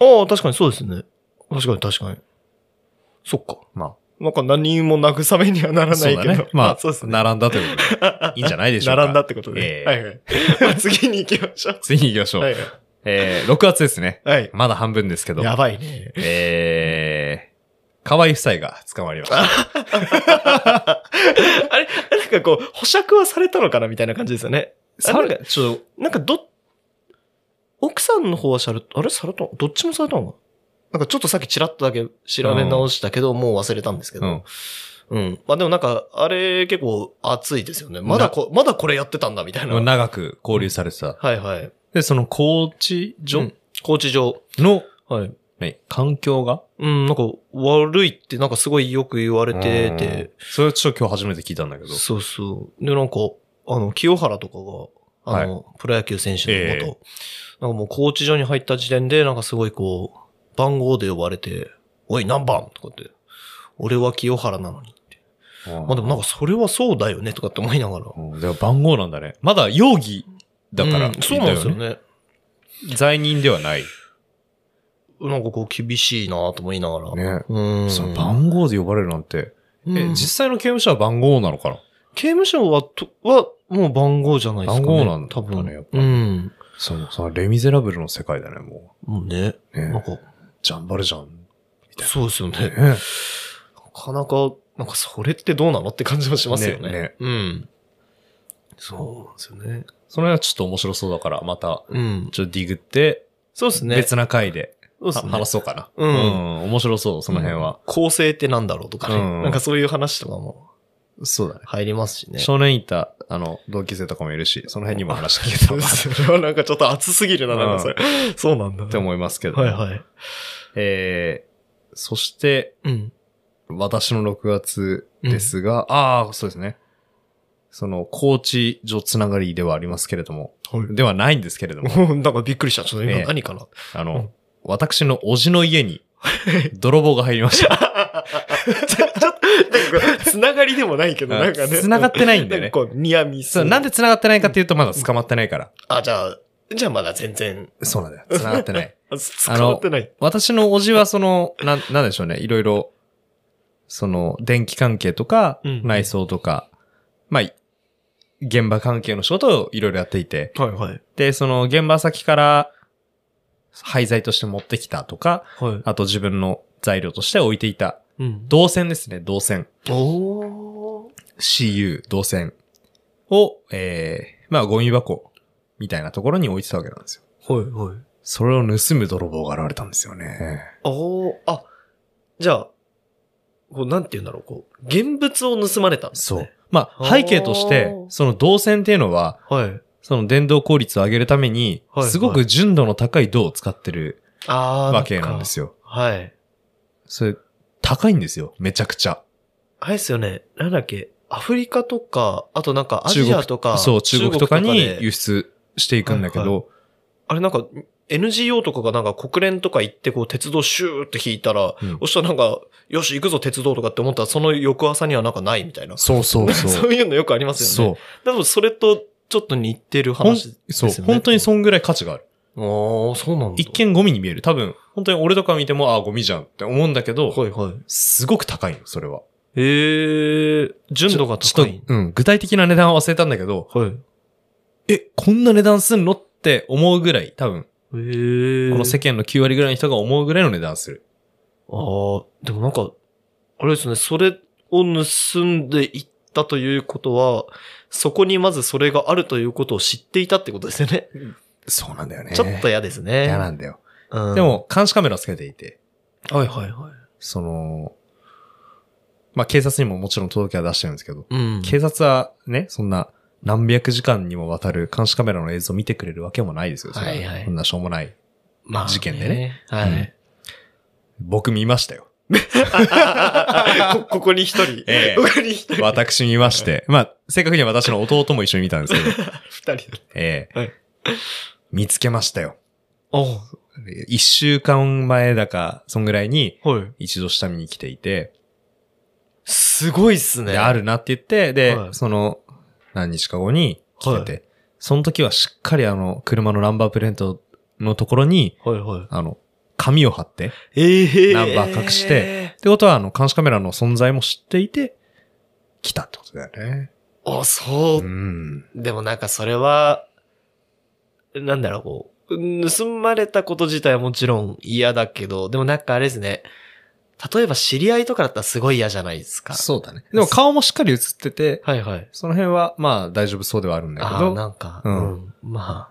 [SPEAKER 2] ああ、確かにそうですね。確かに確かに。そっか。
[SPEAKER 1] まあ、
[SPEAKER 2] なんか何も慰めにはならな
[SPEAKER 1] そう
[SPEAKER 2] い
[SPEAKER 1] だ
[SPEAKER 2] けど。
[SPEAKER 1] ね。まあ、
[SPEAKER 2] そうですね。
[SPEAKER 1] 並んだということで、いいんじゃないでしょうか。
[SPEAKER 2] [LAUGHS] 並んだってこと
[SPEAKER 1] え
[SPEAKER 2] で。
[SPEAKER 1] え
[SPEAKER 2] はいはい。まあ次に行きましょう。
[SPEAKER 1] 次に行きましょう。
[SPEAKER 2] はい
[SPEAKER 1] えー、6月ですね。
[SPEAKER 2] はい。
[SPEAKER 1] まだ半分ですけど。
[SPEAKER 2] やばいね。 [LAUGHS]
[SPEAKER 1] えー、河合夫妻が捕まりました。
[SPEAKER 2] あれ、なんかこう、保釈はされたのかなみたいな感じですよね。
[SPEAKER 1] さ
[SPEAKER 2] なんか
[SPEAKER 1] ちょっと、
[SPEAKER 2] なんかど、奥さんの方はされ、あれされたどっちもされたのかななんかちょっとさっきチラッとだけ調べ直したけど、もう忘れたんですけ
[SPEAKER 1] う
[SPEAKER 2] ど
[SPEAKER 1] ん。。
[SPEAKER 2] うん。まあでもなんか、あれ結構熱いですよね。まだこ、まだこれやってたんだみたいな。は
[SPEAKER 1] 長く交流されてた。
[SPEAKER 2] いはい。
[SPEAKER 1] で、その高知
[SPEAKER 2] う
[SPEAKER 1] 所
[SPEAKER 2] ん高知上。
[SPEAKER 1] の、
[SPEAKER 2] はい。
[SPEAKER 1] ね環境が
[SPEAKER 2] うん、なんか悪いってなんかすごいよく言われて
[SPEAKER 1] うん
[SPEAKER 2] て。
[SPEAKER 1] それはちょっと今日初めて聞いたんだけど。
[SPEAKER 2] そうそう。で、なんか、あの、清原とかが、あの、プロ野球選手のこと、なんかもうコーチ場に入った時点で、なんかすごいこう、番号で呼ばれて、おい何番とかって、俺は清原なのにって。まあでもなんかそれはそうだよねとかって思いながら。
[SPEAKER 1] うん、でも番号なんだね。まだ容疑だから、
[SPEAKER 2] うんそうなんですよ
[SPEAKER 1] だ
[SPEAKER 2] ね。
[SPEAKER 1] ね。罪人ではない。
[SPEAKER 2] なんかこう厳しいなと思いながら。
[SPEAKER 1] ね。
[SPEAKER 2] うん。
[SPEAKER 1] その番号で呼ばれるなんて。
[SPEAKER 2] うん
[SPEAKER 1] え、実際の刑務所は番号なのかな
[SPEAKER 2] 刑務所はと、は、もう番号じゃないですか、ね。
[SPEAKER 1] 番号なんだね
[SPEAKER 2] 多分。
[SPEAKER 1] やっぱ
[SPEAKER 2] うん。
[SPEAKER 1] その、そのレミゼラブルの世界だね、も
[SPEAKER 2] もうね。
[SPEAKER 1] う。
[SPEAKER 2] なん
[SPEAKER 1] ね。
[SPEAKER 2] か、
[SPEAKER 1] ジャンバルジャン。
[SPEAKER 2] そうですよね。
[SPEAKER 1] ね。
[SPEAKER 2] なかなか、なんかそれってどうなのって感じはしますよ
[SPEAKER 1] ね
[SPEAKER 2] ね。
[SPEAKER 1] ね
[SPEAKER 2] うん。そうなんですよね。
[SPEAKER 1] それはちょっと面白そうだから、また、
[SPEAKER 2] うん。
[SPEAKER 1] ちょっとディグって、
[SPEAKER 2] そうですね。
[SPEAKER 1] 別な回で、
[SPEAKER 2] そうです
[SPEAKER 1] は
[SPEAKER 2] ね。
[SPEAKER 1] 話そうかな。
[SPEAKER 2] うん
[SPEAKER 1] ん面白そう、その辺は。
[SPEAKER 2] 構成ってなんだろうとかね。
[SPEAKER 1] うん
[SPEAKER 2] なんかそういう話とかも
[SPEAKER 1] そうだね。
[SPEAKER 2] 入りますしね。
[SPEAKER 1] 少年いた、あの、同級生とかもいるし、その辺にも話聞けたらなっ
[SPEAKER 2] [LAUGHS] それはなんかちょっと熱すぎるな、なん
[SPEAKER 1] うん
[SPEAKER 2] かそれ。そうなんだ。
[SPEAKER 1] て思いますけど。
[SPEAKER 2] はいはい。
[SPEAKER 1] えー、そして、
[SPEAKER 2] うん。
[SPEAKER 1] 私の6月ですが、ああ、そうですね。その、高知所つながりではありますけれども、ではないんですけれども、
[SPEAKER 2] はい。 [LAUGHS] なんかびっくりした。ちょっと
[SPEAKER 1] ええ
[SPEAKER 2] 今何かな。 [LAUGHS]
[SPEAKER 1] あの、
[SPEAKER 2] うん
[SPEAKER 1] 私のおじの家に、泥棒が入りました。
[SPEAKER 2] なんか、つながりでもないけど、なんかね。
[SPEAKER 1] 繋がってないんだ
[SPEAKER 2] な
[SPEAKER 1] よ
[SPEAKER 2] ん
[SPEAKER 1] ね
[SPEAKER 2] か。こう、ニアミス。
[SPEAKER 1] そうなんで繋がってないかっていうと、まだ捕まってないから。
[SPEAKER 2] あ、じゃあ、じゃあまだ全然、
[SPEAKER 1] そうなんだよ。繋がって
[SPEAKER 2] [LAUGHS]
[SPEAKER 1] ない。
[SPEAKER 2] あ使わってない。
[SPEAKER 1] 私のおじはその、なん、なんでしょうね。いろいろ、その、電気関係とか、
[SPEAKER 2] うん
[SPEAKER 1] 内装とか、まあ、い現場関係の仕事をいろいろやっていて、
[SPEAKER 2] はいはい。
[SPEAKER 1] で、その現場先から廃材として持ってきたとか、
[SPEAKER 2] はい。
[SPEAKER 1] あと自分の材料として置いていた、
[SPEAKER 2] うん。
[SPEAKER 1] 銅線ですね、銅線。
[SPEAKER 2] おー
[SPEAKER 1] CU、銅線を、えー、まあ、ゴミ箱みたいなところに置いてたわけなんですよ。
[SPEAKER 2] はいはい。
[SPEAKER 1] それを盗む泥棒が現れたんですよね。
[SPEAKER 2] おーあ、じゃあ、こう、なんて言うんだろう、こう、現物を盗まれたんです
[SPEAKER 1] そ
[SPEAKER 2] ね。
[SPEAKER 1] う。。まあ、背景として
[SPEAKER 2] お、ー
[SPEAKER 1] その銅線っていうのは、
[SPEAKER 2] はい。
[SPEAKER 1] その電動効率を上げるために
[SPEAKER 2] はい、はい
[SPEAKER 1] すごく純度の高い銅を使ってる
[SPEAKER 2] あー
[SPEAKER 1] わけなんです
[SPEAKER 2] よ。
[SPEAKER 1] よ。
[SPEAKER 2] はい。
[SPEAKER 1] それ、高いんですよ。めちゃくちゃ。
[SPEAKER 2] あれですよね、なんだっけ、アフリカとか、あとなんかア
[SPEAKER 1] 中
[SPEAKER 2] ジ
[SPEAKER 1] 国
[SPEAKER 2] アとか、
[SPEAKER 1] そう、中国とかに
[SPEAKER 2] で
[SPEAKER 1] 輸出していくんだけ
[SPEAKER 2] はい
[SPEAKER 1] ど、
[SPEAKER 2] あれなんか、NGO とかがなんか国連とか行ってこう鉄道シューって引いたら、
[SPEAKER 1] うん
[SPEAKER 2] そしたらなんか、よし行くぞ鉄道とかって思ったらその翌朝にはなんかないみたいな。
[SPEAKER 1] そうそうそ。
[SPEAKER 2] [LAUGHS] そうういうのよくありますよね。
[SPEAKER 1] そう。
[SPEAKER 2] そう。でもそれとちょっと似てる
[SPEAKER 1] ほん
[SPEAKER 2] 話です
[SPEAKER 1] そ
[SPEAKER 2] よ
[SPEAKER 1] う
[SPEAKER 2] ね。。
[SPEAKER 1] 本当にそんぐらい価値がある。
[SPEAKER 2] ああ、そうなんだ。
[SPEAKER 1] 一見ゴミに見える。多分、本当に俺とか見ても、ああ、ゴミじゃんって思うんだけど、
[SPEAKER 2] はいはい。
[SPEAKER 1] すごく高いよ、それは。
[SPEAKER 2] へえ、純度が
[SPEAKER 1] ちょ
[SPEAKER 2] 高
[SPEAKER 1] ちょ
[SPEAKER 2] い
[SPEAKER 1] っ。と、うん、具体的な値段は忘れたんだけど、
[SPEAKER 2] はい。
[SPEAKER 1] え、こんな値段すんのって思うぐらい、多分、
[SPEAKER 2] へえ。
[SPEAKER 1] この世間の9割ぐらいの人が思うぐらいの値段する。
[SPEAKER 2] ああ、でもなんか、あれですね、それを盗んでいったということは、そこにまずそれがあるということを知っていたってことですよね。
[SPEAKER 1] そうなんだよね
[SPEAKER 2] ちょっと嫌ですね。
[SPEAKER 1] 嫌なんだよ。
[SPEAKER 2] うん
[SPEAKER 1] で、も、監視カメラつけていて、
[SPEAKER 2] はいはいはい。
[SPEAKER 1] その、まあ、警察にももちろん届けは出してるんですけど、
[SPEAKER 2] うん。
[SPEAKER 1] 警察はね、そんな何百時間にもわたる監視カメラの映像を見てくれるわけもないですよ。それ
[SPEAKER 2] はいはい
[SPEAKER 1] こんなしょうもない。
[SPEAKER 2] ま
[SPEAKER 1] 事件でね。
[SPEAKER 2] は
[SPEAKER 1] うん
[SPEAKER 2] い。
[SPEAKER 1] 僕見ましたよ。
[SPEAKER 2] [LAUGHS] こここに一人。
[SPEAKER 1] ええ
[SPEAKER 2] ここに一人。
[SPEAKER 1] 私見まして。まあ、正確には私の弟も一緒に見たんですけ
[SPEAKER 2] [LAUGHS]
[SPEAKER 1] ど、
[SPEAKER 2] 二人。
[SPEAKER 1] ええ
[SPEAKER 2] はい
[SPEAKER 1] 見つけましたよ。
[SPEAKER 2] お
[SPEAKER 1] 一週間前だか、そんぐらいに
[SPEAKER 2] はい。
[SPEAKER 1] 一度下見に来ていて、
[SPEAKER 2] すごいっすね。
[SPEAKER 1] で、あ。るなって言って、で、
[SPEAKER 2] はい
[SPEAKER 1] その、何日か後に来てて、その時はしっかりあの、車のナンバープレートのところに、
[SPEAKER 2] はいはい。
[SPEAKER 1] あの、紙を貼って、
[SPEAKER 2] ええ
[SPEAKER 1] ナンバー隠して、ってことは、あの、監視カメラの存在も知っていて、来たってことだよね。
[SPEAKER 2] お、そう
[SPEAKER 1] うん。
[SPEAKER 2] う。でもなんかそれは、なんだろう、こう、盗まれたこと自体はもちろん嫌だけど、でもなんかあれですね。例えば知り合いとかだったらすごい嫌じゃないですか。
[SPEAKER 1] そうだね。でも顔もしっかり映ってて、
[SPEAKER 2] はいはい。
[SPEAKER 1] その辺は、まあ、大丈夫そうではあるんだけ
[SPEAKER 2] ああ、
[SPEAKER 1] ど、
[SPEAKER 2] なんか、う、
[SPEAKER 1] うんん
[SPEAKER 2] まあ。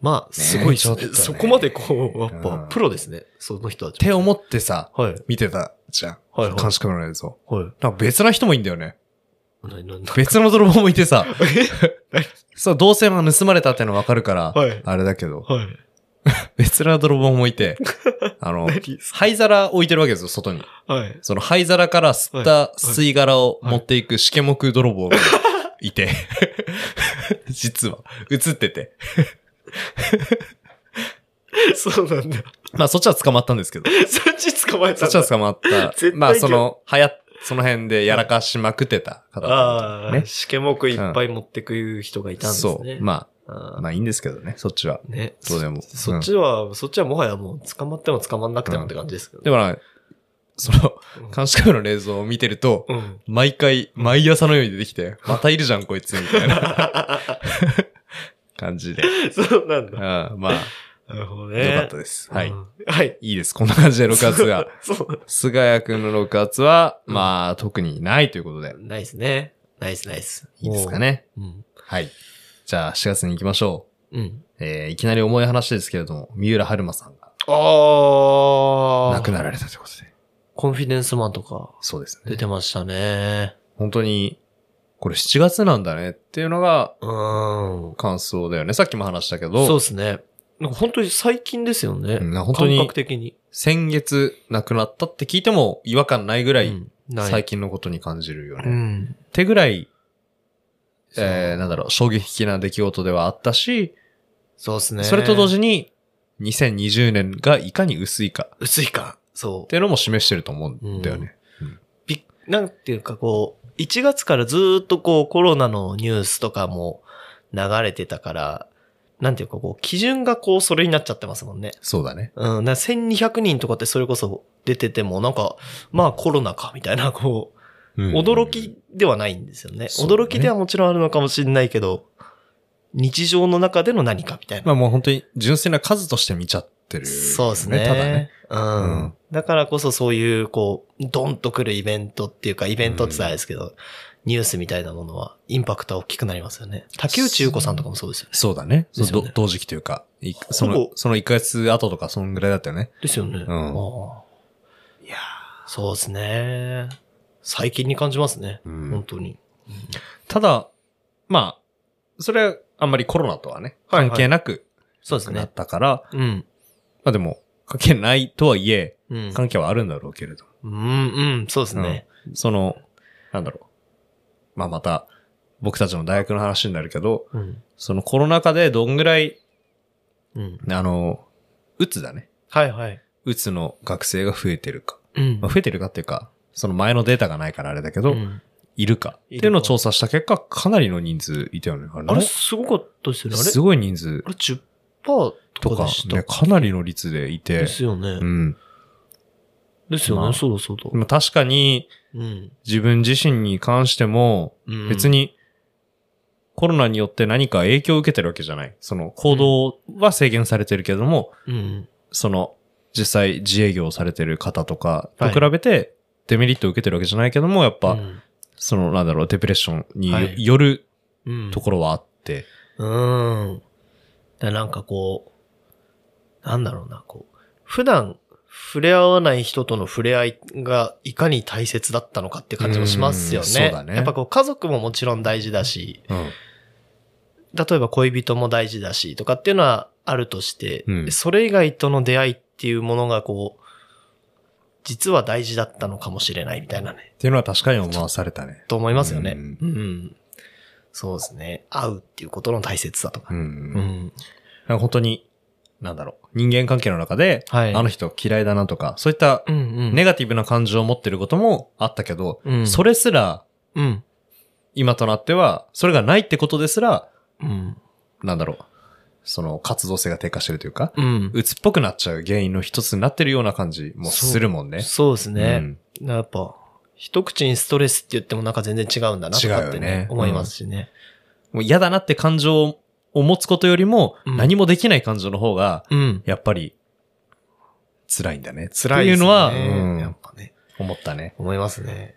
[SPEAKER 2] まあ、すごいで
[SPEAKER 1] ち
[SPEAKER 2] すね
[SPEAKER 1] ょっとね
[SPEAKER 2] そこまでこう、やっ
[SPEAKER 1] う
[SPEAKER 2] ぱ、
[SPEAKER 1] ん
[SPEAKER 2] プロですね。その人たち。
[SPEAKER 1] って思ってさ、
[SPEAKER 2] はい。
[SPEAKER 1] 見てたじゃん。
[SPEAKER 2] はいはい
[SPEAKER 1] 監視カメラの映像。
[SPEAKER 2] はい。
[SPEAKER 1] なんか別な人もいいんだよね。
[SPEAKER 2] な、な、な、
[SPEAKER 1] 別の泥棒もいてさ、
[SPEAKER 2] え
[SPEAKER 1] そう、同性が盗まれたってのわかるから、
[SPEAKER 2] はい
[SPEAKER 1] あれだけど、
[SPEAKER 2] はい。
[SPEAKER 1] 別な泥棒もいて、あの、
[SPEAKER 2] 何です
[SPEAKER 1] 灰皿置いてるわけですよ、外に。
[SPEAKER 2] かはい。
[SPEAKER 1] その灰皿から吸った吸い殻を持っていくシケモク泥棒がいて、 [LAUGHS] 実は、映ってて。
[SPEAKER 2] そうなんだ。
[SPEAKER 1] まあそっちは捕まったんですけど、
[SPEAKER 2] そっち捕まえた
[SPEAKER 1] そ
[SPEAKER 2] ん
[SPEAKER 1] っちは
[SPEAKER 2] だ。
[SPEAKER 1] 捕まった
[SPEAKER 2] 絶対、
[SPEAKER 1] まあその、はや、その辺でやらかしまくってた方々
[SPEAKER 2] ああ、
[SPEAKER 1] ね。
[SPEAKER 2] 試験目いっぱい持ってく人がいたんですね。
[SPEAKER 1] そう。まあ、
[SPEAKER 2] あ
[SPEAKER 1] まあいいんですけどね、そっちは。
[SPEAKER 2] ーね。
[SPEAKER 1] どうでも
[SPEAKER 2] そそっちは、そっちはもはやもう捕まっても捕まんなくてもって感じですけどね。
[SPEAKER 1] でもな、その、監視カメラの映像を見てると、
[SPEAKER 2] うん。うん [LAUGHS]
[SPEAKER 1] 毎回、毎朝のように出てきて、またいるじゃん、こいつ、みたいな感じで。
[SPEAKER 2] そうなん
[SPEAKER 1] うん
[SPEAKER 2] だ。
[SPEAKER 1] まあ、
[SPEAKER 2] なるほどね。
[SPEAKER 1] 良かったです。はい。
[SPEAKER 2] うん。はい。
[SPEAKER 1] いいです。こんな感じで6月が。
[SPEAKER 2] [LAUGHS] そう。
[SPEAKER 1] 菅谷くんの6月は、まあ、特にないということで、
[SPEAKER 2] ナイスね。ナイスナイス。
[SPEAKER 1] いいですかね。
[SPEAKER 2] もう。うん。
[SPEAKER 1] はい。じゃあ、4月に行きましょう。
[SPEAKER 2] うん。
[SPEAKER 1] えーいきなり重い話ですけれども、三浦春馬さんが
[SPEAKER 2] ああ。
[SPEAKER 1] 亡くなられたということで。
[SPEAKER 2] コンフィデンスマンとか
[SPEAKER 1] そうです
[SPEAKER 2] 出
[SPEAKER 1] ね。
[SPEAKER 2] てましたね。
[SPEAKER 1] 本当に、これ7月なんだねっていうのが
[SPEAKER 2] うーん。
[SPEAKER 1] 感想だよね。さっきも話したけど、
[SPEAKER 2] そうですね。なんか本当に最近ですよね。
[SPEAKER 1] うん本当に
[SPEAKER 2] 感覚的に。
[SPEAKER 1] 先月亡くなったって聞いても違和感ないぐら
[SPEAKER 2] う
[SPEAKER 1] い
[SPEAKER 2] んない。
[SPEAKER 1] 最近のことに感じるよね。
[SPEAKER 2] うん。
[SPEAKER 1] ってぐらい、
[SPEAKER 2] そう
[SPEAKER 1] えー、なんだろう、衝撃的な出来事ではあったし、
[SPEAKER 2] そうですね。
[SPEAKER 1] それと同
[SPEAKER 2] に。
[SPEAKER 1] 時に2020年がいかに薄いかっ
[SPEAKER 2] 薄いか。そう
[SPEAKER 1] て。いうのも示してると思うんだよね。
[SPEAKER 2] びっなんていうかこう、1月からずーっとこうコロナのニュースとかも流れてたから、なんていうかこう、基準がこうそれになっちゃってますもんね。
[SPEAKER 1] そうだね。
[SPEAKER 2] うん、な1200人とかってそれこそ出てても、なんか、まあコロナかみたいな、こう、驚きではないんですよね。
[SPEAKER 1] そうだね
[SPEAKER 2] 驚きではもちろんあるのかもしれないけど、日常の中での何かみたいな。
[SPEAKER 1] まあもう本当に純粋な数として見ちゃってる、
[SPEAKER 2] そうですね。
[SPEAKER 1] ただね。
[SPEAKER 2] うん。
[SPEAKER 1] うん
[SPEAKER 2] だからこそそういう、こう、ドンと来るイベントっていうか、イベントって言ったらあれですけど、ニュースみたいなものは、インパクトは大きくなりますよね。竹内優子さんとかもそうですよね。
[SPEAKER 1] そうだね。
[SPEAKER 2] で
[SPEAKER 1] そ
[SPEAKER 2] すよ
[SPEAKER 1] う
[SPEAKER 2] ね
[SPEAKER 1] ど同時期というか、いそ
[SPEAKER 2] ほ
[SPEAKER 1] の
[SPEAKER 2] ぼ、
[SPEAKER 1] その1ヶ月後とかそんぐらいだったよね。
[SPEAKER 2] ですよね。
[SPEAKER 1] うん
[SPEAKER 2] ああ
[SPEAKER 1] いや
[SPEAKER 2] そうですね。最近に感じますね。
[SPEAKER 1] うん
[SPEAKER 2] 本当に。
[SPEAKER 1] ただ、まあ、それはあんまりコロナとはね、
[SPEAKER 2] はいはい
[SPEAKER 1] 関係なく
[SPEAKER 2] そうです
[SPEAKER 1] な
[SPEAKER 2] ね
[SPEAKER 1] っ。たから、
[SPEAKER 2] うん。
[SPEAKER 1] まあでも、関係ないとはいえ、
[SPEAKER 2] うん。
[SPEAKER 1] 関係はあるんだろうけれど、
[SPEAKER 2] うん、うん、そうですね。
[SPEAKER 1] その、なんだろう。まあまた、僕たちの大学の話になるけど、
[SPEAKER 2] うん。
[SPEAKER 1] そのコロナ禍でどんぐらい、
[SPEAKER 2] うん。
[SPEAKER 1] あの、うつだね。
[SPEAKER 2] はいはい。
[SPEAKER 1] うつの学生が増えてるか。
[SPEAKER 2] うん
[SPEAKER 1] まあ、増えてるかっていうか、その前のデータがないからあれだけど、
[SPEAKER 2] うん
[SPEAKER 1] いるか。っていうのを調査した結果、かなりの人数いたよね。あれ
[SPEAKER 2] あれ、すごかったですよね。あれ
[SPEAKER 1] すごい人数
[SPEAKER 2] あれ10%と
[SPEAKER 1] と
[SPEAKER 2] か
[SPEAKER 1] か
[SPEAKER 2] でし、た
[SPEAKER 1] ね、。かなりの率でいて
[SPEAKER 2] で、すよね
[SPEAKER 1] う。ん。
[SPEAKER 2] ですよ
[SPEAKER 1] ま
[SPEAKER 2] ね。
[SPEAKER 1] あ
[SPEAKER 2] そうだそうだ。
[SPEAKER 1] まあ確かに、
[SPEAKER 2] うん。
[SPEAKER 1] 自分自身に関しても、
[SPEAKER 2] うん
[SPEAKER 1] 別に、コロナによって何か影響を受けてるわけじゃない。その、行動は制限されてるけれども、
[SPEAKER 2] うん。
[SPEAKER 1] その、実際自営業をされてる方とかと
[SPEAKER 2] はい
[SPEAKER 1] 比べて、デメリットを受けてるわけじゃないけども、やっぱ、
[SPEAKER 2] うん
[SPEAKER 1] その、なんだろう、デプレッションによ
[SPEAKER 2] はい
[SPEAKER 1] よる
[SPEAKER 2] うん。
[SPEAKER 1] ところはあって、
[SPEAKER 2] うん。だなんかこう、なんだろうな、こう、普段触れ合わない人との触れ合いがいかに大切だったのかって感じもしますよね。
[SPEAKER 1] うんそうだね
[SPEAKER 2] やっぱこう家族ももちろん大事だし、
[SPEAKER 1] うん
[SPEAKER 2] 例えば恋人も大事だしとかっていうのはあるとして、
[SPEAKER 1] うん
[SPEAKER 2] それ以外との出会いっていうものがこう、実は大事だったのかもしれないみたいなね。
[SPEAKER 1] っていうのは確かに思わされたね。
[SPEAKER 2] と思いますよね。
[SPEAKER 1] うん
[SPEAKER 2] うん。そうですね。会うっていうことの大切さとか
[SPEAKER 1] う。ん。
[SPEAKER 2] う
[SPEAKER 1] なん
[SPEAKER 2] ん。
[SPEAKER 1] か本当に、なんだろう、人間関係の中で、
[SPEAKER 2] はい。
[SPEAKER 1] あの人嫌いだなとか、そういった
[SPEAKER 2] うんうん。
[SPEAKER 1] ネガティブな感情を持ってることもあったけど、
[SPEAKER 2] うん
[SPEAKER 1] それすら、
[SPEAKER 2] うん。
[SPEAKER 1] 今となっては、それがないってことですら、
[SPEAKER 2] うん。
[SPEAKER 1] なんだろう、その活動性が低下してるというか、
[SPEAKER 2] うん。
[SPEAKER 1] 鬱っぽくなっちゃう原因の一つになってるような感じもするもんね。
[SPEAKER 2] そうですね。やっぱ、一口にストレスって言ってもなんか全然違うんだなとかって
[SPEAKER 1] 違うよ
[SPEAKER 2] ね
[SPEAKER 1] ね、
[SPEAKER 2] 思いますしね。
[SPEAKER 1] もう嫌だなって感情を持つことよりも、
[SPEAKER 2] うん
[SPEAKER 1] 何もできない感情の方が、
[SPEAKER 2] うん。
[SPEAKER 1] やっぱり、辛いんだね。
[SPEAKER 2] 辛い
[SPEAKER 1] ってい
[SPEAKER 2] で
[SPEAKER 1] う
[SPEAKER 2] す
[SPEAKER 1] のは、
[SPEAKER 2] ね
[SPEAKER 1] うん
[SPEAKER 2] やっぱね、
[SPEAKER 1] 思ったね。
[SPEAKER 2] 思いますね。